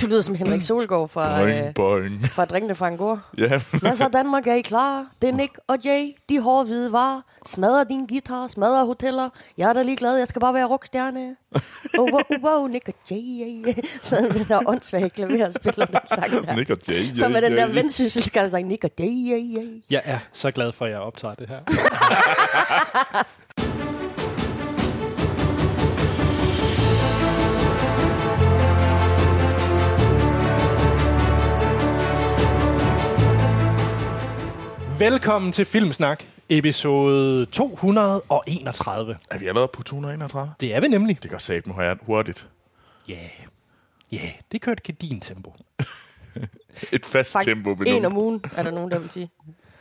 Du lyder som Henrik Solgaard fra, øh, Boing, boing. fra Drengene fra Angora. Ja, Hvad så Danmark, er I klar? Det er Nick og Jay, de hårde hvide varer. Smadrer din guitar, smadrer hoteller. Jeg er da ligeglad, jeg skal bare være rockstjerne. Oh, wow, wow, Nick og Jay. Sådan den der åndssvage klaver spiller den sang der. Nick og Jay, Jay, Som er den der Jay. vendsyssel, skal sang, Nick og Jay. Jeg er så glad for, at jeg optager det her. Velkommen til Filmsnak, episode 231. er vi allerede på 231? Det er vi nemlig. Det går sat med hurtigt. Ja, yeah. yeah, det kørte ikke din tempo. Et fast Fakt, tempo ved en nu. om ugen, er der nogen, der vil sige.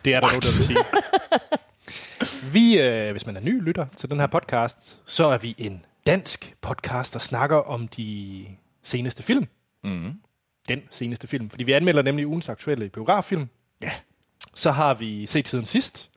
Det er der nogen, der vil sige. Vi, øh, hvis man er ny lytter til den her podcast, så er vi en dansk podcast, der snakker om de seneste film. Mm. Den seneste film. Fordi vi anmelder nemlig ugens aktuelle biograffilm. Ja. Så har vi set siden sidst,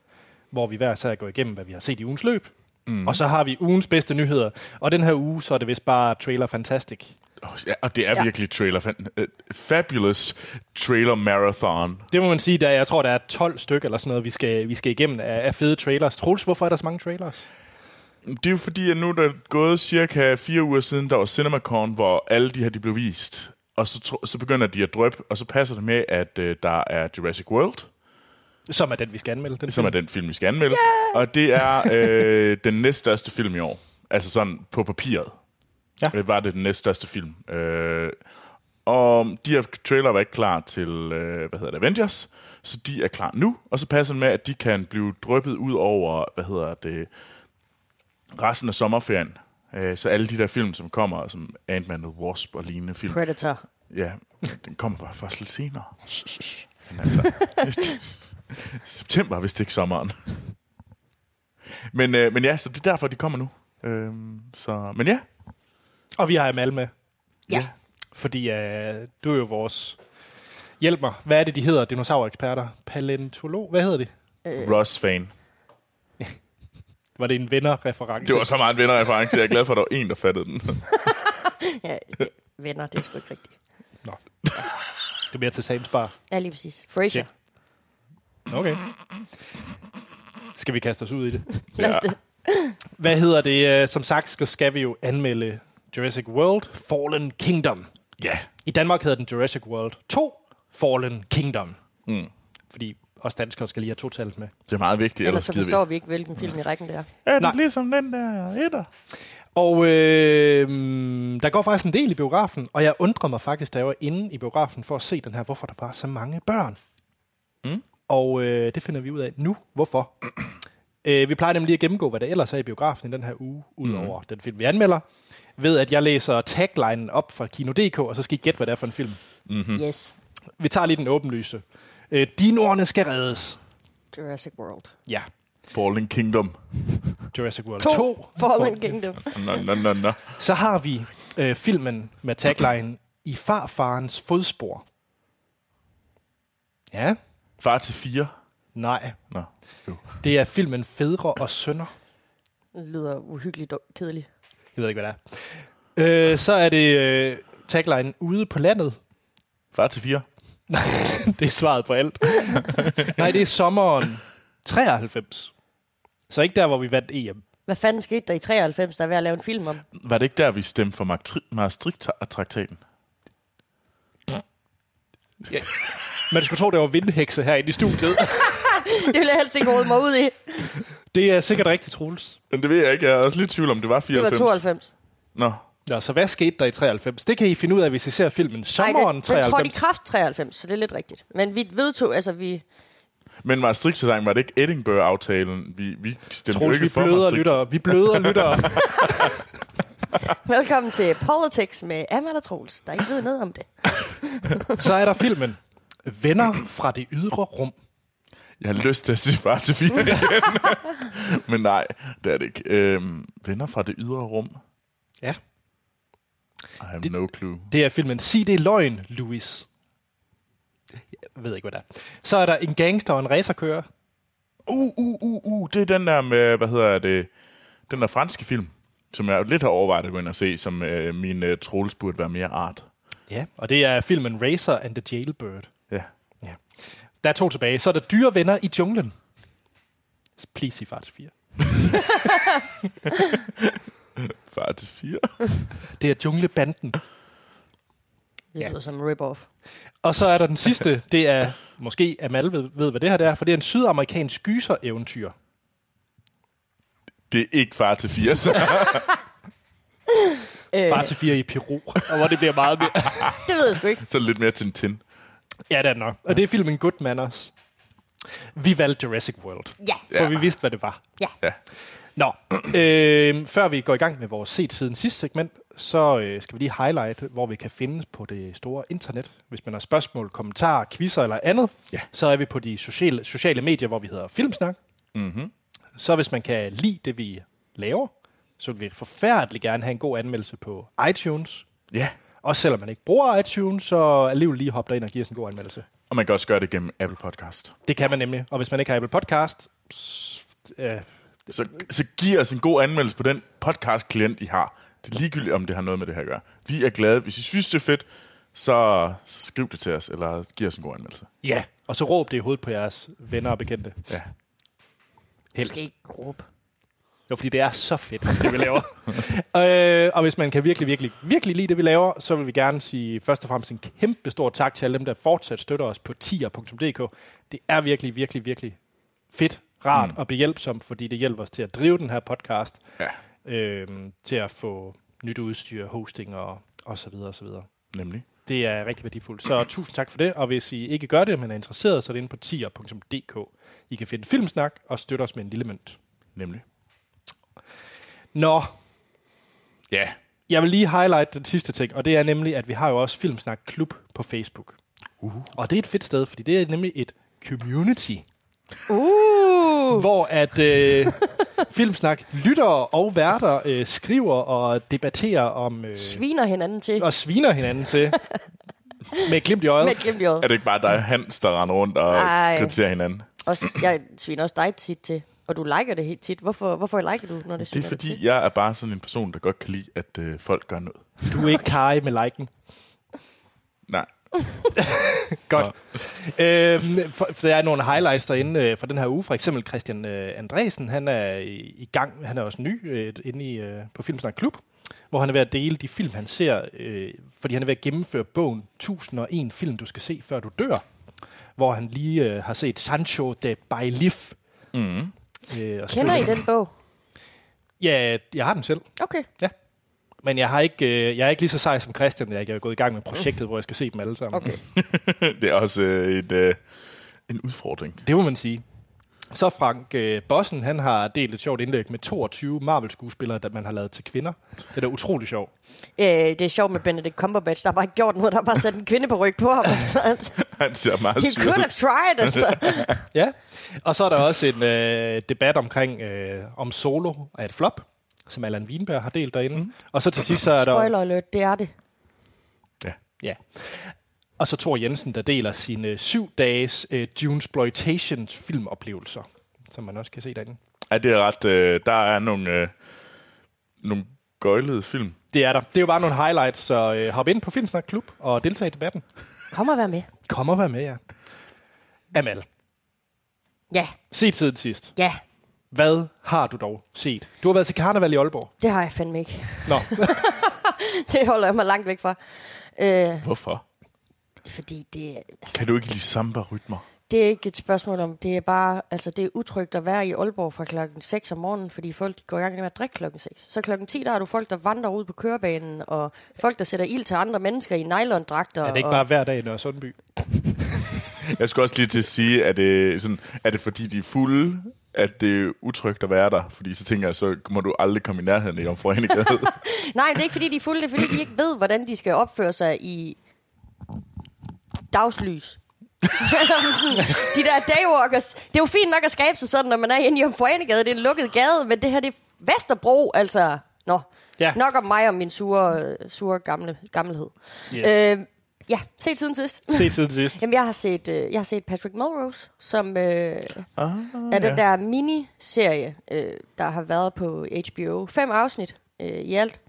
hvor vi hver sær går igennem, hvad vi har set i ugens løb. Mm. Og så har vi ugens bedste nyheder. Og den her uge, så er det vist bare Trailer Fantastic. Åh, ja, og det er Ja. virkelig trailer. Fan, øh, fabulous trailer marathon. Det må man sige, der jeg tror, der er 12 stykker eller sådan noget, vi skal, vi skal igennem af, af fede trailers. Troels, hvorfor er der så mange trailers? Det er jo fordi, at nu er der gået cirka fire uger siden, der var CinemaCon, hvor alle de her de blev vist. Og så, tro- så begynder de at drøbe, og så passer det med, at øh, der er Jurassic World, Som er den, vi skal anmelde. Den som er film. den film, vi skal anmelde. Yeah! Og det er øh, den næststørste film i år. Altså sådan på papiret. Ja. Øh, var det den næststørste film. Øh, og de her trailer var ikke klar til, øh, hvad hedder det, Avengers. Så de er klar nu, og så passer det med, at de kan blive drøbet ud over, hvad hedder det, resten af sommerferien. Øh, så alle de der film, som kommer, som Ant-Man og Wasp og lignende film. Predator. Ja, den kommer bare først lidt senere. Men altså, september er vist ikke sommeren. Men, øh, men ja, så det er derfor, de kommer nu. Øhm, så, men ja, Og vi har Amal med, Ja. fordi øh, du er jo vores... Hjælp mig. Hvad er det, de hedder? Dinosaureksperter? Palentolog? Hvad hedder de? øh. Ross-fan. Var det en venner-reference? Det var så meget en vinderreference, jeg er glad for, at der var en, der fattede den. ja det, venner, det er sgu ikke rigtigt. Nå. Det bliver til Sam's Bar. Ja, lige præcis. Frasier. Tjek. Okay. Skal vi kaste os ud i det? Lad os Ja. det. Hvad hedder det? Øh, Som sagt skal- skal vi jo anmelde Jurassic World Fallen Kingdom. ja, I Danmark hedder den Jurassic World 2 Fallen Kingdom. Mm. Fordi os danskere skal lige have totallet med. det er meget vigtigt. Ellers så skider vi. forstår vi ikke, hvilken Mhm. film i rækken det er. Er det Nej. ligesom den der etter? Og øh, der går faktisk en del i biografen, og jeg undrer mig faktisk, da jeg var inde i biografen for at se den her, hvorfor der var så mange børn. Mm. Og øh, det finder vi ud af nu. Hvorfor? øh, vi plejer nemlig lige at gennemgå, hvad der ellers er i biografen i den her uge, udover mm. den film, vi anmelder. Ved at jeg læser taglinen op fra Kino.dk, og så skal I gætte, hvad det er for en film. Mhm. Mm-hmm. Yes. Vi tager lige den åbenlyse. Øh, Dinoerne skal reddes. Jurassic World. Ja, Falling Kingdom. Jurassic World 2. To, to Fallen Kingdom. Nå, nå, nå, nå. Så har vi øh, filmen med tagline I farfarens fodspor. Ja, Far til fire. nej. Nå. Jo. Det er filmen Fædre og Sønner. Det lyder uhyggeligt og kedeligt. Jeg ved ikke, hvad det er. Øh, så er det øh, tagline Ude på landet. Far til fire. Nej, det er svaret på alt. nej, det er sommeren 93. Så ikke der, hvor vi vandt E EM. Hvad fanden skete der i 93, der er ved at lave en film om? Var det ikke der, vi stemte for Maastri- Maastricht-traktaten? Man skulle tro, det var vindhekse herinde i studiet. Det vil jeg helst ikke rode mig ud i. det er sikkert rigtigt, Troels. Men det ved jeg ikke. Jeg er også lidt i tvivl om, det var Det 94. var 92. Nå, Nå, så hvad skete der i 93? Det kan I finde ud af, hvis I ser filmen Sommeren den, den 93. trådte i kraft 93, så det er lidt rigtigt. Men vi vedtog, altså vi... Men maastricht var det ikke Edinburgh-aftalen? Vi, vi stemte Troels, jo vi ikke for bløder Maastricht. lyttere. Vi bløder lyttere. Velkommen til Politics med Amal og Troels, der ikke ved noget om det. Så er der filmen Venner fra det ydre rum. Jeg har lyst til at sige far til fire igen. Men nej, det er det ikke. Øhm, venner fra det ydre rum? Ja. I have det... no clue. Det er filmen Sig det er løgn, Louis. Jeg ved ikke, hvad det er. Så er der en gangster og en racerkører. Uh, uh, uh, uh. Det er den der med, hvad hedder det? Den der franske film, som jeg lidt har overvejet at gå ind og se, som øh, min øh, Troels burde være mere art. Ja, og det er filmen Racer and the Jailbird. Ja. Ja. Der er to tilbage. Så er der dyre venner i junglen. Please sig far til fire. Far til fire. Det er junglebanden. Det Ja. lyder som en rip-off. Og så er der den sidste. Det er, måske at alle ved, ved, hvad det her det er, for det er en sydamerikansk gyser-eventyr. Det er ikke far til fire, så. Øh, Far til fire i Peru. Og hvor det bliver meget mere... det ved jeg sgu ikke. så er det lidt mere til en tin. Ja, det er det nok. Og det er filmen Good Manners. Vi valgte Jurassic World. Ja, For vi vidste, hvad det var. ja. Ja. Nå, øh, før vi går i gang med vores set siden sidste segment, så øh, skal vi lige highlight, hvor vi kan findes på det store internet. Hvis man har spørgsmål, kommentarer, quizzer eller andet, Ja. så er vi på de sociale, sociale medier, hvor vi hedder Filmsnak. Mm-hmm. Så hvis man kan lide det, vi laver, så vil vi forfærdeligt gerne have en god anmeldelse på iTunes. Ja. Og selvom man ikke bruger iTunes, så alligevel lige hoppe ind og give os en god anmeldelse. Og man kan også gøre det gennem Apple Podcast. Det kan man nemlig. Og hvis man ikke har Apple Podcast, s- øh, Så, så giv os en god anmeldelse på den podcast-klient, I har. Det er ligegyldigt, om det har noget med det her at gøre. Vi er glade. Hvis I synes, det er fedt, så skriv det til os, eller giv os en god anmeldelse. ja, og så råb det i hovedet på jeres venner og bekendte. Ja. Du Helst. skal ikke råbe. Jo, fordi det er så fedt, det vi laver. øh, og hvis man kan virkelig, virkelig, virkelig lide det, vi laver, så vil vi gerne sige først og fremmest en kæmpe stor tak til alle dem, der fortsat støtter os på tier.dk. Det er virkelig, virkelig, virkelig fedt, rart mm. og behjælpsomt, fordi det hjælper os til at drive den her podcast, Ja, øh, til at få nyt udstyr, hosting og, og så videre og så videre. nemlig. Det er rigtig værdifuldt. Så tusind tak for det, og hvis I ikke gør det, men er interesseret, så er det inde på tier.dk. I kan finde Filmsnak og støtte os med en lille mønt. Nemlig. Nå, Ja. Jeg vil lige highlight den sidste ting, og det er nemlig, at vi har jo også Filmsnak Klub på Facebook. Uh. Og det er et fedt sted, fordi det er nemlig et community, Uh! hvor at øh, Filmsnak lytter og værter øh, skriver og debatterer om... Øh, Sviner hinanden til. og sviner hinanden til med et glimt i øjet. Med et glimt i øjet. Er det ikke bare dig, Hans, der render rundt og Ej. kritiserer hinanden? Også, jeg sviner også dig tit til. Og du liker det helt tit. Hvorfor, hvorfor liker du, når det Det sviner er dig til? fordi, jeg er bare sådan en person, der godt kan lide, at øh, folk gør noget. Du er ikke Kari med liken. Nej. Godt. Øhm, for, for der er nogle highlights derinde øh, fra den her uge. For eksempel Christian øh, Andresen, han er i, i gang, han er også ny øh, inde i, øh, på Filmsnak Klub, hvor han er ved at dele de film, han ser, øh, fordi han er ved at gennemføre bogen 1001 film, du skal se, før du dør, hvor han lige øh, har set Sancho de Bailiff. Mm. Øh, og Kender I skriver- den bog? Ja, jeg har den selv. Okay. Ja. Men jeg, har ikke, øh, jeg er ikke lige så sej som Christian. Jeg er gået i gang med projektet, hvor jeg skal se dem alle sammen. Okay. Det er også øh, et, øh, en udfordring. Det må man sige. Så Frank øh, Bossen, han har delt et sjovt indlæg med 22 Marvel-skuespillere, der man har lavet til kvinder. Det er da utrolig sjovt. Øh, det er sjovt med Benedict Cumberbatch, der har bare ikke gjort noget, der har bare sat en kvinde på ryg på ham. Altså, altså, Han ser meget he syg could have ud. tried, altså. Ja. Og så er der også en øh, debat omkring, øh, om Solo er et flop, som Allan Wienberg har delt derinde. Mm. Og så til sidst, så er der... Spoiler alert, det er det. Ja. Ja. Og så Thor Jensen, der deler sine øh, syv dages øh, Junesploitation filmoplevelser, som man også kan se derinde. ja, det er ret... Øh, der er nogle, øh, nogle gøjlede film. Det er der. Det er jo bare nogle highlights, så øh, hop ind på Filmsnak Klub og deltag i debatten. Kom og vær med. Kom og vær med, ja. Amal, Ja, se tiden sidst. ja, Hvad har du dog set? Du har været til karneval i Aalborg. det har jeg fandme ikke. Nå, Det holder jeg mig langt væk fra. Øh, Hvorfor? fordi det, altså, Kan du ikke lide samba-rytmer? det er ikke et spørgsmål om, det er bare, altså det er utrygt at være i Aalborg fra klokken 6 om morgenen, fordi folk de går i gang med at drikke klokken 6. Så klokken 10, der har du folk, der vandrer ud på kørebanen, og folk, der sætter ild til andre mennesker i nylondragter. er det ikke og, bare hver dag i Nørre Sundby? Jeg skulle også lige til at sige, at det, sådan, er det fordi, de er fulde, at det er utrygt at være der? Fordi så tænker jeg, så må du aldrig komme i nærheden af Jomfruanegade. Nej, men det er ikke, fordi de er fulde, det er, fordi de ikke ved, hvordan de skal opføre sig i dagslys. de der daywalkers, det er jo fint nok at skabe sig sådan, når man er inde i Omforenegade, det er en lukket gade, men det her, det er Vesterbro, altså. Nå, Ja. ja. nok om mig og min sure, øh, sure gamle, gammelhed. Yes. Øh, ja, se tiden sidst. Se tiden sidst. Jamen, jeg har set, øh, jeg har set Patrick Melrose, som øh, ah, er den der miniserie, øh, der har været på HBO. Fem afsnit øh, i alt,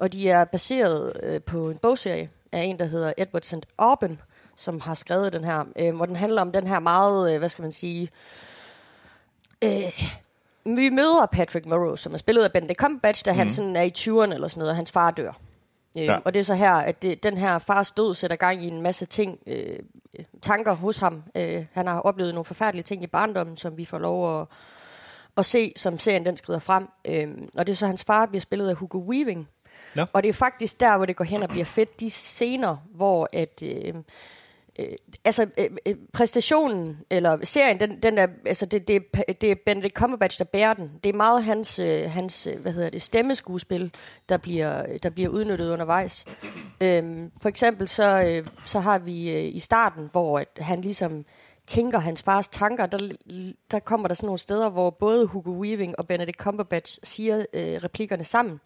og de er baseret øh, på en bogserie af en, der hedder Edward St. Auburn, som har skrevet den her, øh, hvor den handler om den her meget, øh, hvad skal man sige, øh, vi møder Patrick Morrow, som er spillet af Benedict Cumberbatch, da mm. han sådan er i 20'erne eller sådan noget, og hans far dør. Øh, Ja. ja. Og det er så her, at det, den her fars død sætter gang i en masse ting, øh, tanker hos ham. Øh, han har oplevet nogle forfærdelige ting i barndommen, som vi får lov at, at se, som serien den skrider frem. Øhm, og det er så, hans far bliver spillet af Hugo Weaving. Nå. Og det er faktisk der, hvor det går hen og bliver fedt. De scener, hvor at... Øh, øh, altså, øh, øh, præstationen, eller serien, den, den er, altså, det, det, er pa- det er Benedict Cumberbatch, der bærer den. Det er meget hans, øh, hans øh, hvad hedder det, stemmeskuespil, der bliver, der bliver udnyttet undervejs. Øhm, for eksempel så, øh, så har vi øh, i starten, hvor at han ligesom tænker hans fars tanker, der, der kommer der sådan nogle steder, hvor både Hugo Weaving og Benedict Cumberbatch siger øh, replikkerne sammen.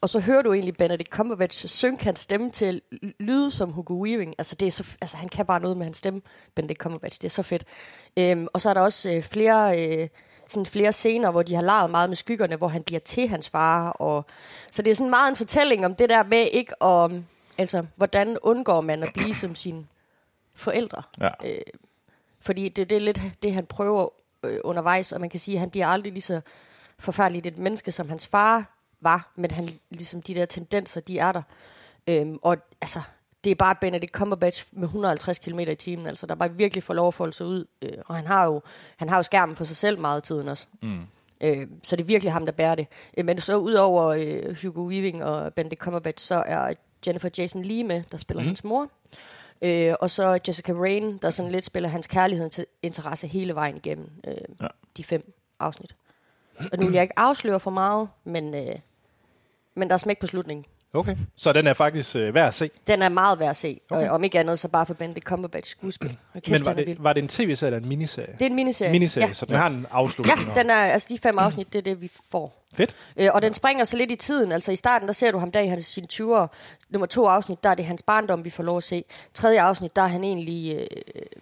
Og så hører du egentlig Benedict Cumberbatch synge hans stemme til at l- lyde som Hugo Weaving. Altså, det er så, altså han kan bare noget med hans stemme, Benedict Cumberbatch. Det er så fedt. Øhm, og så er der også øh, flere... Øh, sådan flere scener, hvor de har leget meget med skyggerne, hvor han bliver til hans far. Og... Så det er sådan meget en fortælling om det der med ikke om, altså, hvordan undgår man at blive som sine forældre. Ja. Fordi det, det er lidt det, han prøver øh, undervejs, og man kan sige, at han bliver aldrig lige så forfærdeligt et menneske, som hans far var, men han, ligesom de der tendenser, de er der. Øhm, og altså, det er bare Benedict Cumberbatch med 150 km i timen, altså der er bare virkelig for lov at folde sig ud, øh, og han har, jo, han har jo skærmen for sig selv meget af tiden også. Mm. Øh, så det er virkelig ham, der bærer det. Øh, men så udover øh, Hugo Weaving og Benedict Cumberbatch, så er Jennifer Jason Leigh med, der spiller mm. hans mor. Øh, og så Jessica Rain, der sådan lidt spiller hans kærlighed til interesse hele vejen igennem øh, Ja. ja. de fem afsnit. Og nu vil jeg ikke afsløre for meget, men, øh, men der er smæk på slutningen. Okay. Så den er faktisk øh, værd at se. Den er meget værd at se, okay. Okay. og om ikke andet, så bare for Benedict Cumberbatch skuespil. Og kæft, Men var han er vild. det, var det en tv-serie eller en miniserie? Det er en miniserie. miniserie, ja. så den har en afslutning. Ja, den er, altså de fem afsnit, det er det, vi får. Fedt. Øh, og den springer så lidt i tiden. Altså i starten, der ser du ham der i hans sine 20'er. Nummer to afsnit, der er det hans barndom, vi får lov at se. Tredje afsnit, der er han egentlig øh,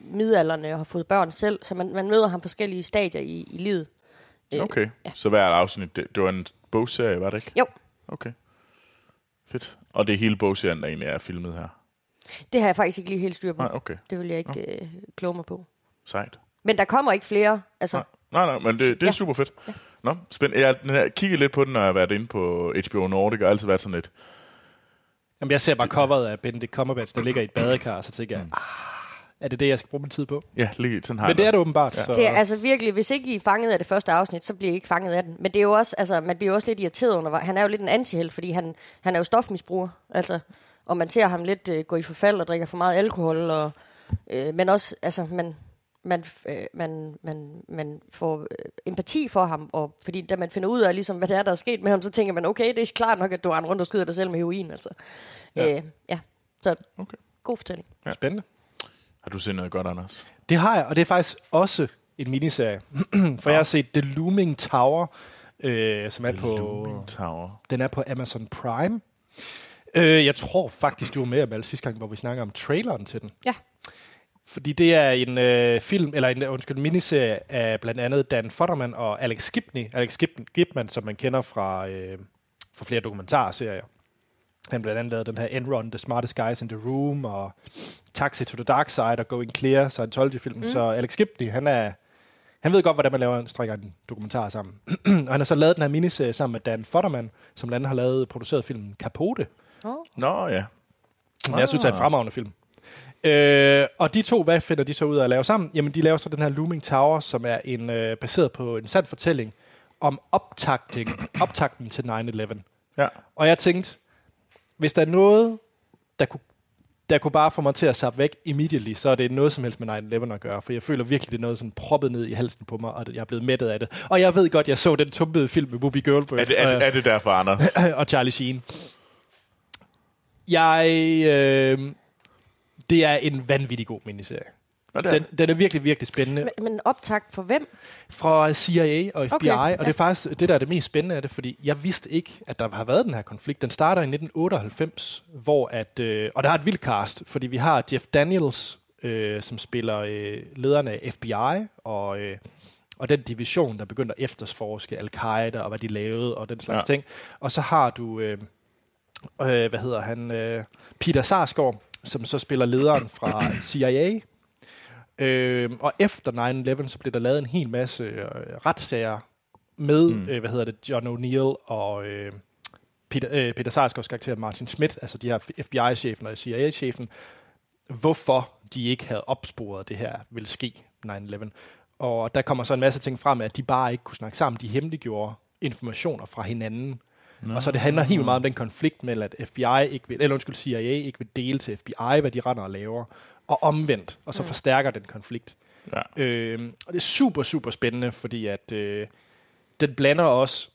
midalderne og har fået børn selv. Så man, man møder ham forskellige stadier i, i livet. Okay, så hvert afsnit, det, det var en bogserie, var det ikke? Jo, Okay. Fedt. Og det er hele bogserien, der egentlig er filmet her. det har jeg faktisk ikke lige helt styr på. Nej, okay. Det vil jeg ikke øh, kloge mig på. Sejt. Men der kommer ikke flere. Altså, Nej, nej, nej men det, det er ja. Ja. super fedt. Ja. Nå, spændende. Jeg har kigget lidt på den, når jeg har været inde på HBO Nordic, og altid været sådan lidt, Jamen, jeg ser bare coveret af Benedict Cumberbatch, der ligger i et badekar, og så tænker jeg, ah, er det det, jeg skal bruge min tid på? ja, lige sådan har Men det er du. det åbenbart. Ja. Så, Det er altså virkelig, hvis ikke I er fanget af det første afsnit, så bliver I ikke fanget af den. Men det er jo også, altså, man bliver jo også lidt irriteret under, han er jo lidt en antihelt, fordi han, han er jo stofmisbruger, altså, og man ser ham lidt øh, gå i forfald og drikker for meget alkohol, og, øh, men også, altså, man, man, f- øh, man, man, man får øh, empati for ham, og fordi da man finder ud af, ligesom, hvad det er, der er sket med ham, så tænker man, okay, det er klart nok, at du render rundt og skyder dig selv med heroin, altså. Ja. Øh, ja. Så Okay. god fortælling. ja. Spændende. Har du set noget godt, Anders? Det har jeg, og det er faktisk også en miniserie. For jeg har set The Looming Tower, øh, som er på... Looming Tower. Den er på Amazon Prime. Øh, jeg tror faktisk, du var med, Amal, sidste gang, hvor vi snakkede om traileren til den. Ja. Fordi det er en øh, film, eller en undskyld, miniserie af blandt andet Dan Fodderman og Alex Skibney. Alex Skib- Gibman, som man kender fra, øh, fra flere dokumentarserier. Han blandt andet lavede den her Enron, The Smartest Guys in the Room, og Taxi to the Dark Side og Going Clear, Scientology-film. Mm. Så Alex Skibney, han er... Han ved godt, hvordan man laver en strikker en dokumentar sammen. og han har så lavet den her miniserie sammen med Dan Fodderman, som blandt andet har lavet produceret filmen Capote. Oh. Nå, ja. Ah. Men jeg synes, det er en fremragende film. Øh, og de to, hvad finder de så ud af at lave sammen? Jamen, de laver så den her Looming Tower, som er en øh, baseret på en sand fortælling om optakten, optakten til 9-11. Ja. Og jeg tænkte, hvis der er noget, der kunne, der kunne bare få mig til at sappe væk immediately, så er det noget som helst med 9-11 at gøre, for jeg føler virkelig, det er noget sådan proppet ned i halsen på mig, og jeg er blevet mættet af det. Og jeg ved godt, jeg så den tumpede film med Whoopi Goldberg Er det, er, og- det, er det derfor, Anders? og Charlie Sheen. Jeg, øh, det er en vanvittig god miniserie. Nå, det er Den, den er virkelig, virkelig spændende Men, men optakt for hvem? fra CIA og FBI, okay, Okay, og det ja. er faktisk det, der er det mest spændende af det, fordi jeg vidste ikke, at der har været den her konflikt. Den starter i 1998, hvor at, øh, og der har et vildt cast, fordi vi har Jeff Daniels, øh, som spiller øh, lederen af FBI, og, øh, og den division, der begyndte at efterforske Al-Qaida, og hvad de lavede, og den slags Ja. ja. ting. Og så har du, øh, øh, hvad hedder han, øh, Peter Sarsgaard, som så spiller lederen fra CIA. Øh, og efter 9-11, så blev der lavet en hel masse øh, retssager med, mm. øh, hvad hedder det, John O'Neill og øh, Peter, øh, Peter Sarsgaards karakter Martin Schmidt, altså de her FBI-chefen og CIA-chefen, hvorfor de ikke havde opsporet det her ville ske 9-11. Og der kommer så en masse ting frem, at de bare ikke kunne snakke sammen. De hemmeliggjorde informationer fra hinanden. Nå, og så det handler helt vildt meget om den konflikt mellem, at FBI ikke vil, eller undskyld, CIA ikke vil dele til FBI, hvad de render og laver, og omvendt, og så forstærker den konflikt. Ja. Øh, og det er super, super spændende, fordi at øh, den blander også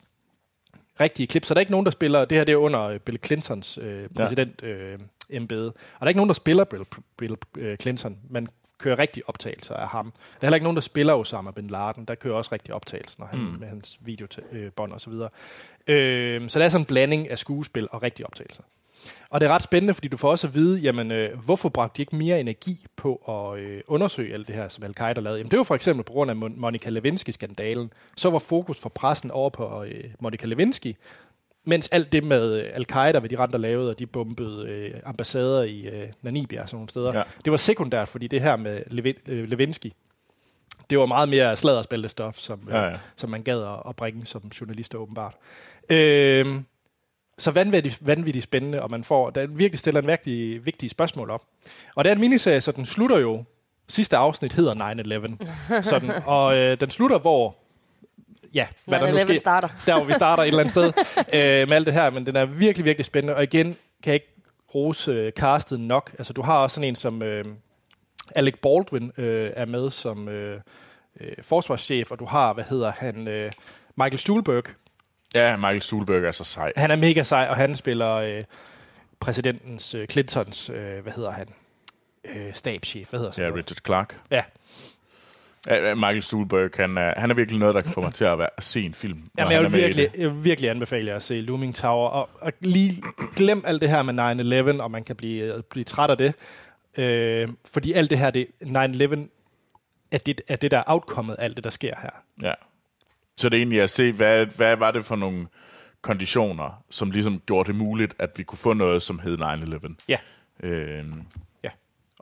rigtige klip, så der er ikke nogen, der spiller, det her det er under øh, Bill Clintons øh, præsident øh, embede, og der er ikke nogen, der spiller Bill, Bill øh, Clinton, man kører rigtige optagelser af ham. Der er heller ikke nogen, der spiller Osama Bin Laden, der kører også rigtige optagelser når han, mm. med hans videobånd og så videre. Øh, så der er sådan en blanding af skuespil og rigtige optagelser. Og det er ret spændende, fordi du får også at vide, jamen, øh, hvorfor bragte de ikke mere energi på at øh, undersøge alt det her, som Al-Qaida lavede? Jamen, det var for eksempel på grund af Mon- Monica Lewinsky-skandalen. Så var fokus for pressen over på øh, Monica Lewinsky, mens alt det med øh, Al-Qaida, hvad de rent og lavede, og de bombede øh, ambassader i øh, Namibia og sådan nogle steder, Ja. ja. det var sekundært, fordi det her med Levin- øh, Lewinsky, det var meget mere sladderspæltestof, som, øh, Ja, ja. som man gad at, at bringe som journalist åbenbart. Øh, så vanvittigt, vanvittigt spændende, og man får, der virkelig stiller en virkelig vigtige spørgsmål op. Og det er en miniserie, så den slutter jo, sidste afsnit hedder 9-11, sådan, og øh, den slutter, hvor, ja, hvad der nu 9/11 sker, starter. der hvor vi starter et eller andet sted øh, med alt det her, men den er virkelig, virkelig spændende, og igen kan jeg ikke rose øh, castet nok. Altså, du har også sådan en som øh, Alec Baldwin øh, er med som øh, øh, forsvarschef, og du har, hvad hedder han, øh, Michael Stuhlberg, Ja, Michael Stuhlberg er så sej. han er mega sej, og han spiller øh, præsidentens, øh, Clintons, øh, hvad hedder han, øh, stabschef, hvad hedder Ja, sådan noget? Richard Clark. Ja, Ja, ja, Michael Stuhlberg, han er, han er virkelig noget, der kan få mig til at, være, at se en film. når han Jamen, jeg er vil med i virkelig, det. jeg vil virkelig anbefale jer at se Looming Tower, og, og lige glem alt det her med 9-11, og man kan blive, øh, blive træt af det, øh, fordi alt det her, det 9-11, er det, er det, der er outcomet af alt det, der sker her. Ja. Så det er egentlig at se, hvad, hvad var det for nogle konditioner, som ligesom gjorde det muligt, at vi kunne få noget, som hed 9-11. Ja. Øhm, Ja.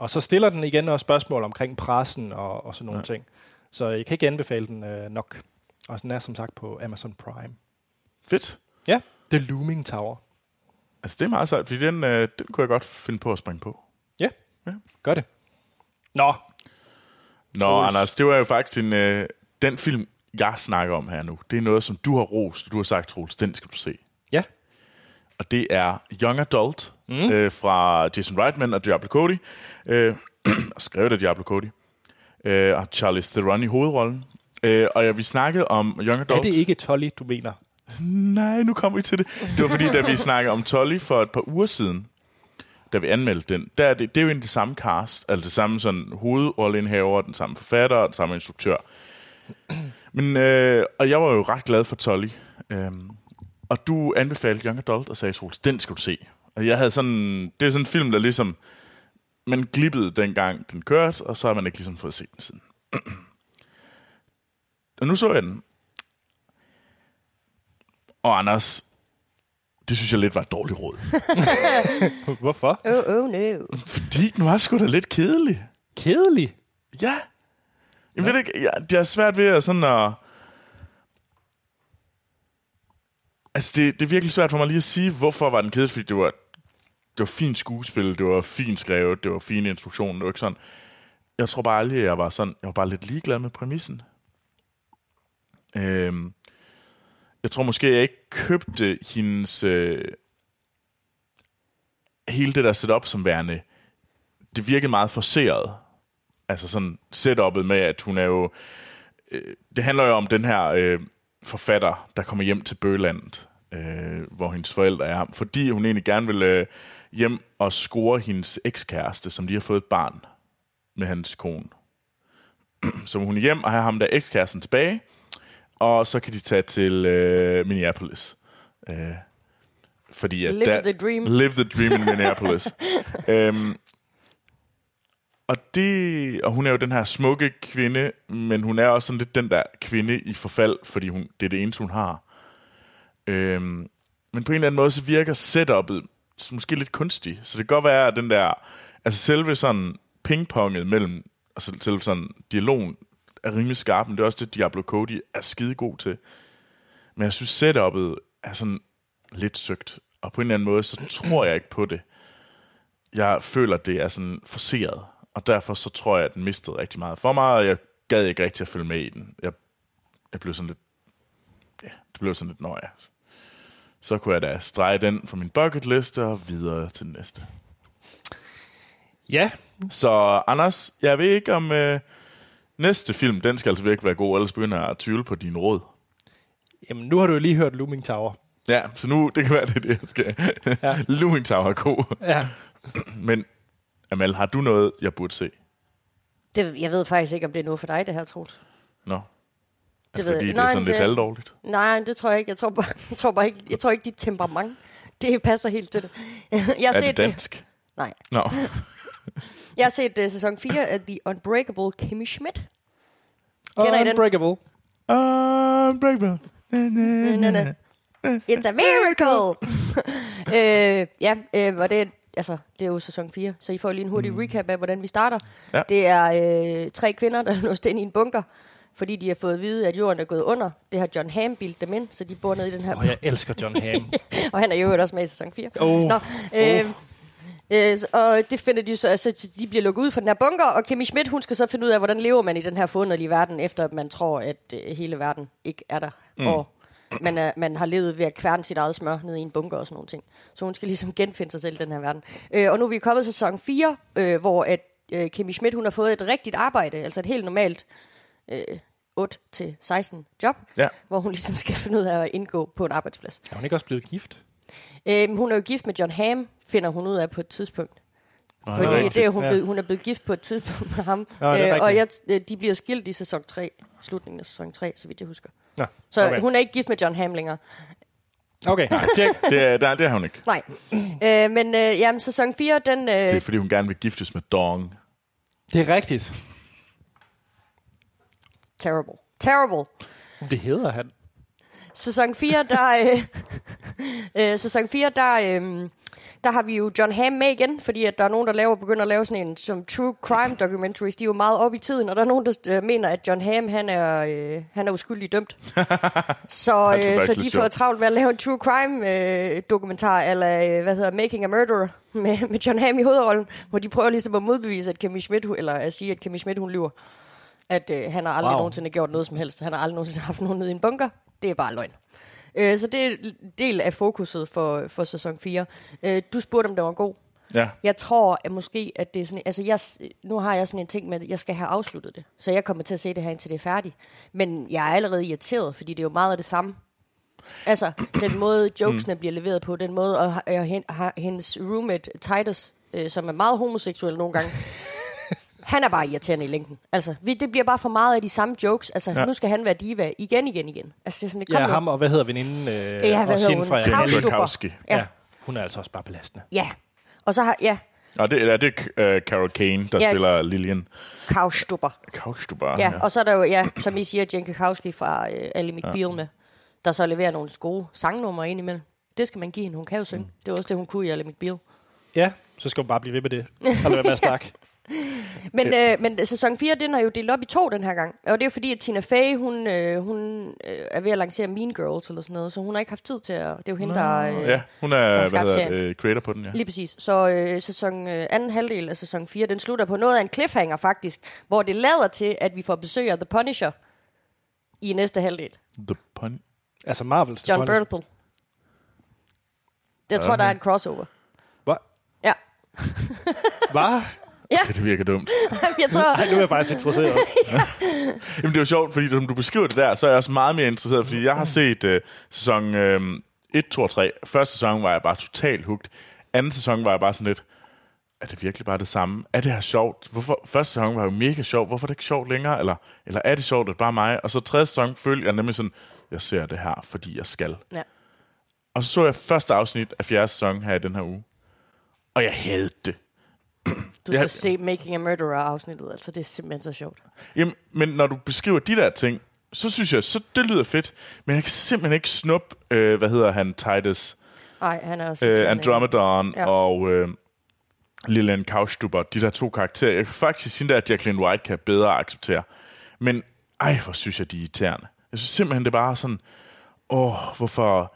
Og så stiller den igen også spørgsmål omkring pressen og, og sådan nogle ja. ting. Så jeg kan ikke anbefale den øh, nok. Og den er som sagt på Amazon Prime. fedt. Ja, The Looming Tower. Altså, det er meget sejt, fordi den, øh, den kunne jeg godt finde på at springe på. Ja, Ja. gør det. Nå, Nå, Troels. Anders, det var jo faktisk en, øh, den film, jeg snakker om her nu. Det er noget, som du har rost, og du har sagt, Troels, den skal du se. ja. Og det er Young Adult mm. øh, fra Jason Reitman og Diablo Cody. Øh, og skrevet af Diablo Cody. Øh, og Charlie Theron i hovedrollen. Øh, og ja, vi snakkede om Young Adult. Er det ikke Tolly, du mener? Nej, nu kommer vi til det. Det var fordi, da vi snakkede om Tolly for et par uger siden, da vi anmeldte den, der er det, det er jo egentlig det samme cast, altså det samme sådan hovedrolleindhaver, den samme forfatter og den samme instruktør. Men, øh, og jeg var jo ret glad for Tolly. Øhm, og du anbefalede Young Adult og sagde, Troels, den skal du se. Og jeg havde sådan, det er sådan en film, der ligesom, man glippede dengang den kørte, og så har man ikke ligesom fået set den siden. og nu så jeg den, og Anders, det synes jeg lidt var et dårligt råd. Hvorfor? Oh, oh no. Fordi den var sgu da lidt kedelig. Kedelig. Ja. Jeg ved ikke, jeg, det er svært ved at sådan at... Altså, det, det er virkelig svært for mig lige at sige, hvorfor var den kedelig, fordi det var, det var fint skuespil, det var fint skrevet, det var fine instruktioner, det var ikke sådan... Jeg tror bare aldrig, jeg var sådan... Jeg var bare lidt ligeglad med præmissen. Øhm, jeg tror måske, jeg ikke købte hendes... Øh, hele det der setup som værende... Det virkede meget forseret altså sådan setupet med, at hun er jo... Øh, det handler jo om den her øh, forfatter, der kommer hjem til Bølandet, øh, hvor hendes forældre er, fordi hun egentlig gerne vil øh, hjem og score hendes ekskæreste, som lige har fået et barn med hans kone. så hun er hjem og har ham der ekskæresten tilbage, og så kan de tage til øh, Minneapolis. Øh, fordi at Live der- the dream. Live the dream in Minneapolis. øhm, og, det, og hun er jo den her smukke kvinde, men hun er også sådan lidt den der kvinde i forfald, fordi hun, det er det eneste, hun har. Øhm, men på en eller anden måde, så virker setup'et s- måske lidt kunstigt. Så det kan godt være, at den der altså selve sådan pingponget mellem, altså selve sådan dialogen er rimelig skarp, men det er også det, Diablo Cody er skide god til. Men jeg synes, setup'et er sådan lidt søgt, og på en eller anden måde, så tror jeg ikke på det. Jeg føler, det er sådan forceret, og derfor så tror jeg, at den mistede rigtig meget for mig, og jeg gad ikke rigtig at følge med i den. Jeg, jeg blev sådan lidt... Ja, det blev sådan lidt nøje. Så kunne jeg da strege den fra min bucket liste og videre til den næste. Ja, Mm. Så Anders, jeg ved ikke om øh, næste film, den skal altså virkelig være god, ellers begynder jeg at tvivle på dine råd. jamen nu har du jo lige hørt Looming Tower. Ja, så nu, det kan være, det er det, jeg skal. Ja. Ja. Looming Tower er god. Ja. Men Amal, har du noget, jeg burde se? Det, jeg ved faktisk ikke, om det er noget for dig, det her, Troels. Nå. Altså, Det Fordi jeg- det er sådan lidt halvdårligt. Nej, det tror jeg ikke. Jeg tror, bare, jeg tror bare ikke, jeg tror ikke dit temperament, det passer helt til det. Jeg har Er set, øh, det dansk? Nej. Nå. Jeg har set uh, sæson 4 af The Unbreakable Kimmy Schmidt. Og Kender I den? Unbreakable. Unbreakable. Na, na. Øh, It's a miracle! øh, ja, øh, og det, er- altså, det er jo sæson 4, så I får lige en hurtig mm. recap af, hvordan vi starter. Ja. Det er øh, tre kvinder, der er låst ind i en bunker, fordi de har fået at vide, at jorden er gået under. Det har John Hamm bildt dem ind, så de bor nede i den her Og jeg elsker John Hamm. Og han er jo øvrigt også med i sæson 4. Oh. Nå, øh, øh, og det finder de jo så, altså, de bliver lukket ud fra den her bunker, og Kimmy Schmidt, hun skal så finde ud af, hvordan lever man i den her forunderlige verden, efter at man tror, at øh, hele verden ikke er der. Mm. Og man, er, man har levet ved at kværne sit eget smør ned i en bunker og sådan nogle ting. Så hun skal ligesom genfinde sig selv i den her verden. Øh, og nu er vi kommet til sæson 4, øh, hvor at, øh, Kimmy Schmidt, hun har fået et rigtigt arbejde, altså et helt normalt øh, 8-16 job, Ja. hvor hun ligesom skal finde ud af at indgå på en arbejdsplads. Er hun ikke også blevet gift? Øhm, hun er jo gift med John Hamm, finder hun ud af på et tidspunkt. Nå, Fordi det er det, rigtigt. er hun, Ja. blevet, hun er blevet gift på et tidspunkt med ham. Nå, det er og jeg, rigtigt. øh, de bliver skilt i sæson 3, slutningen af sæson 3, så vidt jeg husker. Nå, Så okay. okay. hun er ikke gift med John Hamm længere. Okay, tjek. Det er, der, det har hun ikke. Nej. øh, men øh, jamen, sæson 4, den... Det er, Øh, fordi hun gerne vil giftes med Dong. Det er rigtigt. terrible. Terrible. Det hedder han. Sæson 4, der... Øh, øh, sæson 4, der... Øh, der har vi jo John Hamm med igen, fordi at der er nogen, der laver, begynder at lave sådan en som true crime documentaries. De er jo meget oppe i tiden, og der er nogen, der øh, mener, at John Hamm, han er, øh, han er uskyldig dømt. så, Det er øh, så faktisk de lidt får sjovt. travlt med at lave en true crime øh, dokumentar, eller øh, hvad hedder Making a Murderer, med, med John Hamm i hovedrollen, hvor de prøver ligesom at modbevise, at Kimmy Schmidt, hun- eller at sige, at Kimmy Schmidt, hun lyver. At øh, han har aldrig Wow. wow. nogensinde gjort noget som helst. Han har aldrig nogensinde haft nogen nede i en bunker. Det er bare løgn. Øh, så det er en del af fokuset for, for sæson 4. Øh, du spurgte, om det var god. Ja. Jeg tror at måske, at det er sådan... Altså, jeg, nu har jeg sådan en ting med, at jeg skal have afsluttet det. Så jeg kommer til at se det her, indtil det er færdigt. Men jeg er allerede irriteret, fordi det er jo meget af det samme. Altså, den Mm. måde jokesene bliver leveret på, den måde, og, og hen- har- hendes roommate, Titus, øh, som er meget homoseksuel nogle gange, han er bare irriterende i længden. Altså, vi, det bliver bare for meget af de samme jokes. Altså, ja. nu skal han være diva igen, igen, igen. Altså, det er sådan, det Ja, kommer ham og hvad hedder veninden? Øh, Ja, hvad også hedder hende hun? Fra Kravchuk. Halland. Krakowski. Kravstubber. Ja. Ja. Hun er altså også bare belastende. ja. Og så har, ja, Og det, er det uh, Carol Kane, der Ja. spiller Lillian Kravstubber. Kaukstubar. Ja, og så er der jo, ja, som I siger, Jen Krakowski fra øh, Ally McBeal med, der så leverer nogle gode sangnumre ind imellem. Det skal man give hende. Hun kan jo synge. Det var også det, hun kunne i Ally McBeal. Ja, så skal hun bare blive ved med det. Og lade være med at snakke. Men, øh, men sæson 4, den har jo delt op i to den her gang. Og det er fordi, at Tina Fey, hun, øh, hun øh, er ved at lancere Mean Girls eller sådan noget, så hun har ikke haft tid til at... Det er jo hende, der... Øh, Ja, hun er, har hvad skabt hedder, serien. det, øh, creator på den, ja. Lige præcis. Så øh, sæson, øh, anden halvdel af sæson 4, den slutter på noget af en cliffhanger faktisk, hvor det lader til, at vi får besøg af The Punisher i næste halvdel. The Pun. Altså Marvels. John Bertel. Jeg tror, der er en crossover. Hvad? Ja. Hva? Ja, det virker dumt. Jeg tror, Ej, nu er jeg faktisk interesseret. Jamen, det er jo sjovt, fordi som du beskriver det der, så er jeg også meget mere interesseret, fordi jeg har set øh, sæson øh, 1, 2 og 3. Første sæson var jeg bare totalt hugt. Anden sæson var jeg bare sådan lidt, er det virkelig bare det samme? Er det her sjovt? Hvorfor? Første sæson var jo mega sjov. Hvorfor er det ikke sjovt længere? Eller, eller er det sjovt, at det bare mig? Og så tredje sæson følte jeg nemlig sådan, jeg ser det her, fordi jeg skal. ja. Og så så jeg første afsnit af fjerde sæson her i den her uge. Og jeg havde det. du skal Ja. se Making a Murderer-afsnittet. Altså, det er simpelthen så sjovt. Jamen, men når du beskriver de der ting, så synes jeg, så det lyder fedt, men jeg kan simpelthen ikke snuppe, øh, hvad hedder han, Titus Nej, han er også... øh, irriterende. Andromedon ja. Ja. og øh, Lillian Kaustubber, de der to karakterer. Jeg kan faktisk sige, at Jacqueline White kan jeg bedre acceptere. Men ej, hvor synes jeg, de er irriterende. Jeg synes simpelthen, det er bare sådan, åh, hvorfor,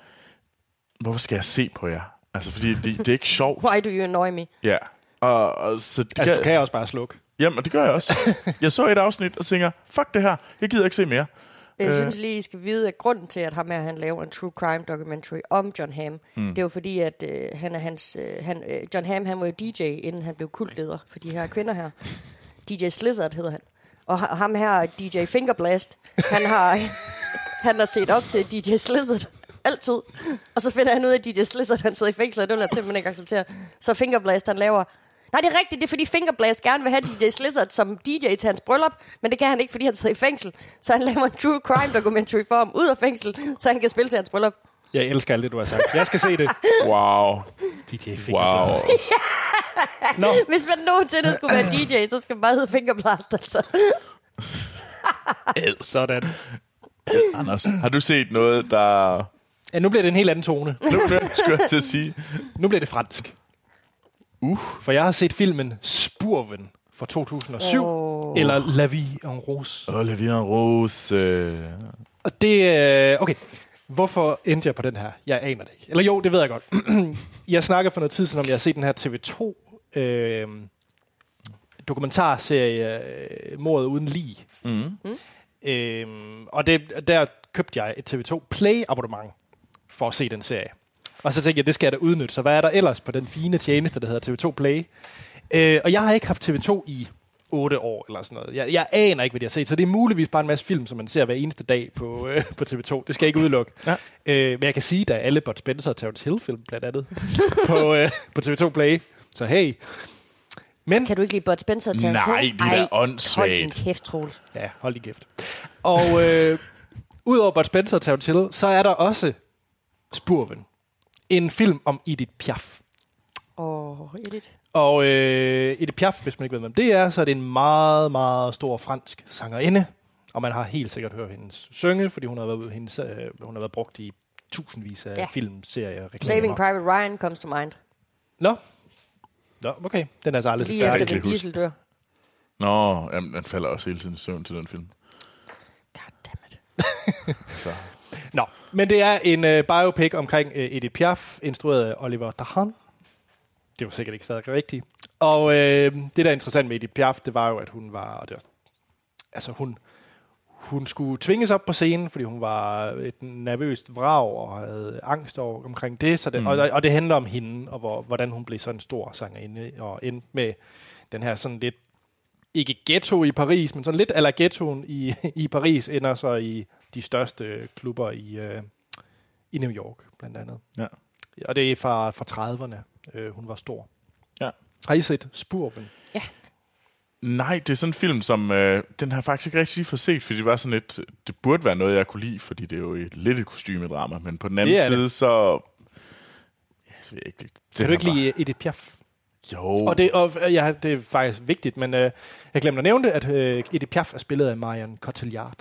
hvorfor skal jeg se på jer? Altså, fordi det, det er ikke sjovt. Why do you annoy me? Ja. Og, og så det Altså, kan- du kan også bare slukke. Jamen, og det gør jeg også. Jeg så et afsnit og tænker, fuck det her, jeg gider ikke se mere. Jeg Øh. synes lige, I skal vide, at grunden til, at ham her, han laver en true crime documentary om John Hamm, Hmm. mm. det er jo fordi, at øh, han er hans, øh, han, øh, John Hamm, han var jo DJ, inden han blev kultleder for de her kvinder her. DJ Slizzard hedder han. Og ha- ham her, DJ Fingerblast, han har, han har set op til DJ Slizzard altid. Og så finder han ud af, at DJ Slizzard, han sidder i fængsel, og det vil han simpelthen ikke acceptere. Så Fingerblast, han laver Nej, det er rigtigt. Det er, fordi Fingerblast gerne vil have DJ Slizzard som DJ til hans bryllup, men det kan han ikke, fordi han sidder i fængsel. Så han laver en true crime documentary for ham ud af fængsel, så han kan spille til hans bryllup. Jeg elsker alt det, du har sagt. Jeg skal se det. Wow. DJ Wow. Nå, Hvis man nogensinde skulle være DJ, så skal man bare hedde Fingerblast, altså. Ed, sådan. Anders, har du set noget, der... Ja, nu bliver det en helt anden tone. Nu bliver jeg skulle jeg til at sige. Nu bliver det fransk. Uh. For jeg har set filmen Spurven fra 2007, oh. eller La Vie en Rose. Olivier Rose. øh, Og det... øh, Okay, hvorfor endte jeg på den her? Jeg aner det ikke. Eller jo, det ved jeg godt. jeg snakker for noget tid siden om, jeg har set den her TV2 øh, dokumentarserie, øh, Mordet uden lige. Mm. Øhm, og det, der købte jeg et TV2 Play-abonnement for at se den serie. Og så tænkte jeg, det skal jeg da udnytte, så hvad er der ellers på den fine tjeneste, der hedder TV2 Play? Øh, og jeg har ikke haft TV2 i 8 år eller sådan noget. Jeg, jeg aner ikke, hvad de har set, så det er muligvis bare en masse film, som man ser hver eneste dag på, øh, på TV2. Det skal jeg ikke udelukke. Ja. Øh, men jeg kan sige, der er alle Bud Spencer og Terrence Hill-film blandt andet på, øh, på TV2 Play. Så hey. Men Kan du ikke lide Bud Spencer og Terrence Nej, Hill? det er da Ej, Hold din åndssvagt. kæft, Troels. Ja, hold din kæft. Og øh, udover Bud Spencer og Terence Hill, så er der også Spurven. En film om Edith Piaf. Åh, oh, Edith. Og øh, Edith Piaf, hvis man ikke ved, hvem det er, så er det en meget, meget stor fransk sangerinde. Og man har helt sikkert hørt hendes synge, fordi hun har været, hendes, øh, hun har været brugt i tusindvis af Ja. ja. film, serier, reklamer. Saving Private Ryan comes to mind. Nå. Nå, okay. Den er altså aldrig Lige set efter kan Vin ikke huske. Diesel dør. Nå, jamen, den falder også hele tiden i søvn til den film. Altså. Goddammit. Så. Nå, men det er en øh, biopic omkring øh, Edith Piaf, instrueret af Oliver Dahan. Det var sikkert ikke stadig rigtigt. Og øh, det, der er interessant med Edith Piaf, det var jo, at hun var... Og det var altså, hun, hun skulle tvinges op på scenen, fordi hun var et nervøst vrag og havde angst over, omkring det. Så det mm. og, og det handler om hende, og hvor, hvordan hun blev sådan en stor sangerinde, og endte med den her sådan lidt ikke ghetto i Paris, men sådan lidt ala ghettoen i, i Paris, ender så i de største øh, klubber i, øh, i New York, blandt andet. Ja. Og det er fra, fra 30'erne, øh, hun var stor. ja. Har I set Spurven? Nej, det er sådan en film, som øh, den har jeg faktisk ikke rigtig for set, fordi det var sådan lidt, det burde være noget, jeg kunne lide, fordi det er jo et, lidt et kostymedrama, men på den anden Det er det. side, så... Ja, så ved jeg ikke, det Kan her du ikke lide Edith Piaf? Bare... Jo. Og, det, og øh, ja, det er faktisk vigtigt, men øh, jeg glemte at nævne det, at øh, Edith Piaf er spillet af Marion Cotillard.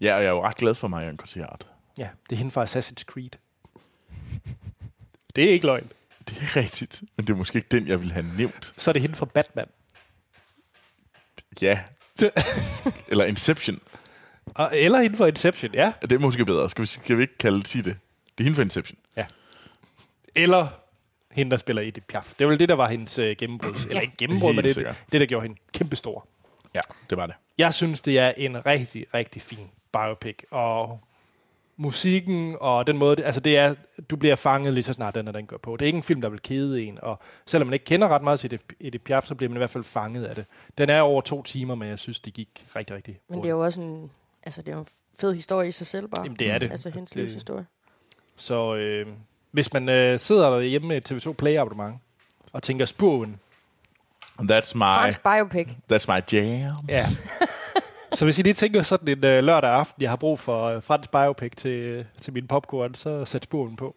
Ja, og jeg er jo ret glad for Marion Cotillard. Ja, det er hende fra Assassin's Creed. Det er ikke løgn. Det er rigtigt, men det er måske ikke den, jeg ville have nævnt. Så er det hende fra Batman. Ja. Eller Inception. Og, eller hende fra Inception, ja. Det er måske bedre. Skal vi, skal vi ikke kalde sige det? Det er hende for Inception. Eller hende, der spiller Edith Piaf. Det var vel det, der var hendes øh, gennembrud. Eller ikke gennembrud, Helt men det, sikkert. det, der gjorde hende kæmpestor. Ja, det var det. Jeg synes, det er en rigtig, rigtig fin biopic. Og musikken og den måde... det- Altså, det er, du bliver fanget lige så snart den, og den går på. Det er ikke en film, der vil kede en. Og selvom man ikke kender ret meget til Edith- Edith Piaf, så bliver man i hvert fald fanget af det. Den er over to timer, men jeg synes, det gik rigtig, rigtig Men det er jo også en, altså, det er jo en fed historie i sig selv bare. Jamen, det er det. Altså hendes Det- livshistorie. Så øh, hvis man øh, sidder derhjemme med et TV2 Play-abonnement og tænker spurven, That's my, Fransk biopic. that's my jam. Ja. så hvis I lige tænker sådan en øh, lørdag aften, jeg har brug for øh, fransk biopic til, øh, til min popcorn, så sæt spuren på.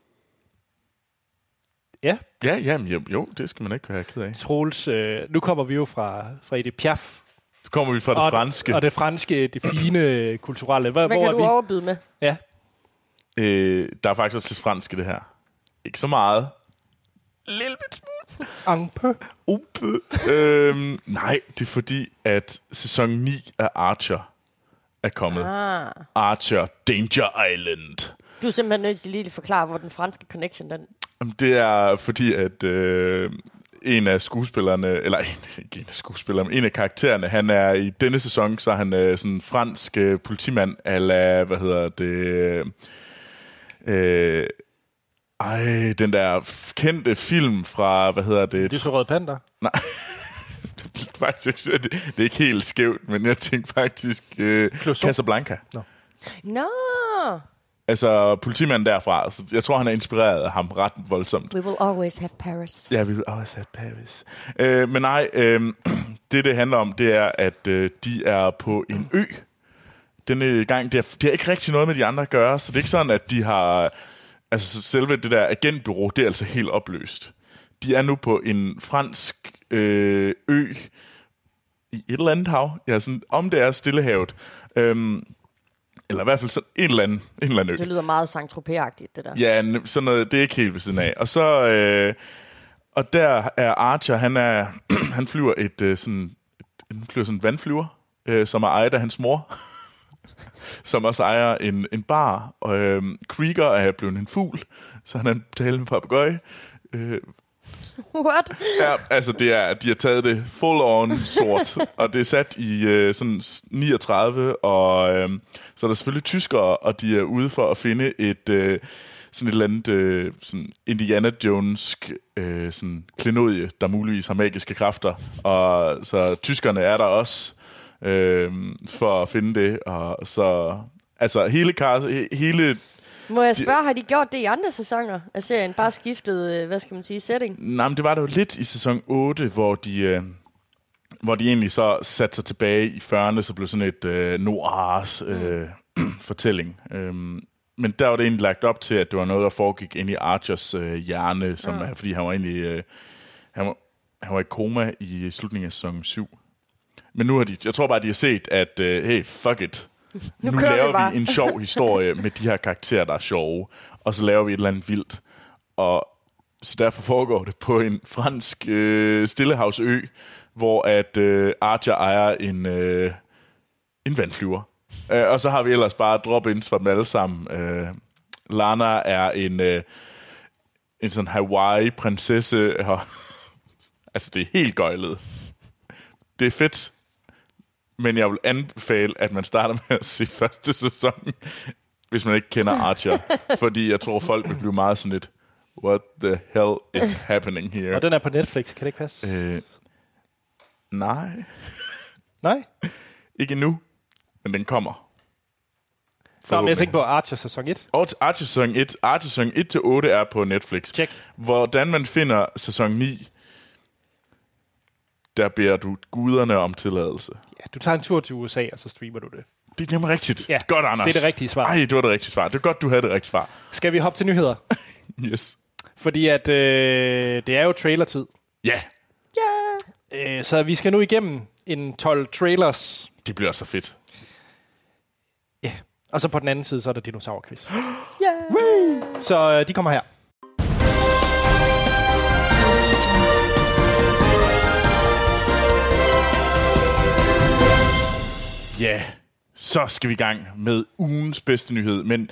Ja, Ja, jamen, jo, jo, det skal man ikke være ked af. Troels, øh, nu kommer vi jo fra, fra Edith Piaf. Så kommer vi fra det og, franske. Og det franske, det fine øh, kulturelle. Hvor, Hvad hvor kan er du vi? overbyde med? Ja. Øh, der er faktisk også lidt fransk i det her. Ikke så meget. Lille bit smule. Ampe. Ope. øhm, nej, det er fordi, at sæson 9 af Archer er kommet. Ah. Archer Danger Island. Du er simpelthen nødt til lige at forklare, hvor den franske connection den... Jamen, Det er fordi, at øh, en af skuespillerne, eller en, ikke en af skuespillerne, men en af karaktererne, han er i denne sæson, så er han øh, sådan en fransk øh, politimand, ala, hvad hedder det, øh, ej, den der f- kendte film fra, hvad hedder det, Det er rød panter. Nej. Det er faktisk, det, det er ikke helt skævt, men jeg tænkte faktisk øh, Clouseau. Casablanca. Nå, Altså politimanden derfra. Så jeg tror, han er inspireret af ham ret voldsomt. we will always have Paris. Ja, vi vil always have Paris. Øh, men nej, øh, det det handler om, det er, at øh, de er på en ø denne gang. Det har, det har ikke rigtig noget med de andre at gøre, så det er ikke sådan, at de har... Altså selve det der agentbyrå, det er altså helt opløst. De er nu på en fransk øh, ø i et eller andet hav. Ja, sådan, om det er Stillehavet. Øhm, eller i hvert fald sådan en eller anden, en eller anden ø. Det lyder meget saint tropez det der. Ja, nem- sådan noget, det er ikke helt ved siden af. Og så, øh, og der er Archer, han, er, han flyver et, øh, sådan, et, han flyver sådan en vandflyver, øh, som er ejet af hans mor, som også ejer en, en bar. Og øh, Krieger er blevet en fugl, så han er en talende papegøje. Øh, What? ja, altså det er, de har taget det full on sort, og det er sat i øh, sådan 39, og øh, så er der selvfølgelig tyskere, og de er ude for at finde et øh, sådan et eller andet øh, sådan Indiana Jonesk øh, sådan klenodie, der muligvis har magiske kræfter, og så tyskerne er der også øh, for at finde det, og så altså hele, kar- he- hele Må jeg spørge, har de gjort det i andre sæsoner af serien? Bare skiftet, øh, hvad skal man sige, setting? Nej, men det var det jo lidt i sæson 8, hvor de, øh, hvor de egentlig så satte sig tilbage i 40'erne, så blev sådan et øh, noirs øh, fortælling. Øhm, men der var det egentlig lagt op til, at det var noget, der foregik inde i Archers øh, hjerne, som, er, fordi han var egentlig øh, han var, han var i koma i slutningen af sæson 7. Men nu har de, jeg tror bare, de har set, at øh, hey, fuck it. Nu, nu kører vi laver vi, bare. vi en sjov historie med de her karakterer, der er sjove, og så laver vi et eller andet vildt. Og så derfor foregår det på en fransk øh, stillehavsø, hvor at øh, Archer ejer en, øh, en vandflyver. Øh, og så har vi ellers bare drop-ins fra dem alle sammen. Øh, Lana er en, øh, en sådan Hawaii-prinsesse. Og altså, det er helt gøjlet. Det er fedt. Men jeg vil anbefale, at man starter med at se første sæson, hvis man ikke kender Archer. fordi jeg tror, folk vil blive meget sådan lidt, what the hell is happening here? Og den er på Netflix, kan det ikke passe? Øh. Øh, nej, Nej? ikke endnu, men den kommer. Nå, men Forhåbentlig. jeg tænkte på Archer sæson 1. Og Archer sæson 1, Archer sæson 1 til 8 er på Netflix. Check. Hvordan man finder sæson 9, der beder du guderne om tilladelse. Ja, du tager en tur til USA, og så streamer du det. Det er nemlig rigtigt. Ja, Godt, Anders. det er det rigtige svar. Ej, det var det rigtige svar. Det er godt, du havde det rigtige svar. Skal vi hoppe til nyheder? Yes. Fordi at øh, det er jo trailertid. Ja, Yeah. Øh, så vi skal nu igennem en 12 trailers. det bliver så fedt. Ja. Og så på den anden side, så er der dinosaurquiz. Yeah. Så øh, de kommer her. Ja, så skal vi i gang med ugens bedste nyhed. Men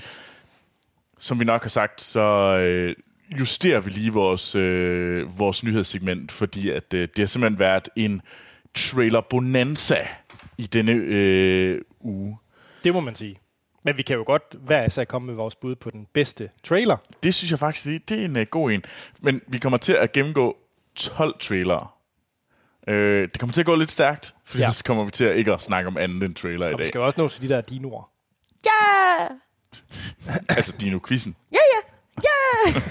som vi nok har sagt, så øh, justerer vi lige vores, øh, vores nyhedssegment, fordi at, øh, det har simpelthen været en trailer bonanza i denne øh, uge. Det må man sige. Men vi kan jo godt hver især komme med vores bud på den bedste trailer. Det synes jeg faktisk, det, det er en øh, god en. Men vi kommer til at gennemgå 12 trailere. Øh, det kommer til at gå lidt stærkt, for Ja. ja. så kommer vi til at ikke at snakke om andet end trailer i Og vi dag. skal jo også nå til de der dinoer. Yeah. Altså Dino-quizzen. Ja, ja. Yeah.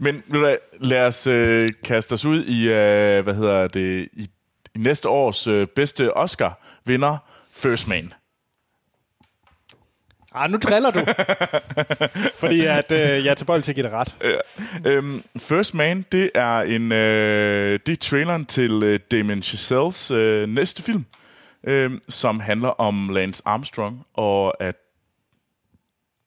Men ved du hvad, lad os øh, kaste os ud i, øh, hvad hedder det, i, i næste års øh, bedste Oscar-vinder, First Man. Ah, nu driller du. Fordi at, øh, jeg er tilbøjelig til at give dig ret. Øhm, First Man, det er en øh, det er traileren til øh, Damien Chazelles øh, næste film, øh, som handler om Lance Armstrong, og at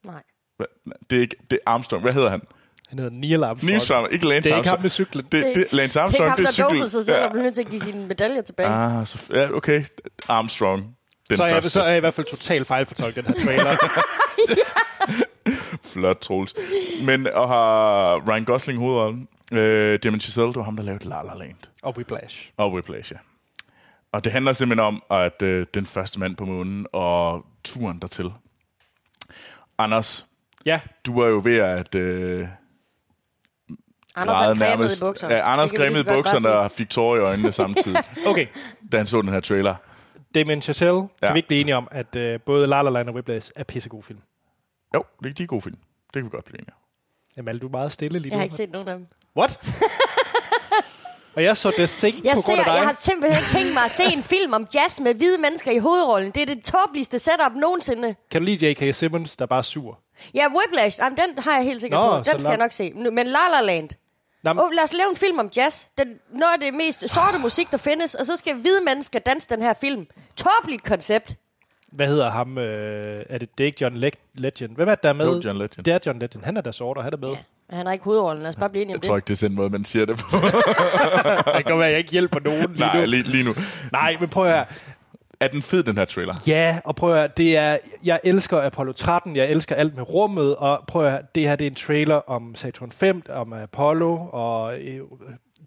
Nej. hva- det er, ikke, det er Armstrong, hvad hedder han? Han hedder Neil Armstrong. Neil Armstrong, ikke Lance Armstrong. Det er ikke ham med cyklen. Det, det, Lance Armstrong, Tænk det er ham, der dopede cykel. sig selv Ja. og blev nødt til at give sine medaljer tilbage. Ah, så, ja, okay. Armstrong. Den så, er jeg, første. så er jeg i hvert fald totalt fejlfortolket den her trailer. Flot, Troels. Men og har Ryan Gosling hovedrollen. Øh, Damien Chazelle, det var ham, der lavede La La Land. og Whiplash. Og Whiplash, ja. Og det handler simpelthen om, at øh, den første mand på månen og turen dertil. Anders, Ja, du er jo ved at... Øh, Anders har græde græmmet i nærmest- bukserne. Ja, Anders Det kan vi lige græmmede så i godt bare bukserne sige. og fik tårer i øjnene samtidig, okay. da han så den her trailer. Damien Chazelle, ja. Ja. kan vi ikke blive enige om, at uh, både La La Land og Whiplash er pissegode film? Jo, det de er gode film. Det kan vi godt blive enige om. Jamen, du er meget stille lige nu. Jeg har ikke set nogen af dem. What? og jeg så The Thing Jeg, på ser, grund af dig. jeg har simpelthen ikke tænkt mig at se en film om jazz med hvide mennesker i hovedrollen. Det er det tåbeligste setup nogensinde. Kan du lide J.K. Simmons, der bare er sur? Ja, Whiplash, jamen, den har jeg helt sikkert Nå, på. så Den skal la- jeg nok se. Nu- Men La La Land. Nå, men- Oh, lad os lave en film om jazz. Den, noget af det mest sorte musik, der findes, og så skal hvide mennesker danse den her film. Tåbeligt koncept. Hvad hedder ham? Øh, er det, det er ikke John Leg- Legend? Hvem er det, der er med? Jo, John Legend. Det er John Legend. Han er da sort, og han er med. Ja. Han har ikke hovedrollen, lad os bare blive enige om Jeg tror det. ikke, det er sådan en måde, man siger det på. Det kan være, at jeg ikke hjælper nogen lige Nej, nu. lige, lige nu. Nej, men prøv at høre. Er den fed, den her trailer? Ja, og prøv at høre, det er, jeg elsker Apollo 13, jeg elsker alt med rummet, og prøv at høre, det her det er en trailer om Saturn 5, om Apollo, og øh,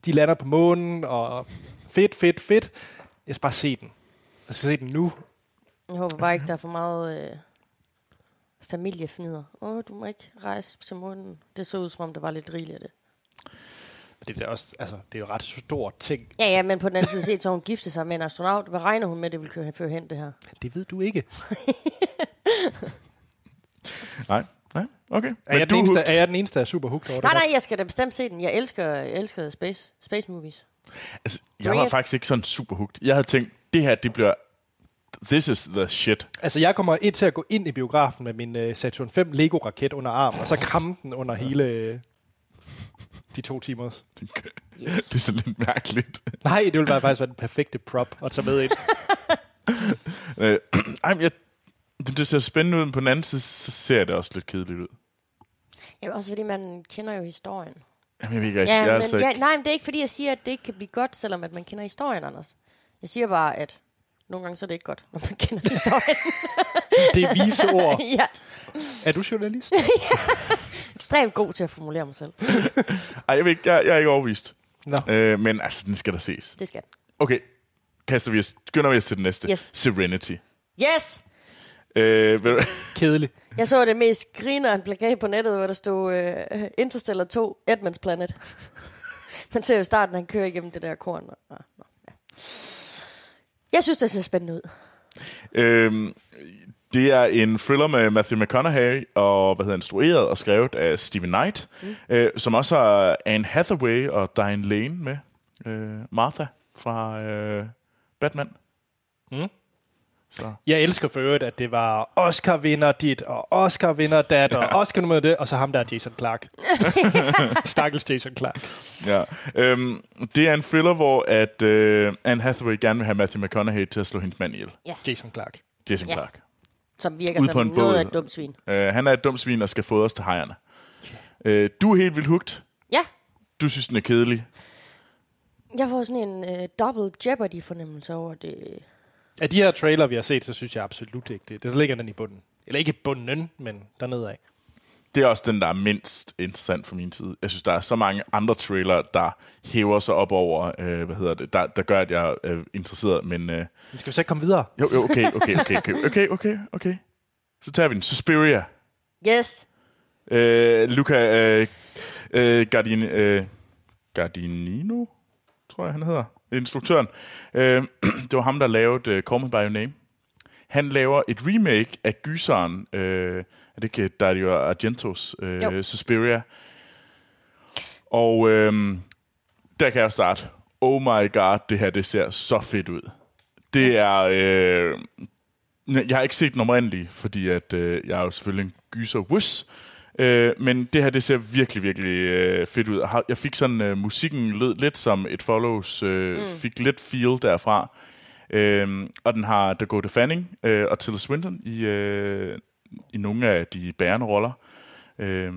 de lander på månen, og fedt, fedt, fedt. Jeg skal bare se den. Jeg skal se den nu. Jeg håber bare ikke, der er for meget øh, familiefnider. Åh, oh, du må ikke rejse til munden. Det så ud som om, der var lidt rigeligt af det. Det er, også, altså, det er jo ret stor ting. Ja, ja, men på den anden side set, så hun gifte sig med en astronaut. Hvad regner hun med, det vil køre føre hen, det her? Det ved du ikke. Nej. Nej, okay. Er jeg, du den eneste, hooked? er jeg den eneste, der er super hooked over det Nej, her? nej, jeg skal da bestemt se den. Jeg elsker, jeg elsker space, space movies. Altså, jeg Bring var it. faktisk ikke sådan super hooked. Jeg havde tænkt, det her, det bliver... This is the shit. Altså, jeg kommer ind til at gå ind i biografen med min øh, Saturn 5 Lego-raket under armen, og så kramme den under hele øh, de to timer. Yes. Det er sådan lidt mærkeligt. Nej, det ville være faktisk være den perfekte prop at tage med ind. Øh, Ej, men jeg, det, det ser spændende ud, men på den anden side, så ser det også lidt kedeligt ud. Jamen, også fordi man kender jo historien. Jamen, jeg ved ikke, jeg, Ja, jeg men, er altså ja, ikke... nej, men det er ikke, fordi jeg siger, at det ikke kan blive godt, selvom at man kender historien, Anders. Jeg siger bare, at nogle gange så er det ikke godt, når man kender historien. Det er vise ord. ja, Er du journalist? ekstremt god til at formulere mig selv. Ej, jeg, ved ikke, jeg, jeg er ikke overbevist. Nå. Øh, men altså, den skal der ses. Det skal den. Okay, kaster vi os, skynder vi os til den næste. Yes. Serenity. Yes! Øh, ved du- Kedelig. Jeg så det mest grinerende plakat på nettet, hvor der stod øh, Interstellar 2, Edmunds Planet. Man ser jo i starten, han kører igennem det der korn. Og, og, og, ja. Jeg synes, det ser spændende ud. Øhm, det er en thriller med Matthew McConaughey, og hvad hedder han, instrueret og skrevet af Stephen Knight, mm. øh, som også har Anne Hathaway og Diane Lane med. Øh, Martha fra øh, Batman. Mm. Så. Jeg elsker for øvrigt, at det var Oscar vinder dit, og Oscar vinder dat, og Oscar nummer det, og så ham der er Jason Clark. Stakkels Jason Clark. Ja. Øhm, det er en thriller, hvor at, øh, Anne Hathaway gerne vil have Matthew McConaughey til at slå hendes mand ihjel. Jason Clark. Jason Ja. ja. Clark. Som virker Ude på som en noget båd. af et dumt svin. Øh, han er et dumt svin og skal fodres til hejerne. Øh, du er helt vildt hugt. Ja, Du synes, den er kedelig. jeg får sådan en øh, double jeopardy-fornemmelse over det. Af de her trailer, vi har set, så synes jeg absolut ikke det. Der ligger den i bunden. Eller ikke i bunden, men dernede af. Det er også den, der er mindst interessant for min tid. Jeg synes, der er så mange andre trailer, der hæver sig op over, øh, hvad hedder det, der, der gør, at jeg er øh, interesseret, men... Øh, Men skal vi så ikke komme videre? jo, jo, okay, okay, okay, okay, okay, okay, okay. Så tager vi den. Suspiria. Yes, Øh, Luca øh, øh, Gardin, øh, Gardinino, tror jeg, han hedder. Instruktøren. Øh, det var ham, der lavede øh, Call Me By Your Name. Han laver et remake af Gyseren, øh, er det ikke Dario Argentos Jo. øh, Suspiria? Og øh, der kan jeg starte. Oh my god, det her det ser så fedt ud. Det er... Øh, jeg har ikke set den oprindelige, fordi at, øh, jeg er jo selvfølgelig en gyser wuss. Øh, men det her, det ser virkelig, virkelig øh, fedt ud. Jeg har- Jeg fik sådan, øh, musikken lød lidt som et follows, øh, mm. fik lidt feel derfra. Øh, og den har Dakota Fanning øh, og Tilda Swinton i, øh, i nogle af de bærende roller. Øh,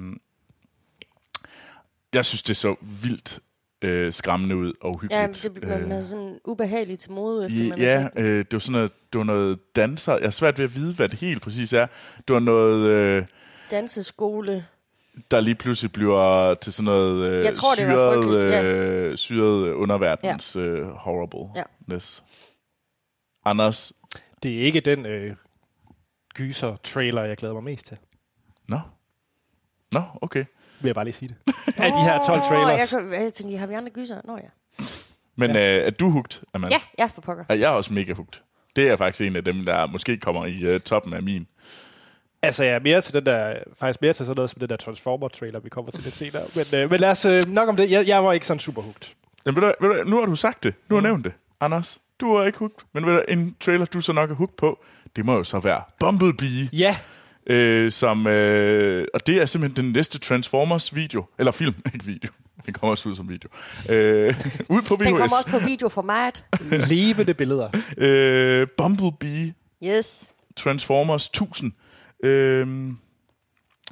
Jeg synes, det så vildt øh, skræmmende ud og øh, Ja, uhyggeligt. det bliver man er sådan ubehagelig til mode, efter man I, har ja, set det. øh, det var sådan noget, det var noget danser. Jeg er svært ved at vide, hvad det helt præcis er. Det var noget, øh, Danseskole. der lige pludselig bliver til sådan noget øh, Jeg tror, det var frygteligt, ja. øh, syret underverdens ja. øh, horribleness. Ja. Anders, Det er ikke den øh, gyser-trailer, jeg glæder mig mest til. nå? Nå, okay. Vil jeg bare lige sige det. Af de her 12 trailers. Jeg, kan, jeg tænkte, har vi andre gyser? Nå ja. Men ja. øh, er du hugt, Amanda? Ja, jeg er for pokker. Ja, Jeg er også mega hugt. Det er faktisk en af dem, der måske kommer i øh, toppen af min. Altså, jeg er mere til den der, faktisk mere til sådan noget som den der Transformer-trailer, vi kommer til lidt senere. Men, øh, men lad os, øh, nok om det. Jeg, jeg var ikke sådan super hooked. Men ved du, hvad- ved du, hvad, nu har du sagt det. Nu har du Mm. nævnt det. Anders, du er ikke hugt. Men ved du, hvad, en trailer, du så nok er hugt på, det må jo så være Bumblebee. Ja, Øh, som, øh, og det er simpelthen den næste Transformers-video. Eller film, ikke video. Den kommer også ud som video. Øh, ud på Den kommer VHS. også på videoformat. levende billeder. Øh, Bumblebee Yes. Transformers 1000, øhm,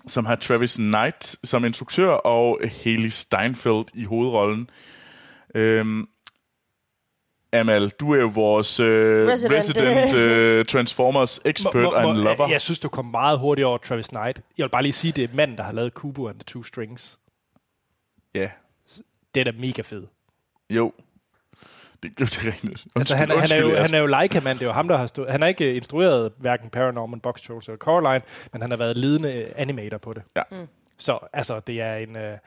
som har Travis Knight som instruktør og Haley Steinfeld i hovedrollen. Øhm, Amal, du er jo vores øh, Resident. resident, resident øh, Transformers expert Må- må- and må- lover. Jeg synes, du kom meget hurtigt over Travis Knight. Jeg vil bare lige sige, det er manden, der har lavet Kubo and the Two Strings. Ja, Det er da mega fed. jo. Det, det er rigtigt. Undskyld, Altså, han, er- han, er jo, undskyld, han er jo Leica-mand. Det er jo ham, der har stået. Han har ikke øh, instrueret hverken Paranorman, Box Trolls eller Coraline, men han har været ledende øh, animator på det. Ja. Så altså, det er en... Øh,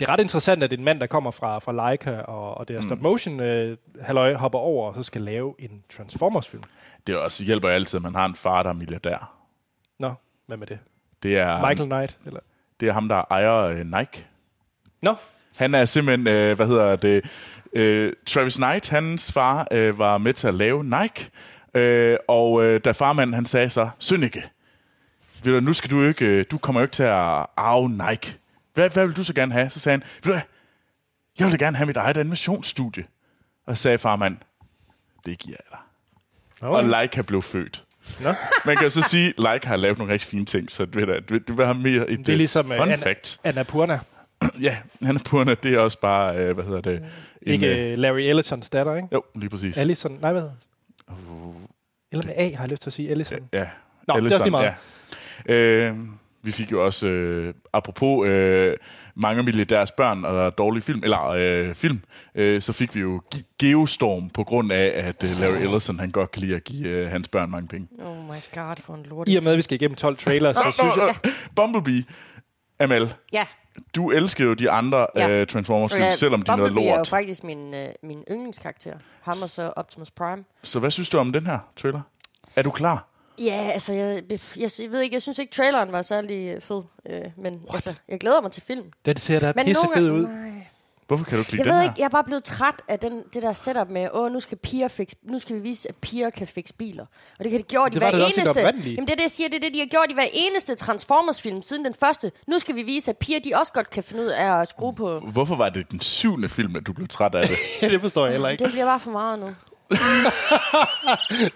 det er ret interessant, at en mand, der kommer fra, fra Leica og, og det Mm. her stop-motion, øh, halløj, hopper over og så skal lave en Transformers-film. Det er også, hjælper jo altid, at man har en far, der er milliardær. Nå, hvad med det? Det er, Michael Knight? Eller? det er ham, der ejer øh, Nike. Nå, Han er simpelthen, øh, hvad hedder det, øh, Travis Knight, hans far, øh, var med til at lave Nike. Øh, og øh, da farmanden, han sagde så, Sønneke, ved du, nu skal du ikke, øh, du kommer jo ikke til at arve Nike. Hvad, hvad vil du så gerne have? Så sagde han, ved du hvad, jeg vil da gerne have mit eget animationsstudie. Og så sagde farmanden, det giver jeg dig. Okay. Og Leica blev født. Nå. Man kan jo så sige, Leica har lavet nogle rigtig fine ting, så ved du, du, du vil have mere et det er ligesom øh, fun Anna, fact. Annapurna. Ja, Hanna Purna, det er også bare, øh, hvad hedder det? en, øh, Ikke øh, Larry Ellisons datter, ikke? jo, lige præcis. Allison, nej, hvad? hedder hun? Eller med A, har jeg lyst til at sige. Allison. Uh. ja. Nå, det er også lige meget. Ja. Øh, vi fik jo også, øh, apropos øh, mange milliardærs børn og dårlige film, eller øh, film, øh, så fik vi jo Ge- Geostorm på grund af, at øh, Larry Ellison, han godt kan lide at give øh, hans børn mange penge. Oh my god, for en lort. I og med, at vi skal igennem 12 trailers, så synes jeg... Bumblebee, Amal, Ja, du elsker jo de andre Ja. øh, Transformers film, ja, selvom de er noget Bumblebee er jo lort. faktisk min, øh, min yndlingskarakter. Ham og så Optimus Prime. Så hvad synes du om den her trailer? Er du klar? Ja, altså, jeg, jeg, jeg ved ikke, jeg synes ikke, traileren var særlig øh, fed. Øh, men altså, jeg glæder mig til film. Den ser da Men pissefed ud. Nej. Hvorfor kan du ikke lide Jeg den ved her? ikke, jeg er bare blevet træt af den, det der setup med, åh, nu skal, piger fix, nu skal vi vise, at piger kan fikse biler. Og det kan de gjort i Det var hver det da også i det eneste... oprindelige. Jamen det er det, jeg siger, det er det, de har gjort i hver eneste Transformers-film siden den første. Nu skal vi vise, at piger, de også godt kan finde ud af at skrue på... Hvorfor var det den syvende film, at du blev træt af det? det forstår jeg heller ikke. Det bliver bare for meget nu.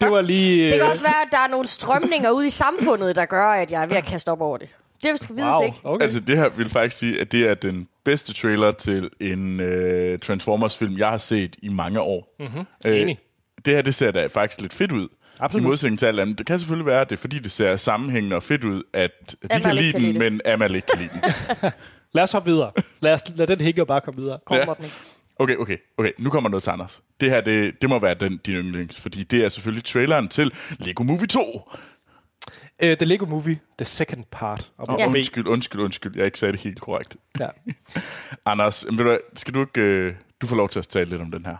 Det var lige... Det kan øh, også være, at der er nogle strømninger ude i samfundet, der gør, at jeg er ved at kaste op over det. Det skal vides ikke. Wow, okay. Altså, det her vil faktisk sige, at det er den bedste trailer til en øh, Transformers-film, jeg har set i mange år. Mm-hmm. Mhm. Enig. det her, det ser da faktisk lidt fedt ud. Absolut. I modsætning til alt andet. Det kan selvfølgelig være, at det er fordi, det ser sammenhængende og fedt ud, at vi Amal kan ikke lide kan den, lide det. men Amal ikke kan lide den. Lad os hoppe videre. Lad, os, lad den hænge og bare komme videre. Kom Ja. op, Nick. Okay, okay, okay. Nu kommer noget til Anders. Det her, det, det må være den, din yndlings, fordi det er selvfølgelig traileren til Lego Movie 2. Uh, the Lego Movie, The Second Part. Om Og ja. undskyld, undskyld, undskyld. Jeg ikke sagde det helt korrekt. Ja. Anders, ved du, hvad, skal du ikke... Øh, du får lov til at tale lidt om den her.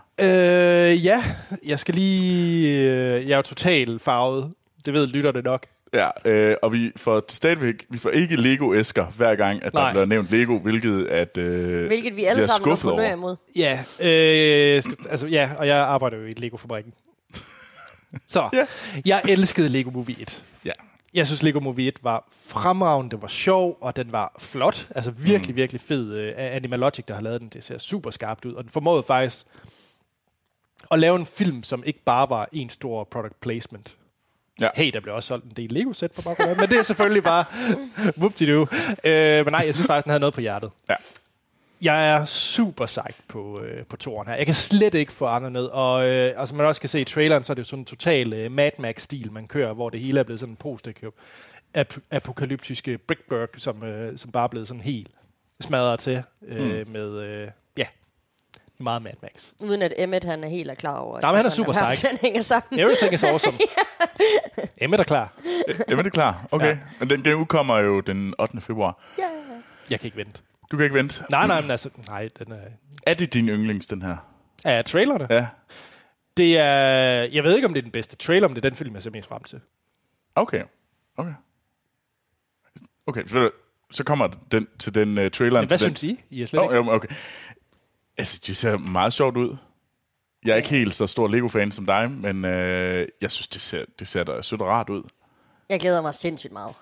Øh, ja, jeg skal lige... Øh, jeg er jo totalt farvet. Det ved lytterne nok. Ja, øh, og vi får stadigvæk, vi får ikke Lego-æsker hver gang, at der Nej. bliver nævnt Lego, hvilket, at, øh, Hvilket vi jeg er alle sammen er skuffet fornøjer over. imod. Ja, øh, skal- altså, ja, og jeg arbejder jo i Lego-fabrikken. Så, Ja. ja. jeg elskede Lego Movie 1. Ja. Jeg synes, Lego Movie 1 var fremragende, den var sjov, og den var flot. Altså virkelig, mm. virkelig fed. Øh, Animalogic, der har lavet den, det ser super skarpt ud. Og den formåede faktisk at lave en film, som ikke bare var en stor product placement. Ja. Hey, der blev også solgt en del Lego-sæt på baggrunden, men det er selvfølgelig bare... Whoop-de-doo. Øh, men nej, jeg synes faktisk, den havde noget på hjertet. ja. Jeg er super sejt på, øh, på toren her. Jeg kan slet ikke få andre ned. Og, øh, og som man også kan se i traileren, så er det jo sådan en total øh, Mad Max-stil, man kører, hvor det hele er blevet sådan en post ap- apokalyptiske brickburg, som, øh, som bare er blevet sådan helt smadret til øh, mm. med, øh, ja, meget Mad Max. Uden at Emmet, han er helt er klar over. at Nej, men det han er sådan, super at verden, psyched. Den hænger sammen. Everything is awesome. Emmet er klar. Øh, Jamen, det er klar. Okay. Ja. Ja. Men den, den udkommer jo den 8. februar. Ja. Jeg kan ikke vente. Du kan ikke vente. Nej, nej, men altså, nej, den er... Er det din yndlings, den her? Er trailerne? Ja. Det er, jeg ved ikke, om det er den bedste trailer, men det er den film, jeg ser mest frem til. Okay. Okay. Okay, så, så kommer den til den uh, trailer. Men hvad synes I? I er slet Oh, ikke... jamen, okay. Altså, det ser meget sjovt ud. Jeg er ikke helt så stor Lego-fan som dig, men øh, jeg synes, det ser, det ser da sødt og rart ud. Jeg glæder mig sindssygt meget. Jeg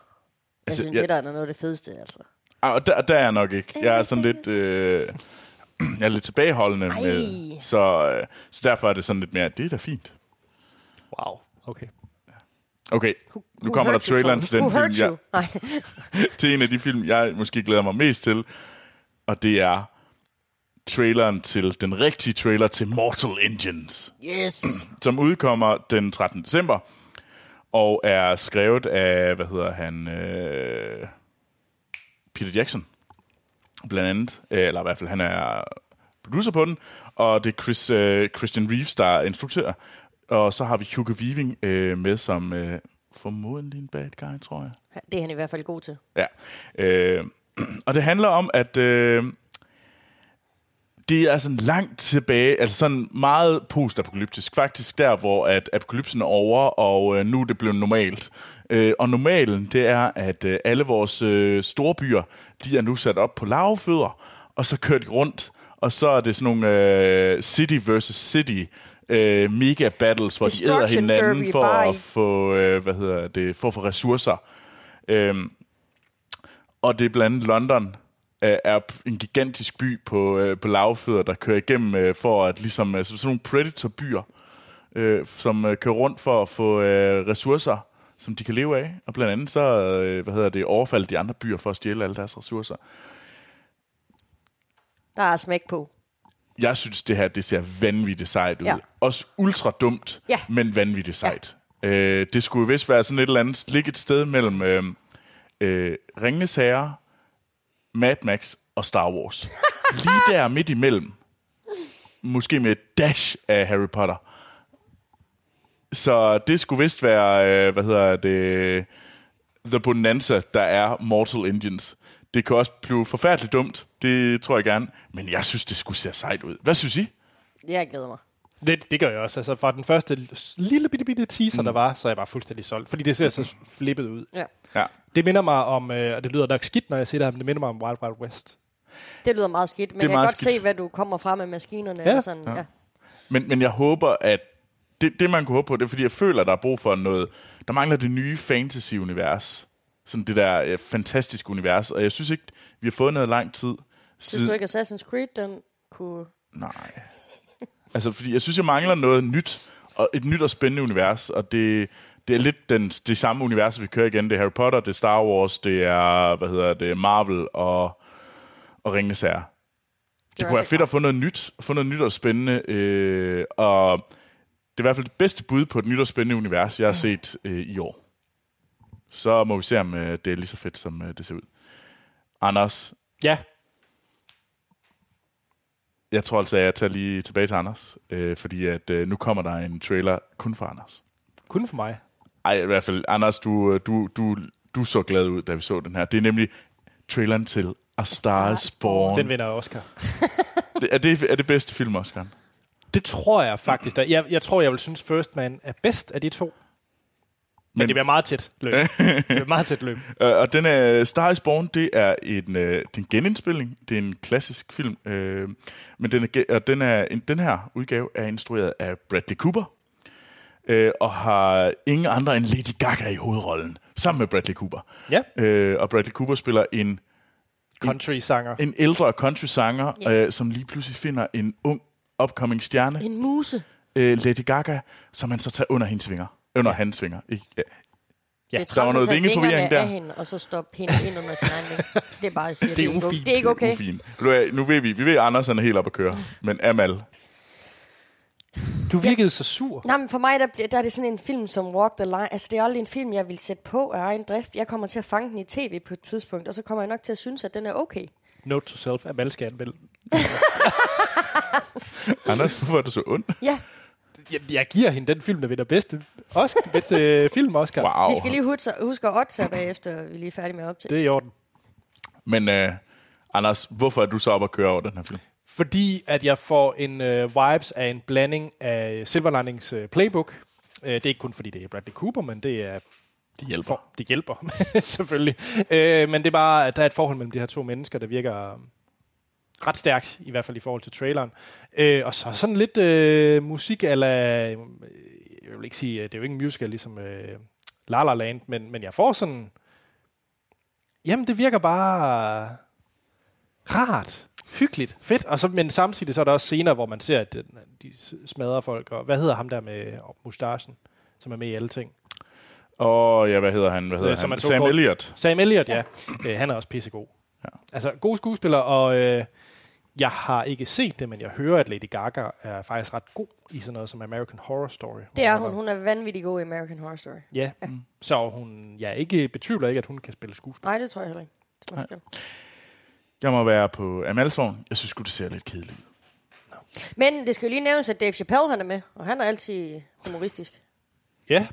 Altså, synes, jeg- det der er noget af det fedeste, altså. Ah, Og der, der er jeg nok ikke. Jeg er sådan lidt... Øh, jeg er lidt tilbageholdende Ej. med, Ej. så, øh, så derfor er det sådan lidt mere, det er da fint. Wow, okay. Okay, nu Who kommer der hurt you, traileren Tom? til den Who film, hurt jeg, you? Nej. til en af de film, jeg måske glæder mig mest til, og det er traileren til, den rigtige trailer til Mortal Engines. Yes. som udkommer den 13. december, og er skrevet af, hvad hedder han, øh, Peter Jackson, blandt andet, øh, eller i hvert fald, han er producer på den, og det er Chris, øh, Christian Reeves, der instruktør, og så har vi Hugo Weaving øh, med som øh, formodentlig en bad guy, tror jeg. Det er han i hvert fald god til. Ja. Øh, og det handler om, at øh, det er sådan langt tilbage, altså sådan meget postapokalyptisk, faktisk der, hvor at apokalypsen er over, og øh, nu er det blevet normalt. Øh, og normalen, det er, at øh, alle vores øh, store byer, de er nu sat op på lavefødder, og så kører de rundt, og så er det sådan nogle øh, city versus city øh, mega battles, hvor de æder Destruction hinanden derby, for bare at i- få, øh, hvad hedder det, for at få ressourcer. Øhm, og det er blandt andet London, øh, er p- en gigantisk by på, øh, på lavfødder, der kører igennem øh, for at ligesom, øh, så- sådan nogle predator-byer, øh, som øh, kører rundt for at få øh, ressourcer, som de kan leve af. Og blandt andet så, øh, hvad hedder det, overfaldt de andre byer for at stjæle alle deres ressourcer. Der er smæk på. Jeg synes, det her, det ser vanvittigt sejt ud. Ja. Ja. Også ultra dumt, Ja. men vanvittigt sejt. Øh, det skulle jo vist være sådan et eller andet, ligge et sted mellem øh, øh, Ringnes Herre, Mad Max og Star Wars. Lige der midt imellem. Måske med et dash af Harry Potter. Så det skulle vist være, øh, hvad hedder det, The Bonanza, der er Mortal Engines. Det kan også blive forfærdeligt dumt, det tror jeg gerne. Men jeg synes, det skulle se sejt ud. Hvad synes I? Jeg glæder mig. Det, det gør jeg også. Altså fra den første lille bitte, bitte teaser, mm. der var, så er jeg bare fuldstændig solgt. Fordi det ser så flippet ud. Ja. Ja. Det minder mig om, øh, og det lyder nok skidt, når jeg siger det her, men det minder mig om Wild Wild West. Det lyder meget skidt, men Det jeg er kan meget godt skidt. se, hvad du kommer fra med maskinerne. Ja. Og sådan. Ja. ja. Men, men jeg håber, at det, det, man kunne håbe på, det er, fordi jeg føler, der er brug for noget. Der mangler det nye fantasy-univers. Sådan det der øh, fantastiske univers. Og jeg synes ikke, vi har fået noget i lang tid. Synes Siden... du ikke, Assassin's Creed, den kunne... Nej. Altså, fordi jeg synes, jeg mangler noget nyt. Og et nyt og spændende univers. Og det, det er lidt den, det samme univers, vi kører igen. Det er Harry Potter, det er Star Wars, det er, hvad hedder det, Marvel og, og Ringenes Herre. Det kunne være Jurassic fedt at få noget nyt, få noget nyt og spændende. Øh, og det er i hvert fald det bedste bud på et nyt og spændende univers, jeg har set øh, i år. Så må vi se, om øh, det er lige så fedt, som øh, det ser ud. Anders, Ja, jeg tror altså, at jeg tager lige tilbage til Anders, øh, fordi at øh, nu kommer der en trailer kun for Anders. kun for mig. Ej, i hvert fald, Anders, du, øh, du, du, du så glad ud, da vi så den her. Det er nemlig traileren til A Star Is Born. Den vinder Oscar. Den, er, det, er det bedste film, Oscar? Det tror jeg faktisk. der- Jeg, jeg tror, jeg vil synes, First Man er bedst af de to. Men, men Men- det bliver meget tæt løb. det bliver meget tæt løb. Øh, og den er Star is Born, det er en, øh, det er en genindspilning. Det er en klassisk film. Øh, men den, er, ge- og den, er, en, den her udgave er instrueret af Bradley Cooper. Øh, og har ingen andre end Lady Gaga i hovedrollen. Sammen med Bradley Cooper. Ja. Øh, og Bradley Cooper spiller en, Country-sanger. en ældre country-sanger, Ja. øh, som lige pludselig finder en ung upcoming stjerne En muse. øh, Lady Gaga, som han så tager under hendes vinger. Under hans vinger. Ikke? Ja. Ja, det er der var træls at noget tage vingeforvirring fingrene der. af hende, og så stoppe hende ind under sin egen vinge. Det er bare at sige, det, Det det, er er ikke okay. ufint. det er ikke okay. Mm. Ufint. Nu er- Nu ved vi, vi ved, at Anders han er helt op at køre. Men Amal, Du virkede så sur. Nej, men for mig, der, bliver- der er det sådan en film som Walk the Line. Altså, det er aldrig en film, jeg vil sætte på af egen drift. Jeg kommer til at fange den i tv på et tidspunkt, og så kommer jeg nok til at synes, at den er okay. Note to self, at Mal skal anmelde. Anders, hvorfor er du så ond? Ja, Jeg, jeg giver hende den film, der vinder bedste, Oscar, bedste øh, film Oscar. Wow. vi skal lige huske, huske at otte bagefter, vi er lige færdige med at optage. Det er i orden. Men øh, Anders, hvorfor er du så op at køre over den her film? Fordi at jeg får en øh, vibes af en blanding af Silver Linings øh, playbook. Øh, det er ikke kun fordi, det er Bradley Cooper, men det er... Det hjælper. For, det hjælper, selvfølgelig. Øh, men det er bare, at der er et forhold mellem de her to mennesker, der virker øh, ret stærkt, i hvert fald i forhold til traileren. Øh, og så sådan lidt øh, musik eller jeg vil ikke sige, øh, det er jo ikke en musical ligesom øh, La La Land, men, men jeg får sådan... Jamen, det virker bare rart, hyggeligt, fedt. Og så, men samtidig så er der også scener, hvor man ser, at den- de s- smadrer folk. Og hvad hedder ham der med øh, mustachen, som er med i alle ting? Åh, oh, ja, hvad hedder han? Hvad Øh, hedder som er han? to Sam kort. Elliott. Sam Elliott, ja. ja. Øh, han er også pissegod. Ja. Ja. Altså, god skuespiller, og øh, jeg har ikke set det, men jeg hører, at Lady Gaga er faktisk ret god i sådan noget som American Horror Story. Det er hun. Hun er vanvittig god i American Horror Story. Ja, mm. så hun, jeg er ikke, betvivler ikke, at hun kan spille skuespil. Nej, det tror jeg heller ikke. Det tror jeg skal. Jeg må være på Amals vogn. Jeg synes sgu, det ser lidt kedeligt ud. Men det skal jo lige nævnes, at Dave Chappelle han er med, og han er altid humoristisk. Ja.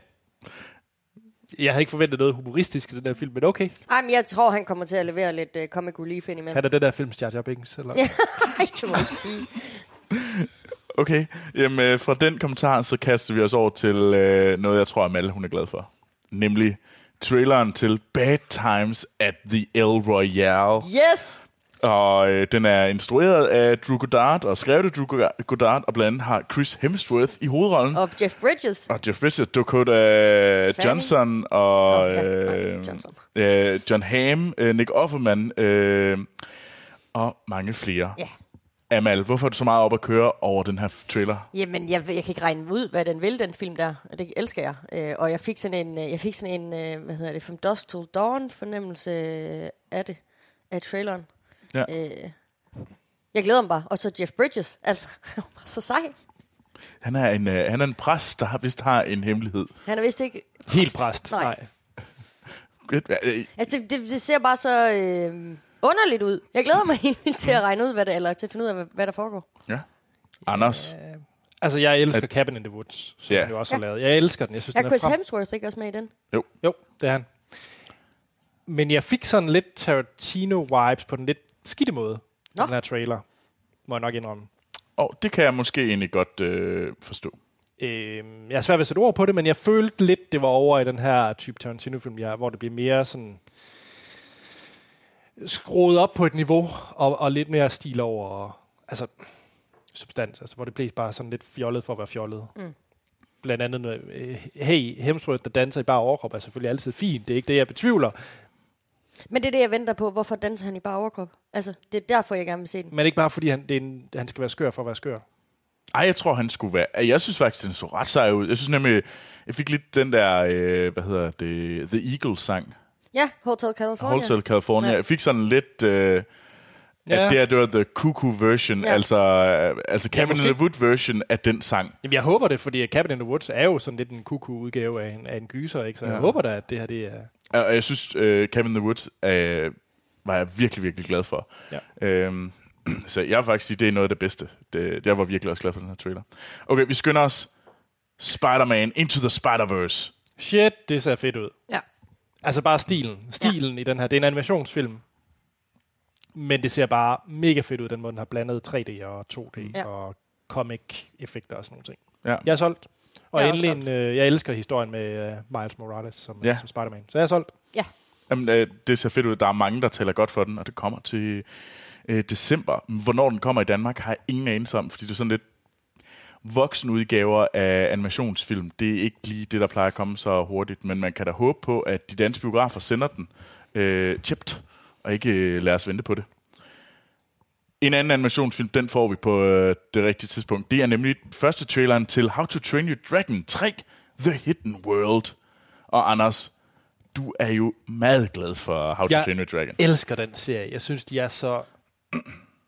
Jeg havde ikke forventet noget humoristisk i den der film, men okay. Ej, men jeg tror, han kommer til at levere lidt uh, comic relief ind imellem. Han er den der film, Jar Jar Binks, eller? Nej, det må jeg ikke sige. Okay, jamen øh, fra den kommentar, så kaster vi os over til øh, noget, jeg tror, Amal hun er glad for. Nemlig traileren til Bad Times at the El Royale. Yes! Og øh, den er instrueret af Drew Goddard og skrevet af Drew Goddard- Goddard, og blandt andet har Chris Hemsworth i hovedrollen. Og Jeff Bridges. Og Ah, Jeff Bridges, Dakota øh, Fanning. Johnson og Nå, ja, okay, øh, Johnson. øh, John Hamm, øh, Nick Offerman øh, og mange flere. Ja. Amal, hvorfor er du så meget op at køre over den her trailer? Jamen, jeg, jeg kan ikke regne ud, hvad den vil, den film der. Og Det elsker jeg. Øh, og jeg fik sådan en, øh, jeg fik sådan en øh, hvad hedder det, From Dusk Till Dawn fornemmelse af det, af traileren. Ja. Øh, jeg glæder mig bare. Og så Jeff Bridges, altså, han var bare så sej. Han, er en, øh, han er en præst, der har, vist har en hemmelighed. Han er vist ikke... Helt præst. Nej. Øh, Altså, det, det, det ser bare så øh, underligt ud. Jeg glæder mig helt vildt til at regne ud, hvad det, eller til at finde ud af, hvad, hvad der foregår. Ja. Anders, Altså, jeg elsker Cabin in the Woods, som Ja. han jo også har Ja. lavet. Jeg elsker den. Jeg synes, Er den Chris er frem... Hemsworth ikke også med i den? jo. Jo, det er han. Men jeg fik sådan lidt Tarantino-vibes på den lidt skidte måde. Nå. Nå. Den her trailer, må jeg nok indrømme. Og det kan jeg måske egentlig godt øh, forstå. Øh, jeg har svært ved at sætte ord på det, men jeg følte lidt, det var over i den her type Tarantino-film, jeg, hvor det bliver mere sådan skruet op på et niveau, og, og lidt mere stil over og, altså, substans, altså, hvor det blev bare sådan lidt fjollet for at være fjollet. Mm. Blandt andet, med, øh, hey, Hemsworth, der danser i bare overkrop, er selvfølgelig altid fint, det er ikke det, jeg betvivler, Men det er det, jeg venter på. Hvorfor danser han i bare overkrop? Altså, det er derfor, jeg gerne vil se den. men ikke bare fordi, han, det er en, han skal være skør for at være skør. Ej, jeg tror, han skulle være... Ej, Jeg synes faktisk, den så ret sej ud. Jeg synes nemlig, jeg fik lidt den der, øh, hvad hedder det, The Eagles-sang. Ja, Hotel California. Hotel California. Ja. Jeg fik sådan lidt... Øh, Ja. At det, her, det var the cuckoo version, Ja. ja. altså, øh, altså Cabin in måske. the Wood version af den sang. Jamen, jeg håber det, fordi Cabin in the Woods er jo sådan lidt en kuku-udgave af en, af en gyser, ikke? så ja. jeg håber da, at det her det er... Og og jeg synes, øh, Cabin in the Woods øh, var jeg virkelig, virkelig glad for. Ja. Øhm, så jeg vil faktisk sige, det er noget af det bedste. Det, jeg var virkelig også glad for den her trailer. Okay, vi skynder os. Spider-Man Into the Spider-Verse. Shit, det ser fedt ud. Ja. Altså bare stilen. Stilen ja. i den her. Det er en animationsfilm. Men det ser bare mega fedt ud, den måde, den har blandet 3D og 2D Ja. ja. og comic-effekter og sådan nogle ting. Ja. Jeg er solgt. Og Jeg jeg er også endelig, en, øh, jeg elsker historien med øh, Miles Morales som, Ja. ja. som Spider-Man. Så jeg er solgt. Ja. Jamen, øh, det ser fedt ud. Der er mange, der taler godt for den, og det kommer til øh, december. Hvornår den kommer i Danmark, har jeg ingen anelse om, fordi det er sådan lidt voksenudgaver af animationsfilm. Det er ikke lige det, der plejer at komme så hurtigt, men man kan da håbe på, at de danske biografer sender den øh, chipped, og ikke øh, lader os vente på det. En anden animationsfilm, den får vi på øh, det rigtige tidspunkt. Det er nemlig første traileren til How to Train Your Dragon 3, The Hidden World. Og Anders, du er jo meget glad for How to Jeg- Train Your Dragon. elsker den serie. Jeg synes, de er så...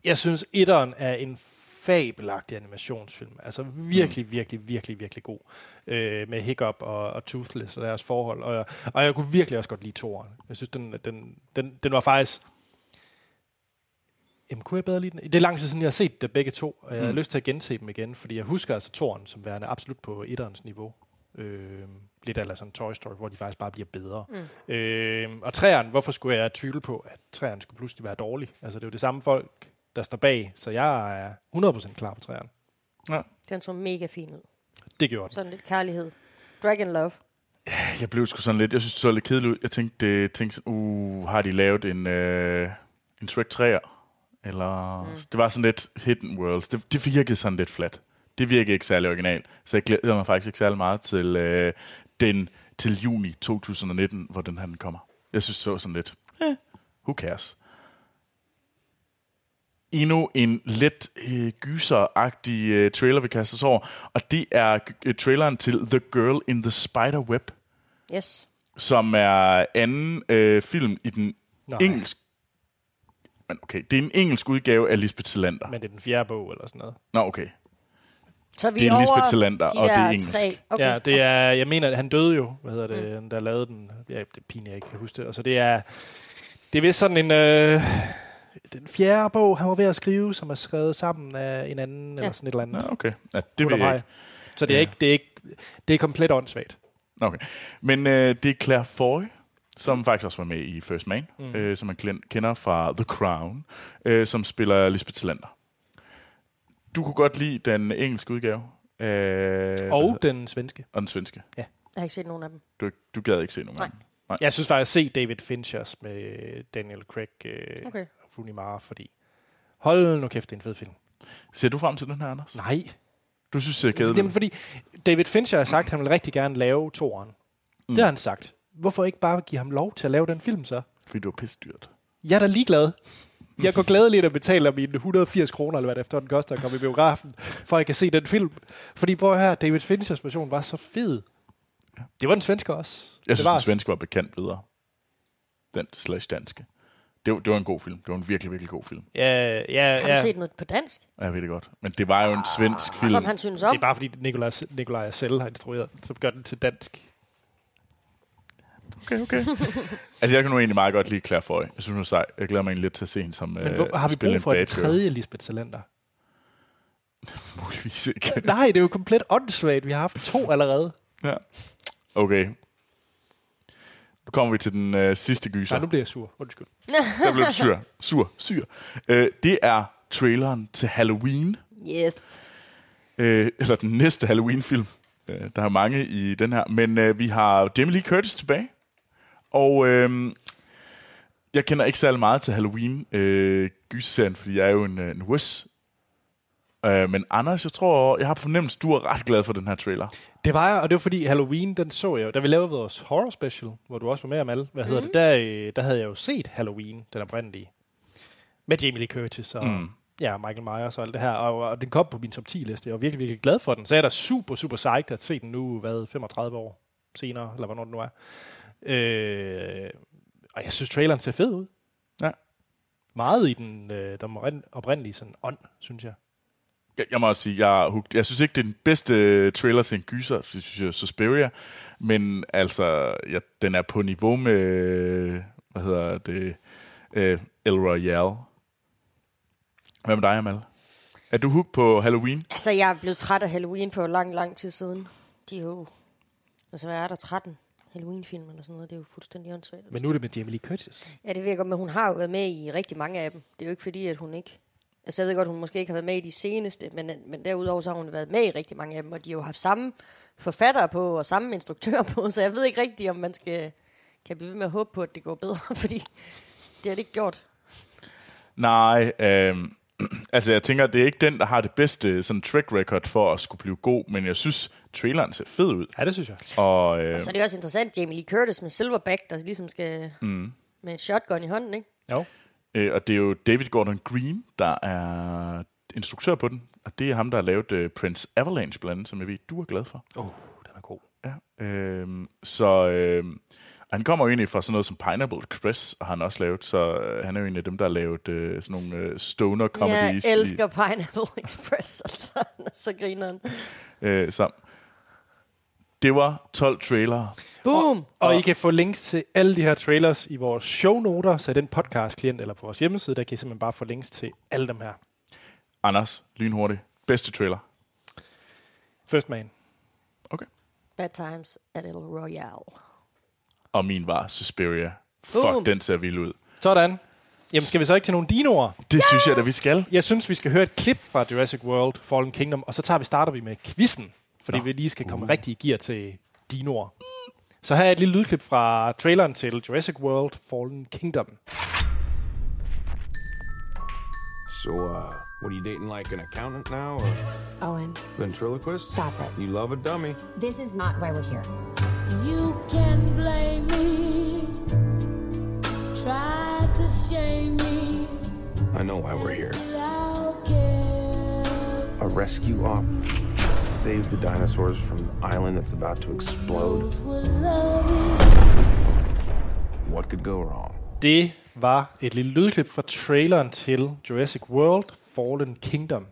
Jeg synes, etteren er en fabelagtig animationsfilm. Altså virkelig, virkelig, virkelig, virkelig god. Øh, med Hiccup og, og Toothless og deres forhold. Og, jeg- og jeg kunne virkelig også godt lide toeren. Jeg synes, den, den, den, den var faktisk... Jamen, kunne jeg bedre lide den? Det er lang tid siden, jeg har set det begge to, og jeg har lyst til at gense dem igen, fordi jeg husker altså toren som værende absolut på etterens niveau. Øh, lidt eller sådan Toy Story, hvor de faktisk bare bliver bedre. Mm. Øh, og træeren, hvorfor skulle jeg tvivle på, at træeren skulle pludselig være dårlig? Altså, det er jo det samme folk, der står bag, så jeg er 100% klar på træeren. Ja. Den så mega fin ud. Det gjorde den. Sådan lidt kærlighed. Dragon Love. Jeg blev sgu sådan lidt, jeg synes, det så lidt kedeligt ud. Jeg tænkte, det, tænkte sådan, uh, har de lavet en, øh, en Shrek 3'er? Eller, mm. det var sådan lidt Hidden Worlds. Det, det virkede sådan lidt flat. Det virkede ikke særlig originalt. Så jeg glæder mig faktisk ikke særlig meget til, øh, den, til juni 2019, hvor den her den kommer. Jeg synes, det så sådan lidt, eh, who cares? endnu en let øh, gyseragtig øh, trailer, vi kaster os over. Og det er øh, traileren til The Girl in the Spider Web, Yes. som er anden øh, film i den Nej. engelsk... Men okay, det er en engelsk udgave af Lisbeth Salander. Men det er den fjerde bog eller sådan noget. Nå, okay. Så vi Det er over Lisbeth Salander, de og det er der engelsk. Tre. Okay. Okay. Ja, det er, jeg mener, at han døde jo, hvad hedder det, mm. der lavede den. Ja, det er pinligt, jeg ikke kan huske det. Altså, det er, det er vist sådan en, øh, den fjerde bog, han var ved at skrive, som er skrevet sammen af en anden, ja. eller sådan et eller andet. Nå, okay. Ja, det ved jeg ikke. Så det er, Ja. ikke, det er ikke, det er komplet åndssvagt. Nå, Okay. Men øh, det er Claire Foy, som faktisk også var med i First Man, mm. øh, som man klen- kender fra The Crown, øh, som spiller Lisbeth Salander. Du kunne godt lide den engelske udgave. Øh, Og den svenske. og den svenske. Jeg har ikke set nogen af dem. Du, du gad ikke se nogen Nej. af dem. Nej. Jeg synes faktisk, at se David Finchers med Daniel Craig øh, okay. Okay. og Rooney Mara, fordi hold nu kæft, det er en fed film. Ser du frem til den her, Anders? Nej. Du synes, det er kedeligt. Jamen, fordi David Fincher har sagt, at han vil rigtig gerne lave toeren. Mm. Det har han sagt. Hvorfor ikke bare give ham lov til at lave den film så? Fordi du er pisdyrt. Jeg er da ligeglad. Jeg går glædeligt og betaler mine 180 kroner, eller hvad det efterhånden koster at komme i biografen, for at jeg kan se den film. Fordi prøv at høre, David Finchers version var så fed. Det var den svenske også. Jeg det synes, var den svenske var bekendt videre. Den slash danske. Det var, det var en god film. Det var en virkelig, virkelig god film. Ja, ja, Har du ja. set noget på dansk, Ja, Jeg ved det godt. Men det var jo en svensk film. som han synes om? Det Ah, er bare fordi Nikolaj, Nikolaj selv har instrueret, som gør den til dansk. Okay, okay. altså, jeg kan nu egentlig meget godt lide Claire Foy. Jeg synes, hun er sej. Jeg glæder mig egentlig lidt til at se hende som øh, Men hvor, har vi spille brug for en bad girl. tredje Lisbeth Salander? Muligvis ikke. Nej, det er jo komplet åndssvagt. Vi har haft to allerede. ja. Okay. Nu kommer vi til den øh, sidste gyser. Nej, nu bliver jeg sur. Undskyld. Der blev du sur. Sur. Syr. Øh, det er traileren til Halloween. Yes. øh, eller den næste Halloween-film. Øh, der er mange i den her, men øh, vi har Jamie Lee Curtis tilbage, og øh, jeg kender ikke særlig meget til Halloween øh, gyserserien, fordi jeg er jo en, øh, en whiz. Øh, men Anders, jeg tror, jeg har på fornemmelse, du er ret glad for den her trailer. Det var jeg, og det var fordi Halloween, den så jeg jo. Da vi lavede vores horror special, hvor du også var med, Amal, hvad hedder mm. det, der, øh, der havde jeg jo set Halloween, den oprindelige. Med Jamie Lee Curtis og mm. ja, Michael Myers og alt det her. Og, og den kom på min top 10-liste. Jeg var virkelig, virkelig glad for den. Så jeg er da super, super psyched at se den nu, hvad, 35 år senere, eller hvornår den nu er. Øh, og jeg synes, traileren ser fed ud. Ja. Meget i den, øh, den oprin- oprindelige sådan ånd, synes jeg. Jeg, jeg må også sige, jeg, er hooked. jeg synes ikke, det er den bedste øh, trailer til en gyser, for det synes jeg er Suspiria, men altså, ja, den er på niveau med, øh, hvad hedder det, øh, El Royale. Hvad med dig, Amal? Er du hooked på Halloween? Altså, jeg er blevet træt af Halloween for lang, lang tid siden. De er jo... Altså, hvad er der? 13 Halloween-film eller sådan noget. Det er jo fuldstændig åndssvagt. Men nu er det med Jamie Lee Curtis. Ja, det ved jeg godt, men hun har jo været med i rigtig mange af dem. Det er jo ikke fordi, at hun ikke... Altså, jeg ved godt, hun måske ikke har været med i de seneste, men, men derudover så har hun været med i rigtig mange af dem, og de har jo haft samme forfatter på og samme instruktør på, så jeg ved ikke rigtigt, om man skal, kan blive ved med at håbe på, at det går bedre, fordi det har det ikke gjort. Nej, øh, altså jeg tænker, det er ikke den, der har det bedste sådan track record for at skulle blive god, men jeg synes, traileren ser fed ud. Ja, det synes jeg. Og, øh, Så er det også interessant, Jamie Lee Curtis med Silverback, der ligesom skal mm. med et shotgun i hånden, ikke? Jo. Øh, og det er jo David Gordon Green, der er instruktør på den. Og det er ham, der har lavet øh, Prince Avalanche blandt andet, som jeg ved, du er glad for. Åh, oh, den er god. Ja. Øh, Øhm, så, øh, Han kommer jo egentlig fra sådan noget som Pineapple Express, og han også lavet, så øh, han er jo en af dem, der har lavet øh, sådan nogle øh, stoner Jeg comedies. i- elsker Pineapple Express, altså. Han er Så griner han. Øh, så. Det var 12 trailere. Boom! Og I kan få links til alle de her trailers i vores shownoter, så i den podcast-klient eller på vores hjemmeside, der kan I simpelthen bare få links til alle dem her. Anders, lynhurtigt. Bedste trailer. First Man. Okay. Bad Times at El Royale. Og min var Suspiria. Boom. Fuck, den ser vild ud. Sådan. Jamen, skal vi så ikke til nogle dinoer? Det synes jeg da, vi skal. Jeg synes, vi skal høre et klip fra Jurassic World Fallen Kingdom, og så tager vi, starter vi med quizzen, fordi vi lige skal komme rigtig i gear til dinoer. Så her er et lille lydklip fra traileren til Jurassic World Fallen Kingdom. So, uh, what are you dating like an accountant now or Owen, ventriloquist? Stop it. You love a dummy. this is not why we're here. You can blame me, try to shame me, I know why we're here. but I'll care. A rescue op. Save the dinosaurs from an island that's about to explode. Those will love you. What could go wrong? Det var et lille lydklip fra traileren til Jurassic World Fallen Kingdom.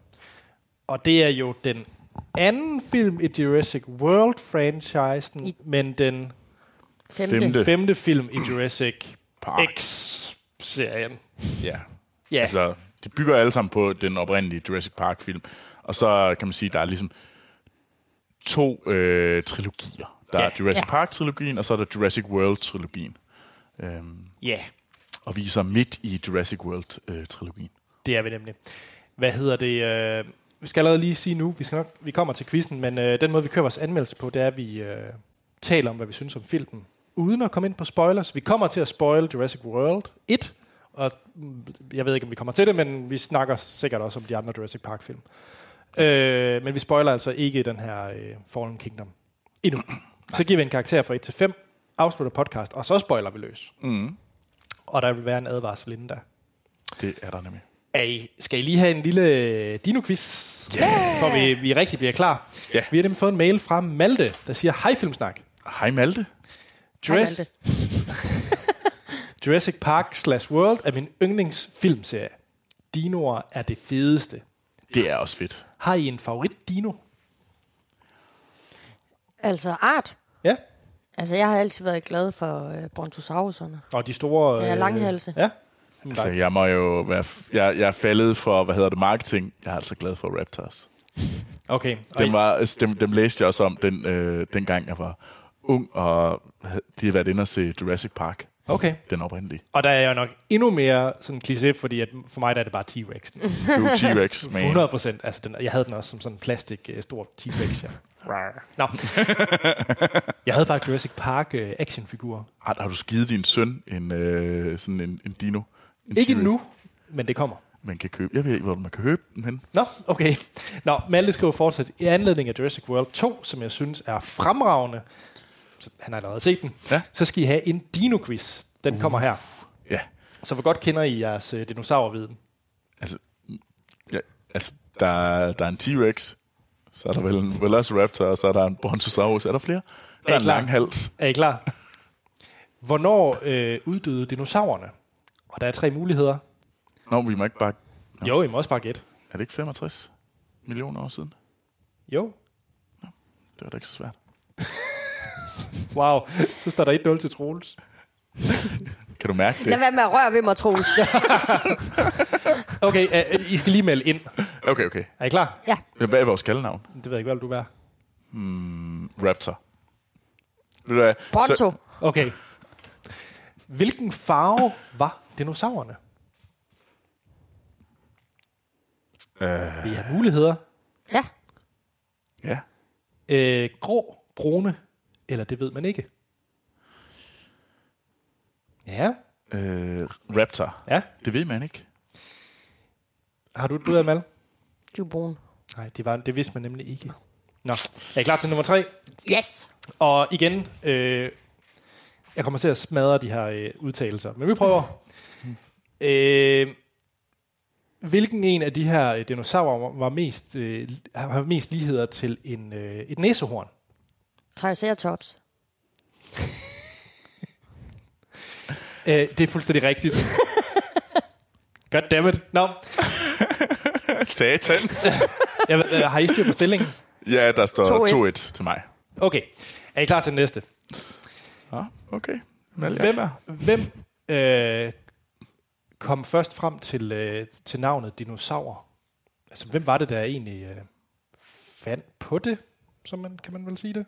Og det er jo den anden film i Jurassic World-franchisen, men den Femte. Femte. femte film i Jurassic Park. X-serien. Ja. Ja. Altså, de bygger alle sammen på den oprindelige Jurassic Park-film. Og så kan man sige, der er ligesom to øh, trilogier. Der er Jurassic Ja. Park-trilogien, og så er der Jurassic World-trilogien. Øhm, Ja. Yeah. og vi er så midt i Jurassic World-trilogien. Det er vi nemlig. Hvad hedder det? Øh, vi skal allerede lige sige nu, vi, skal nok, vi kommer til quizzen, men øh, den måde, vi kører vores anmeldelse på, det er, at vi øh, taler om, hvad vi synes om filmen, uden at komme ind på spoilers. Vi kommer til at spoil Jurassic World 1, og mm, jeg ved ikke, om vi kommer til det, men vi snakker sikkert også om de andre Jurassic Park-film. Øh, men vi spoiler altså ikke den her øh, Fallen Kingdom endnu. Så giver vi en karakter fra 1 til 5, afslutter podcast, og så spoiler vi løs. Mm. Og der vil være en advarsel inden da. Det er der nemlig. Er I, skal I lige have en lille øh, dino-quiz? Ja! Yeah! For vi, vi rigtig bliver klar. Ja. Vi har nemlig fået en mail fra Malte, der siger, Hej Filmsnak. Hej Malte. Jurassic Park slash World er min yndlingsfilmserie. Dinoer er det fedeste. Det er også fedt. Har I en favorit dino? Altså art. Ja. Altså, jeg har altid været glad for øh, brontosauruserne. Og de store... øh, Ja, langhalse. Ja. Altså, jeg må jo være... F- jeg, jeg er faldet for, hvad hedder det, marketing. Jeg er altså glad for Raptors. Okay. Og I- Dem, var, altså, dem, dem læste jeg også om, den, øh, dengang jeg var ung, og havde lige været inde og se Jurassic Park, Okay. den oprindelige. Og der er jeg nok endnu mere sådan kliché, fordi at for mig der er det bare T-Rexen. Du er T-Rex, man. 100 procent. Altså, den, jeg havde den også som sådan en plastik øh, stor T-Rex. Ja. Rar. Nå. Jeg havde faktisk Jurassic Park øh, actionfigur. Har, har du skivet din søn en, øh, sådan en, en dino? En Ikke T-Rex, nu, men det kommer. Man kan købe. Jeg ved ikke, hvor man kan købe den hen. Nå, okay. Nå, Malte skriver fortsat, i anledning af Jurassic World 2, som jeg synes er fremragende, så han har allerede set den, Ja. så skal I have en dino-quiz. Den kommer her. Ja, Så hvor godt kender I jeres øh, dinosaurviden? altså... Ja, altså der, er- der er en T-Rex, så er der vel en Velociraptor, og så er der en Brontosaurus. Er der flere? Der er en klar. lang hals. Er I klar? Hvornår øh, uddøde dinosaurerne? Og der er tre muligheder. Nå, vi må ikke bare... Nå, Jo, I må også bare gætte. er det ikke 65 millioner år siden? Jo, Det var da ikke så svært. Wow, så står der 1-0 til Troels. Kan du mærke Lad det? være med at røre ved mig, Troels. Okay, uh, I skal lige melde ind. Okay, okay. Er I klar? ja. Hvad er vores kaldenavn? Det ved jeg ikke, hvad vil du være. Raptor. Ved du hvad? Bronto. Så, Okay. Hvilken farve var dinosaurerne? Uh. Vi har muligheder. Ja. ja. Øh, grå, brune, eller det ved man ikke. Ja, Øh, raptor. ja. Det ved man ikke. Har du et bud, Amal? Du er brun. Nej, det, var, det vidste man nemlig ikke. Nå, er I klar til nummer tre? Yes. Og igen, øh, jeg kommer til at smadre de her øh, udtalelser, men vi prøver. Øh, hvilken en af de her øh, dinosaurer var mest, øh, har har mest ligheder til en, øh, et næsehorn? Triceratops. Øh, det er fuldstændig rigtigt. Goddammit. Nå, Satans. jeg, ved, øh, har I styr på stillingen? ja, der står 2-1. 2-1 til mig. Okay. Er I klar til den næste? Ja, okay. Mal, jeg er Hvem, klar. hvem øh, kom først frem til, øh, til navnet dinosaurer? Altså, hvem var det, der egentlig øh, fandt på det? Som man, kan man vel sige det?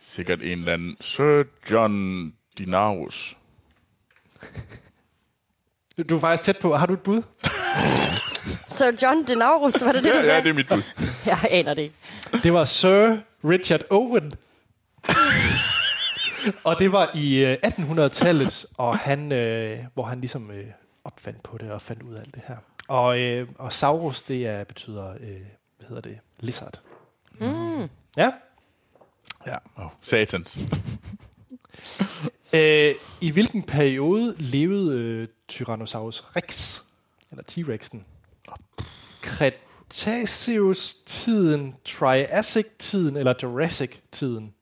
Sikkert en eller anden Sir John Dinaus. Du er faktisk tæt på. Har du et bud? Så John Denaurus, var det det, Ja, du ja, sagde? det er mit bud. Jeg aner det ikke. Det var Sir Richard Owen. og det var i øh, 1800-tallet, og han, øh, hvor han ligesom øh, opfandt på det og fandt ud af alt det her. Og, øh, og Saurus, det er, betyder, øh, hvad hedder det, lizard. Mm. Ja. Ja. Oh, satans. Øh, I hvilken periode levede øh, Tyrannosaurus rex, eller T-rexen? Cretaceous-tiden, Triassic-tiden eller Jurassic-tiden?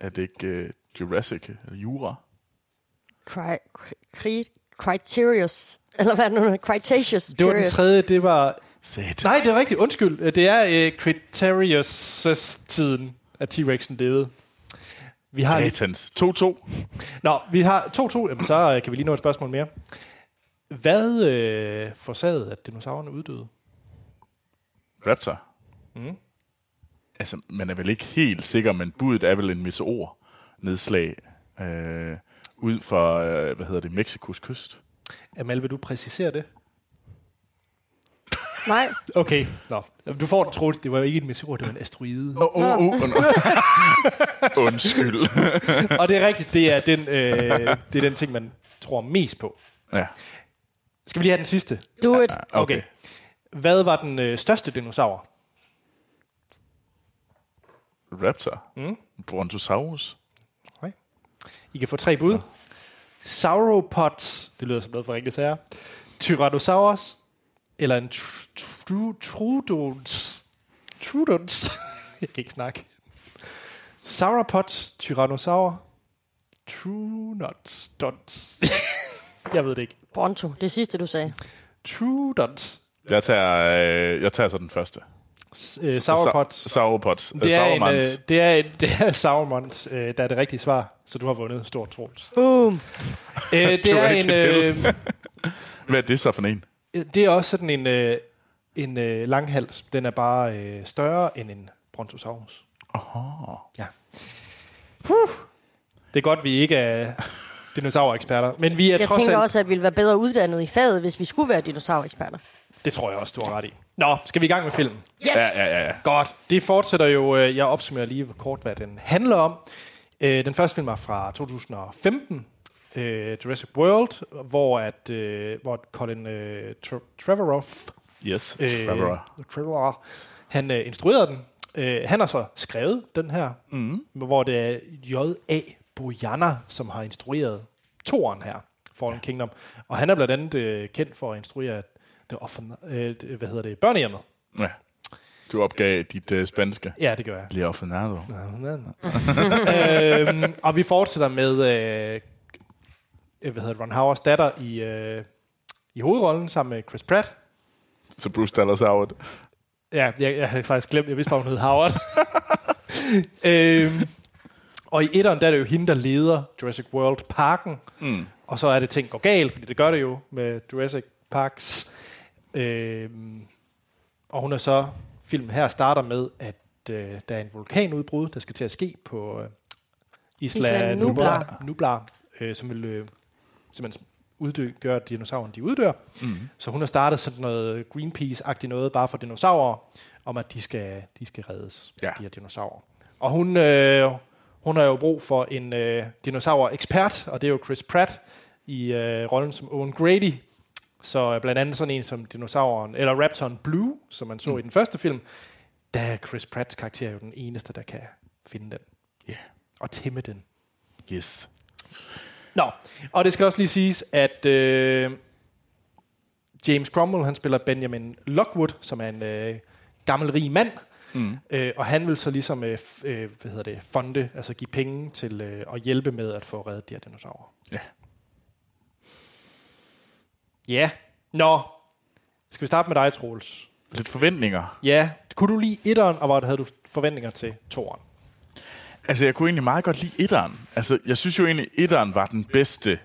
Er det ikke uh, Jurassic eller Jura? Cri- cri- cri- Criterius. Eller hvad er det nu? Cretaceous. Det var den period. tredje, det var... Satans. Nej, det er rigtigt, undskyld. Det er uh, Cretaceous-tiden, at T-Rexen levede. Vi har lidt... Satans. 2-2. Nå, vi har 2-2, Jamen, så øh, kan vi lige nå et spørgsmål mere. Hvad øh, forårsagede, at dinosaurerne uddøde? Raptor. Mm. Altså, man er vel ikke helt sikker, men budet er vel en meteor nedslag øh, ud for, øh, hvad hedder det, Mexikos kyst. Amal, vil du præcisere det? Nej. Okay, nå. Jamen, Du får den, Troels. Det var jo ikke en meteor, det var en asteroide. Åh, oh, oh, oh, oh. Undskyld. Og det er rigtigt, det er, den, øh, det er den ting, man tror mest på. ja. Skal vi lige have den sidste? Do it. Okay. okay. Hvad var den øh, største dinosaur? Raptor. Mm. Brontosaurus. Okay. I kan få tre bud. Sauropods, det lyder som noget for rigtige sager. Tyrannosaurus, eller en tr- tr- trudons. Trudons. Jeg kan ikke snakke. Sauropods, Tyrannosaur, Trunots, dons. Jeg ved det ikke. Bronto. Det sidste, du sagde. Trudons. Jeg tager, øh, jeg tager så den første. S- øh, Sauropods. Sa- Sauropods. Det er, en, øh, Sauromans. det, er en, det er Saurons, øh, der er det rigtige svar, så du har vundet stort trods. Boom. Øh, det, var er ikke en, et øh, Hvad er det så for en? det er også sådan en, øh, en øh, langhals. Den er bare øh, større end en brontosaurus. Aha. Ja. Puh. Det er godt, vi ikke er dinosaureksperter, men vi er Jeg trods tænker alt... også, at vi ville være bedre uddannet i faget, hvis vi skulle være dinosaureksperter. Det tror jeg også, du har ret i. Nå, skal vi i gang med filmen? Yes! Ja, ja, ja, ja. Godt. Det fortsætter jo, øh, jeg opsummerer lige kort, hvad den handler om. Øh, Den første film er fra 2015, øh, Jurassic World, hvor, at, øh, hvor Colin øh, Tre- Trevorrow Yes. Øh, Trevor. Trevor. Han øh, instruerede den. Øh, han har så skrevet den her, mm. hvor det er J.A. Boyana, som har instrueret toren her, Fallen ja. Kingdom. Og han er blandt andet øh, kendt for at instruere det offen, øh, det- hvad hedder det, børnehjemmet. Ja. Du opgav dit øh, spanske. Ja, det gør jeg. Le Orfanato. øhm, og vi fortsætter med øh, øh, hvad hedder det, Ron Howards datter i, øh, i hovedrollen sammen med Chris Pratt. Så Bruce Dallas Howard. Ja, jeg, jeg havde faktisk glemt, jeg vidste bare, hun hed Howard. øhm, og i etteren, der er det jo hende, der leder Jurassic World Parken. Mm. Og så er det, ting går galt, fordi det gør det jo med Jurassic Parks. Øhm, og hun er så, filmen her starter med, at øh, der er en vulkanudbrud, der skal til at ske på øh, Isla, Isla Nublar. Nublar, Nublar øh, som vil øh, simpelthen uddø, gør at dinosaurerne de uddør. Mm. Så hun har startet sådan noget Greenpeace-agtigt noget bare for dinosaurer, om at de skal, de skal reddes, Ja. ja. de her dinosaurer. Og hun, øh, hun har jo brug for en øh, dinosaur-ekspert, og det er jo Chris Pratt i øh, rollen som Owen Grady. Så øh, blandt andet sådan en som dinosauren, eller Raptoren Blue, som man så mm. i den første film, der er Chris Pratts karakter jo den eneste, der kan finde den Ja. Yeah. og tæmme den. Yes. Nå, og det skal også lige siges, at øh, James Cromwell, han spiller Benjamin Lockwood, som er en øh, gammel rig mand, Mm. Øh, og han vil så ligesom øh, f- øh, hvad hedder det, fonde, altså give penge til øh, at hjælpe med at få reddet de her dinosaurer. Ja. Ja. Nå. Skal vi starte med dig, Troels? Lidt forventninger. Ja. Kunne du lide etteren, og hvad havde du forventninger til toeren? Altså, jeg kunne egentlig meget godt lide etteren. Altså, jeg synes jo egentlig, etteren var den bedste,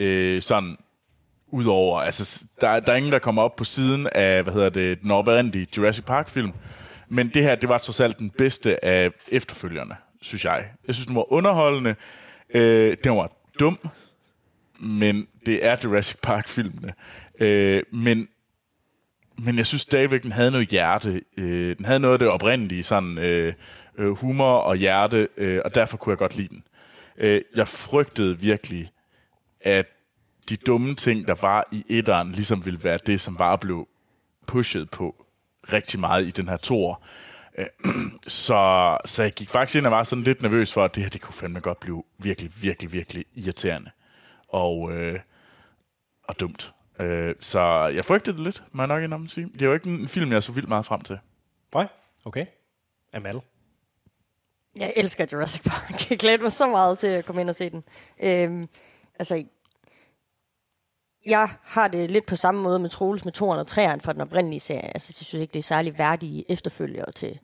øh, sådan, udover, altså, s- der, er- der er ingen, der kommer op på siden af, hvad hedder det, den oprindelige Jurassic Park-film, men det her, det var trods alt den bedste af efterfølgerne, synes jeg. Jeg synes, den var underholdende, øh, den var dum, men det er Jurassic Park-filmene. Øh, men men jeg synes stadigvæk, den havde noget hjerte. Øh, den havde noget af det oprindelige, sådan øh, øh, humor og hjerte, øh, og derfor kunne jeg godt lide den. Øh, jeg frygtede virkelig, at de dumme ting, der var i etteren, ligesom ville være det, som bare blev pushet på rigtig meget i den her tor. Så, så jeg gik faktisk ind og var sådan lidt nervøs for, at det her, det kunne fandme godt blive virkelig, virkelig, virkelig irriterende. Og... Øh, og dumt. Øh, så jeg frygtede det lidt, må jeg nok indrømme at sige. Det er jo ikke en film, jeg så vildt meget frem til. Nej. Okay. Amal. Jeg elsker Jurassic Park. Jeg glæder mig så meget til at komme ind og se den. Øhm, altså, jeg har det lidt på samme måde med Troels med 2'eren og 3'eren fra den oprindelige serie. Altså, jeg synes ikke, det er særlig værdige efterfølgere til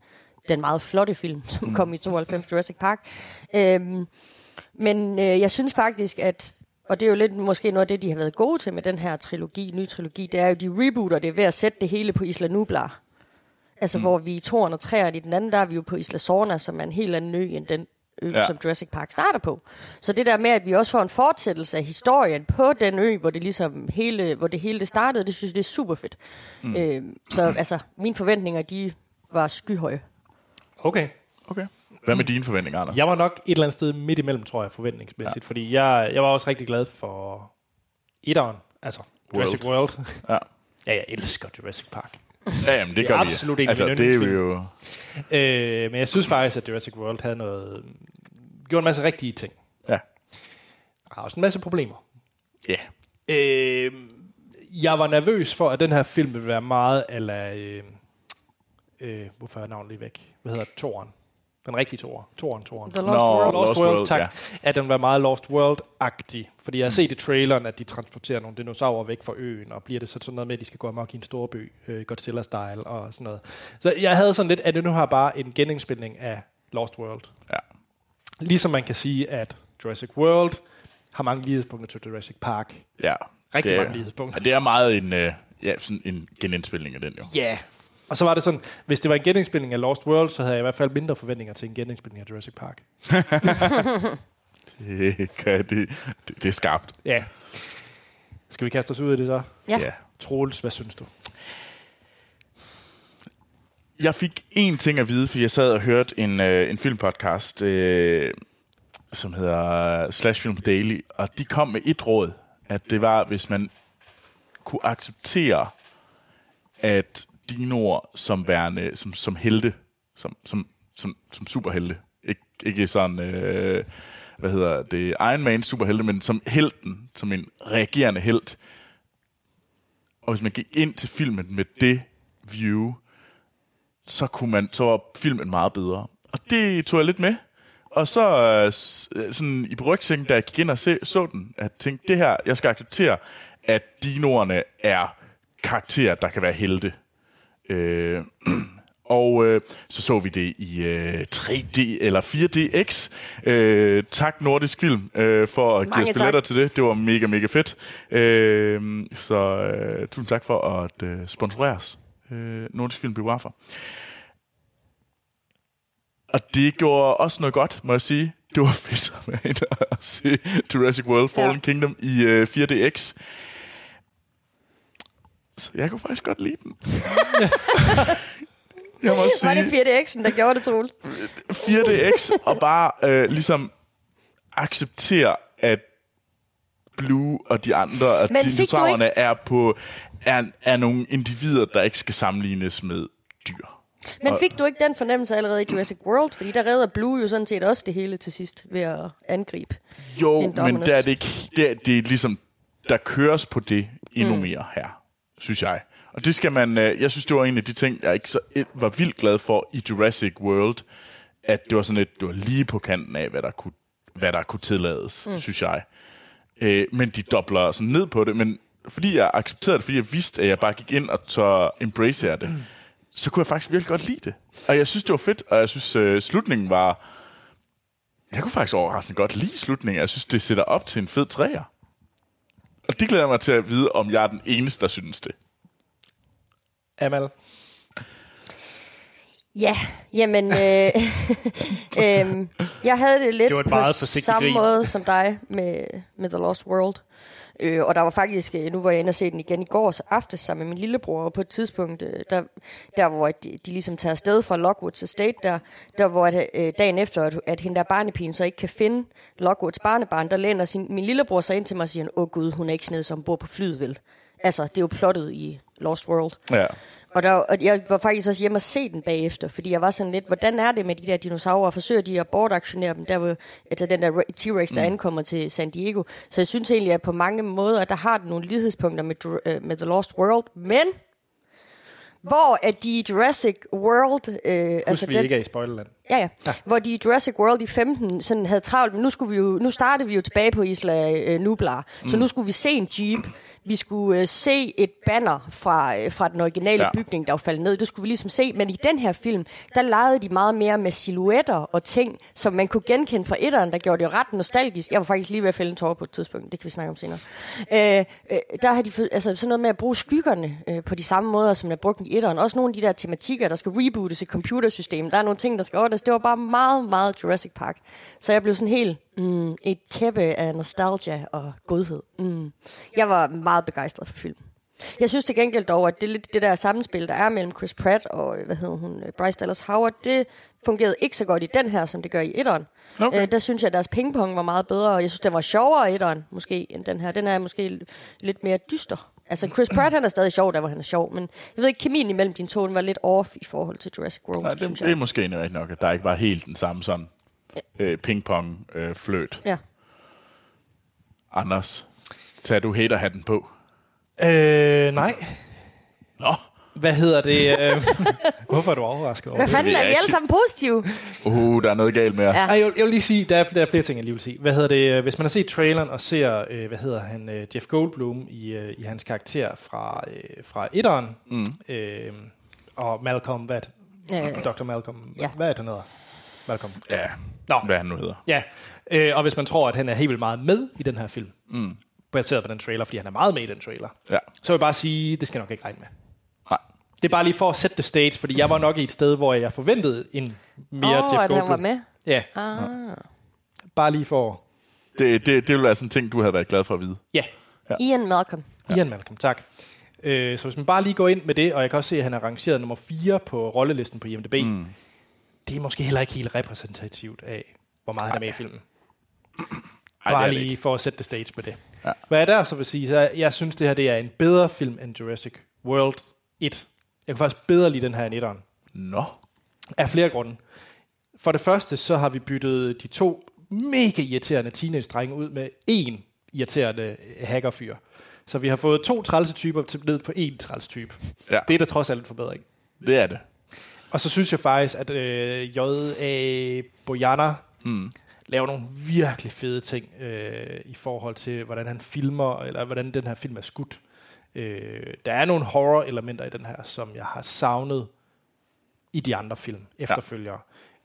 den meget flotte film, som kom i 92, Jurassic Park. Øhm, men øh, jeg synes faktisk, at og det er jo lidt måske noget af det, de har været gode til med den her trilogi, nye trilogi, det er jo, de rebooter det ved at sætte det hele på Isla Nublar. Altså, mm. hvor vi i toeren og træerne i den anden, der er vi jo på Isla Sorna, som er en helt anden ø end den ø, Ja. ja. som Jurassic Park starter på. Så det der med, at vi også får en fortsættelse af historien på den ø, hvor det ligesom hele, hvor det hele det startede, det synes jeg, det er super fedt. Mm. Øh, så altså, mine forventninger, de var skyhøje. Okay. Okay. Hvad med dine forventninger, Anders? Jeg var nok et eller andet sted midt imellem, tror jeg, forventningsmæssigt. Ja. Fordi jeg, jeg var også rigtig glad for etteren. Altså, Jurassic World. Ja. ja, jeg elsker Jurassic Park. Ja, jamen, det er gør vi. absolut en af altså, mine det er yndlingsfilm. jo... Øh, men jeg synes faktisk, at Jurassic World havde noget... Gjorde en masse rigtige ting. Ja. Der er også en masse problemer. Ja. Øh, jeg var nervøs for, at den her film ville være meget eller øh, øh, Hvorfor er navnet lige væk? Hvad hedder Toren? Den rigtige Toren. Toren, Toren. The Lost Nå, World. Lost, Lost World, World tak. ja. At den var meget Lost World-agtig. Fordi jeg har set i traileren, at de transporterer nogle dinosaurer væk fra øen, og bliver det så sådan noget med, at de skal gå amok i en stor by, øh, Godzilla-style og sådan noget. Så jeg havde sådan lidt, at det nu har bare en genindspilning af Lost World. ja. Ligesom man kan sige, at Jurassic World har mange lighedspunkter til Jurassic Park. ja. Rigtig det er, mange lighedspunkter. Ja, det er meget en, øh, ja, sådan en genindspilning af den jo. Ja. Yeah. Og så var det sådan, hvis det var en genindspilning af Lost World, så havde jeg i hvert fald mindre forventninger til en genindspilning af Jurassic Park. Det, kan- det, det, det er skarpt. Ja. Yeah. Skal vi kaste os ud i det så? Ja. ja. Troels, hvad synes du? jeg fik én ting at vide, for jeg sad og hørte en, øh, en filmpodcast, øh, som hedder Slash Film Daily, og de kom med et råd, at det var, hvis man kunne acceptere, at dinoer som værende, som, som helte, som, som, som, som superhelte, ikke, ikke sådan, øh, hvad hedder det, Iron Man superhelte, men som helten, som en reagerende helt, og hvis man gik ind til filmen med det view, så, kunne man, så var filmen meget bedre. Og det tog jeg lidt med. Og så øh, s- øh, sådan i rygsækken, da jeg gik ind og se, så den, at jeg tænkte, det her, jeg skal acceptere, at dinoerne er karakterer, der kan være helte. Øh, og øh, så så vi det i øh, 3D eller 4DX. Øh, tak Nordisk Film øh, for at give Mange os billetter tak. til det. Det var mega, mega fedt. Øh, så øh, tusind tak for at øh, sponsorere os. Øh, Nordisk Film Biografer. Og det gjorde også noget godt, må jeg sige. Det var fedt at være inde og se Jurassic World Fallen ja. Ja. Kingdom i øh, 4DX. Så jeg kunne faktisk godt lide den. jeg må også Var det sige, 4DX'en, der gjorde det, Troels? 4DX og bare øh, ligesom acceptere, at Blue og de andre, at Men fik du dinosaurerne er, på, er, er nogle individer, der ikke skal sammenlignes med dyr. Men fik du ikke den fornemmelse allerede i Jurassic World? Fordi der redder Blue jo sådan set også det hele til sidst ved at angribe. Jo, Indominus. men der er det ikke... Der, det er ligesom... Der køres på det endnu mm. mere her, synes jeg. Og det skal man, øh, jeg synes, det var en af de ting, jeg ikke så, eh, var vildt glad for i Jurassic World, at det var sådan et, det var lige på kanten af, hvad der kunne, hvad der kunne tillades, mm. synes jeg. Øh, men de dobler sådan ned på det, men fordi jeg accepterede det, fordi jeg vidste, at jeg bare gik ind og så embracer jeg det, så kunne jeg faktisk virkelig godt lide det. Og jeg synes, det var fedt, og jeg synes, øh, slutningen var... Jeg kunne faktisk overraskende godt lide slutningen. Jeg synes, det sætter op til en fed træer. Og det glæder jeg mig til at vide, om jeg er den eneste, der synes det. Amal. Ja, jamen, øh, øhm, jeg havde det lidt Det var et på meget forsigtigt samme grin. måde som dig med, med The Lost World. Øh, og der var faktisk, øh, nu var jeg inde og se den igen i går så aftes sammen med min lillebror, og på et tidspunkt, øh, der, der hvor de, de ligesom tager afsted fra Lockwoods Estate, der, der hvor at, øh, dagen efter, at, at hende der barnepigen så ikke kan finde Lockwoods barnebarn, der læner sin, min lillebror sig ind til mig og siger, åh gud, hun er ikke snedet som bor på flyet, vel? Altså, det er jo plottet i Lost World. Ja. Og, der, og jeg var faktisk også hjemme og se den bagefter, fordi jeg var sådan lidt, hvordan er det med de der dinosaurer? Forsøger de at bortaktionere dem? Der var altså den der T-Rex, Mm. der ankommer til San Diego. Så jeg synes egentlig, at på mange måder, der har den nogle lighedspunkter med, Jur- øh, med The Lost World, men hvor at de i Jurassic World... Øh, Husk, altså, vi den- ikke Ah. er i spoilerland. Ja, ja. ja. Hvor de i Jurassic World i 15 sådan havde travlt, men nu, skulle vi jo, nu startede vi jo tilbage på Isla øh, Nublar. Så Mm. nu skulle vi se en jeep. Vi skulle øh, se et banner fra, øh, fra den originale Ja. ja. bygning, der var faldet ned. Det skulle vi ligesom se. Men i den her film, der legede de meget mere med silhuetter og ting, som man kunne genkende fra etteren, der gjorde det jo ret nostalgisk. Jeg var faktisk lige ved at fælde en tårer på et tidspunkt. Det kan vi snakke om senere. Øh, øh, der har de fået- altså, sådan noget med at bruge skyggerne øh, på de samme måder, som der brugte i etteren. Også nogle af de der tematikker, der skal rebootes i computersystemet. Der er nogle ting, der skal ordnes. Det var bare meget, meget Jurassic Park. Så jeg blev sådan helt mm, et tæppe af nostalgia og godhed. Mm. Jeg var meget begejstret for filmen. Jeg synes til gengæld dog, at det, er lidt det der sammenspil, der er mellem Chris Pratt og øh, hvad hedder hun, øh, Bryce Dallas Howard, det fungerede ikke så godt i den her, som det gør i etteren. Okay. Øh, der synes jeg, at deres pingpong var meget bedre, og jeg synes, den var sjovere i etteren, måske, end den her. Den er måske l- lidt mere dyster. Altså, Chris Pratt, han er stadig sjov, der hvor han er sjov, men jeg ved ikke, kemien imellem dine to, den var lidt off i forhold til Jurassic World, Ja, ja, det, synes det er jeg. måske egentlig rigtigt nok, at der ikke var helt den samme sådan øh, ping-pong-fløt. Ja. Anders, tag du haterhatten på. Øh, nej. Nå, Hvad hedder det? øh? Hvorfor er du overrasket over Hvad det? fanden, ved er jeg vi alle ikke. sammen positive? uh, der er noget galt med os. Ja. Ej, jeg, vil- jeg vil lige sige, der er, der er flere ting, jeg lige vil sige. Hvad hedder det? øh, Hvis man har set traileren og ser, øh, hvad hedder han, øh, Jeff Goldblum i, øh, i hans karakter fra, øh, fra etteren, mm. øh, og Malcolm, hvad Ja. øh. Dr. Malcolm, Ja. hvad er det, han hedder? Malcolm. Ja. Nå. Hvad han nu hedder. Ja, øh, og hvis man tror, at han er helt vildt meget med i den her film, mm. baseret på den trailer, fordi han er meget med i den trailer, Ja. så vil jeg bare sige, det skal jeg nok ikke regne med. Nej. Det er bare lige for at sætte the stage, fordi jeg var nok i et sted, hvor jeg forventede en mere Åh, Jeff at han Goldblum. var med? Ja. Ah. Bare lige for... Det, det, det ville være sådan en ting, du havde været glad for at vide. Ja, Ian Malcolm. Ian Malcolm, tak. Øh, så hvis man bare lige går ind med det, og jeg kan også se, at han er rangeret nummer 4 på rollelisten på IMDb, mm. det er måske heller ikke helt repræsentativt af, hvor meget han er med i filmen. Ej, det er Bare det lige ikke. for at sætte the stage med det. Ja. Ja. Hvad jeg der så vil sige, så er- jeg synes, det her det er en bedre film end Jurassic World 1. Jeg kan faktisk bedre lide den her end 1'eren. Nå. Af flere grunde. For det første, så har vi byttet de to mega irriterende teenage-drenge ud med én irriterende øh, hackerfyr. Så vi har fået to trælsetyper til ned på én trælsetype. Ja. Det er da trods alt en forbedring. Det er det. Og så synes jeg faktisk, at øh, J.A. Bojana mm. laver nogle virkelig fede ting øh, i forhold til, hvordan han filmer, eller hvordan den her film er skudt. Øh, der er nogle horror-elementer i den her, som jeg har savnet i de andre film, efterfølgere.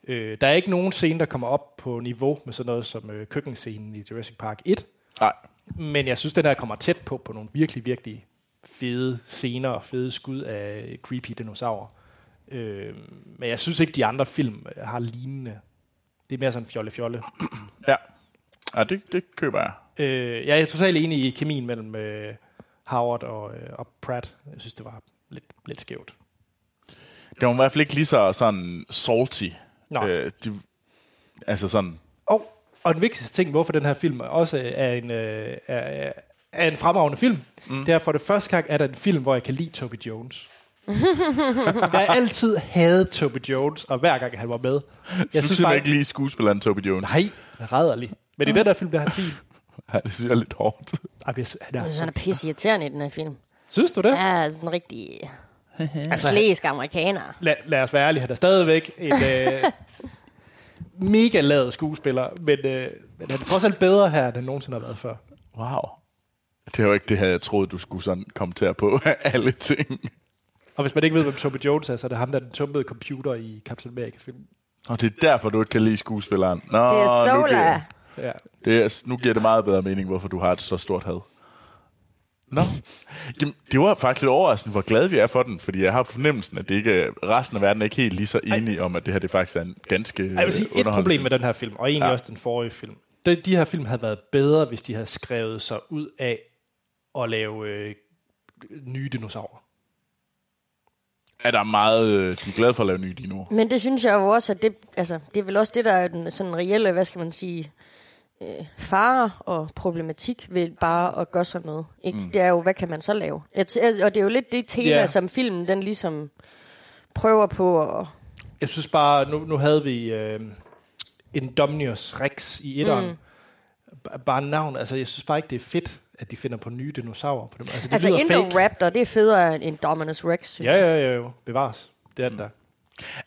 Ja. Øh, der er ikke nogen scene, der kommer op på niveau med sådan noget som øh, køkkenscenen i Jurassic Park 1, Nej. men jeg synes, den her kommer tæt på på nogle virkelig, virkelig fede scener og fede skud af creepy dinosaurer. Øh, men jeg synes ikke, de andre film har lignende. Det er mere sådan fjolle-fjolle. Ja. Ja, det, det køber jeg. Øh, jeg er totalt enig i kemien mellem øh, Howard og, øh, og Pratt. Jeg synes, det var lidt, lidt skævt. Det var i hvert fald ikke lige så sådan salty. Øh, Nå. de, altså sådan, Og, og den vigtigste ting, hvorfor den her film også er en, øh, er, er en fremragende film, mm. det er for det første gang, at der en film, hvor jeg kan lide Toby Jones. jeg har altid hadet Toby Jones, og hver gang han var med. jeg synes bare- ikke lige skuespilleren Toby Jones. Nej, rædderlig. Men i den der film, der er han fin. Ja, det synes jeg er lidt hårdt. Ej, men jeg sy- han er Altså, så han er pisse irriterende i den her film. Synes du det? Ja. Ja, sådan en rigtig slæsk amerikaner. Lad, lad os være ærlige, han er stadigvæk en øh, mega lavet skuespiller, men, øh, men han er trods alt bedre her, end han nogensinde har været før. Wow. Det er jo ikke det her, jeg troede, du skulle sådan kommentere på alle ting. Og hvis man ikke ved, hvem Toby Jones er, så er det ham, der er den tumpede computer i Captain America-filmen. Og det er derfor, du ikke kan lide skuespilleren. Nå, Det er nu Sola. giver- Ja. Det er, nu giver det meget bedre mening, hvorfor du har et så stort had. Nå. Jamen, det var faktisk lidt overraskende, hvor glad vi er for den, fordi jeg har fornemmelsen, at det ikke, resten af verden er ikke helt lige så enige om, at det her det faktisk er en ganske Jeg vil sige, et problem med den her film, og egentlig Ja. ja. også den forrige film, de, de her film havde været bedre, hvis de havde skrevet sig ud af at lave øh, nye dinosaurer. Er der meget, øh, de er glade for at lave nye dinoer? Men det synes jeg jo også, at det, altså, det er vel også det, der er den sådan reelle, hvad skal man sige, øh, fare og problematik ved bare at gøre sådan noget. Ikke? Mm. Det er jo, hvad kan man så lave? Jeg t- og det er jo lidt det tema, Ja. yeah. som filmen den ligesom prøver på at... Jeg synes bare, nu, nu havde vi øh, en Domnios Rex i etteren. Mm. Bare navn, altså jeg synes bare ikke, det er fedt, at de finder på nye dinosaurer. På dem. Altså, det Altså, lyder fake. Indoraptor, det er federe end Dominus Rex, synes Ja, ja, ja, jo. bevares. Det er den der.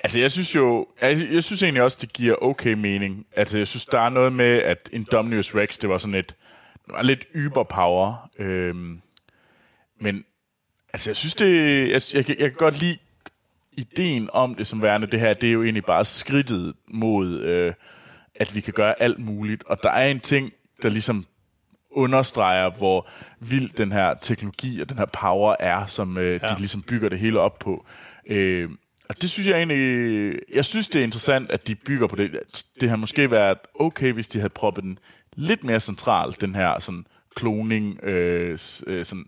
Altså, jeg synes jo, jeg, jeg synes egentlig også, det giver okay mening. Altså, jeg synes, der er noget med, at Indominus Rex, det var sådan et, det var lidt yberpower. Øhm, men, altså, jeg synes det, jeg, jeg, jeg kan godt lide ideen om det som værende, det her, det er jo egentlig bare skridtet mod, øh, at vi kan gøre alt muligt. Og der er en ting, der ligesom understreger, hvor vild den her teknologi og den her power er, som øh, ja. de ligesom bygger det hele op på. Øh, og det synes jeg egentlig, jeg synes det er interessant, at de bygger på det. Det har måske været okay, hvis de havde proppet den lidt mere centralt, den her sådan kloning, øh, s- øh, sådan,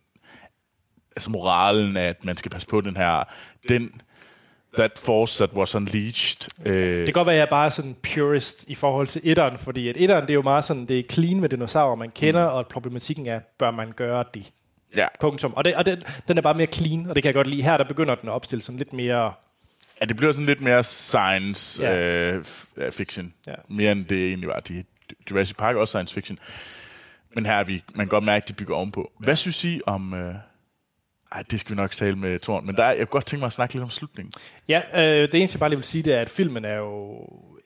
altså moralen af, at man skal passe på den her, den, that force that was unleashed. Øh, Det kan godt være, at jeg er bare sådan purist i forhold til etteren, fordi at etteren, det er jo meget sådan, det er clean med dinosaurer, man kender, mm. og problematikken er, bør man gøre det? ja. Punktum. Og, det, og den, den er bare mere clean, og det kan jeg godt lide. Her, der begynder den at opstille sådan lidt mere... Ja, det bliver sådan lidt mere science Ja. yeah. øh, f- ja, fiction. Ja. Yeah. Mere end det egentlig var. De, Jurassic Park er også science fiction. Men her er vi, man kan godt mærke, at de bygger ovenpå. Hvad synes I om... Øh, ej, det skal vi nok tale med Torn. Men der, er- jeg kunne godt tænke mig at snakke lidt om slutningen. Ja, øh, det eneste, jeg bare lige vil sige, det er, at filmen er jo...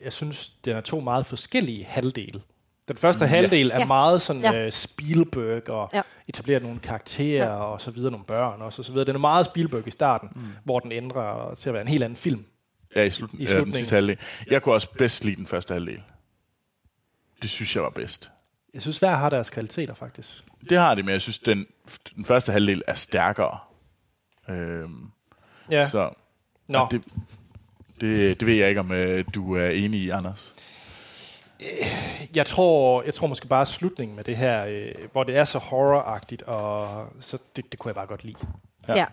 Jeg synes, den er to meget forskellige halvdele. Den første halvdel er Mm, Ja. meget sådan Ja. ja. Spielberg og Ja. ja. etablerer nogle karakterer ja. og så videre, nogle børn også, og så videre. Den er meget Spielberg i starten, mm. hvor den ændrer til at være en helt anden film. Ja, i, slutten, I I slutningen. Øh, den slutningen. sidste halvdel. Jeg kunne også bedst lide den første halvdel. Det synes jeg var bedst. Jeg synes, hver har deres kvaliteter, faktisk. Det har det, men jeg synes, den, den første halvdel er stærkere. Øhm, Ja. ja. Så Nå. og Det, det, det ved jeg ikke, om øh, du er enig i, Anders. Jeg tror, jeg tror måske bare slutningen med det her, øh, hvor det er så horroragtigt, og så det, det kunne jeg bare godt lide. jeg. Ja.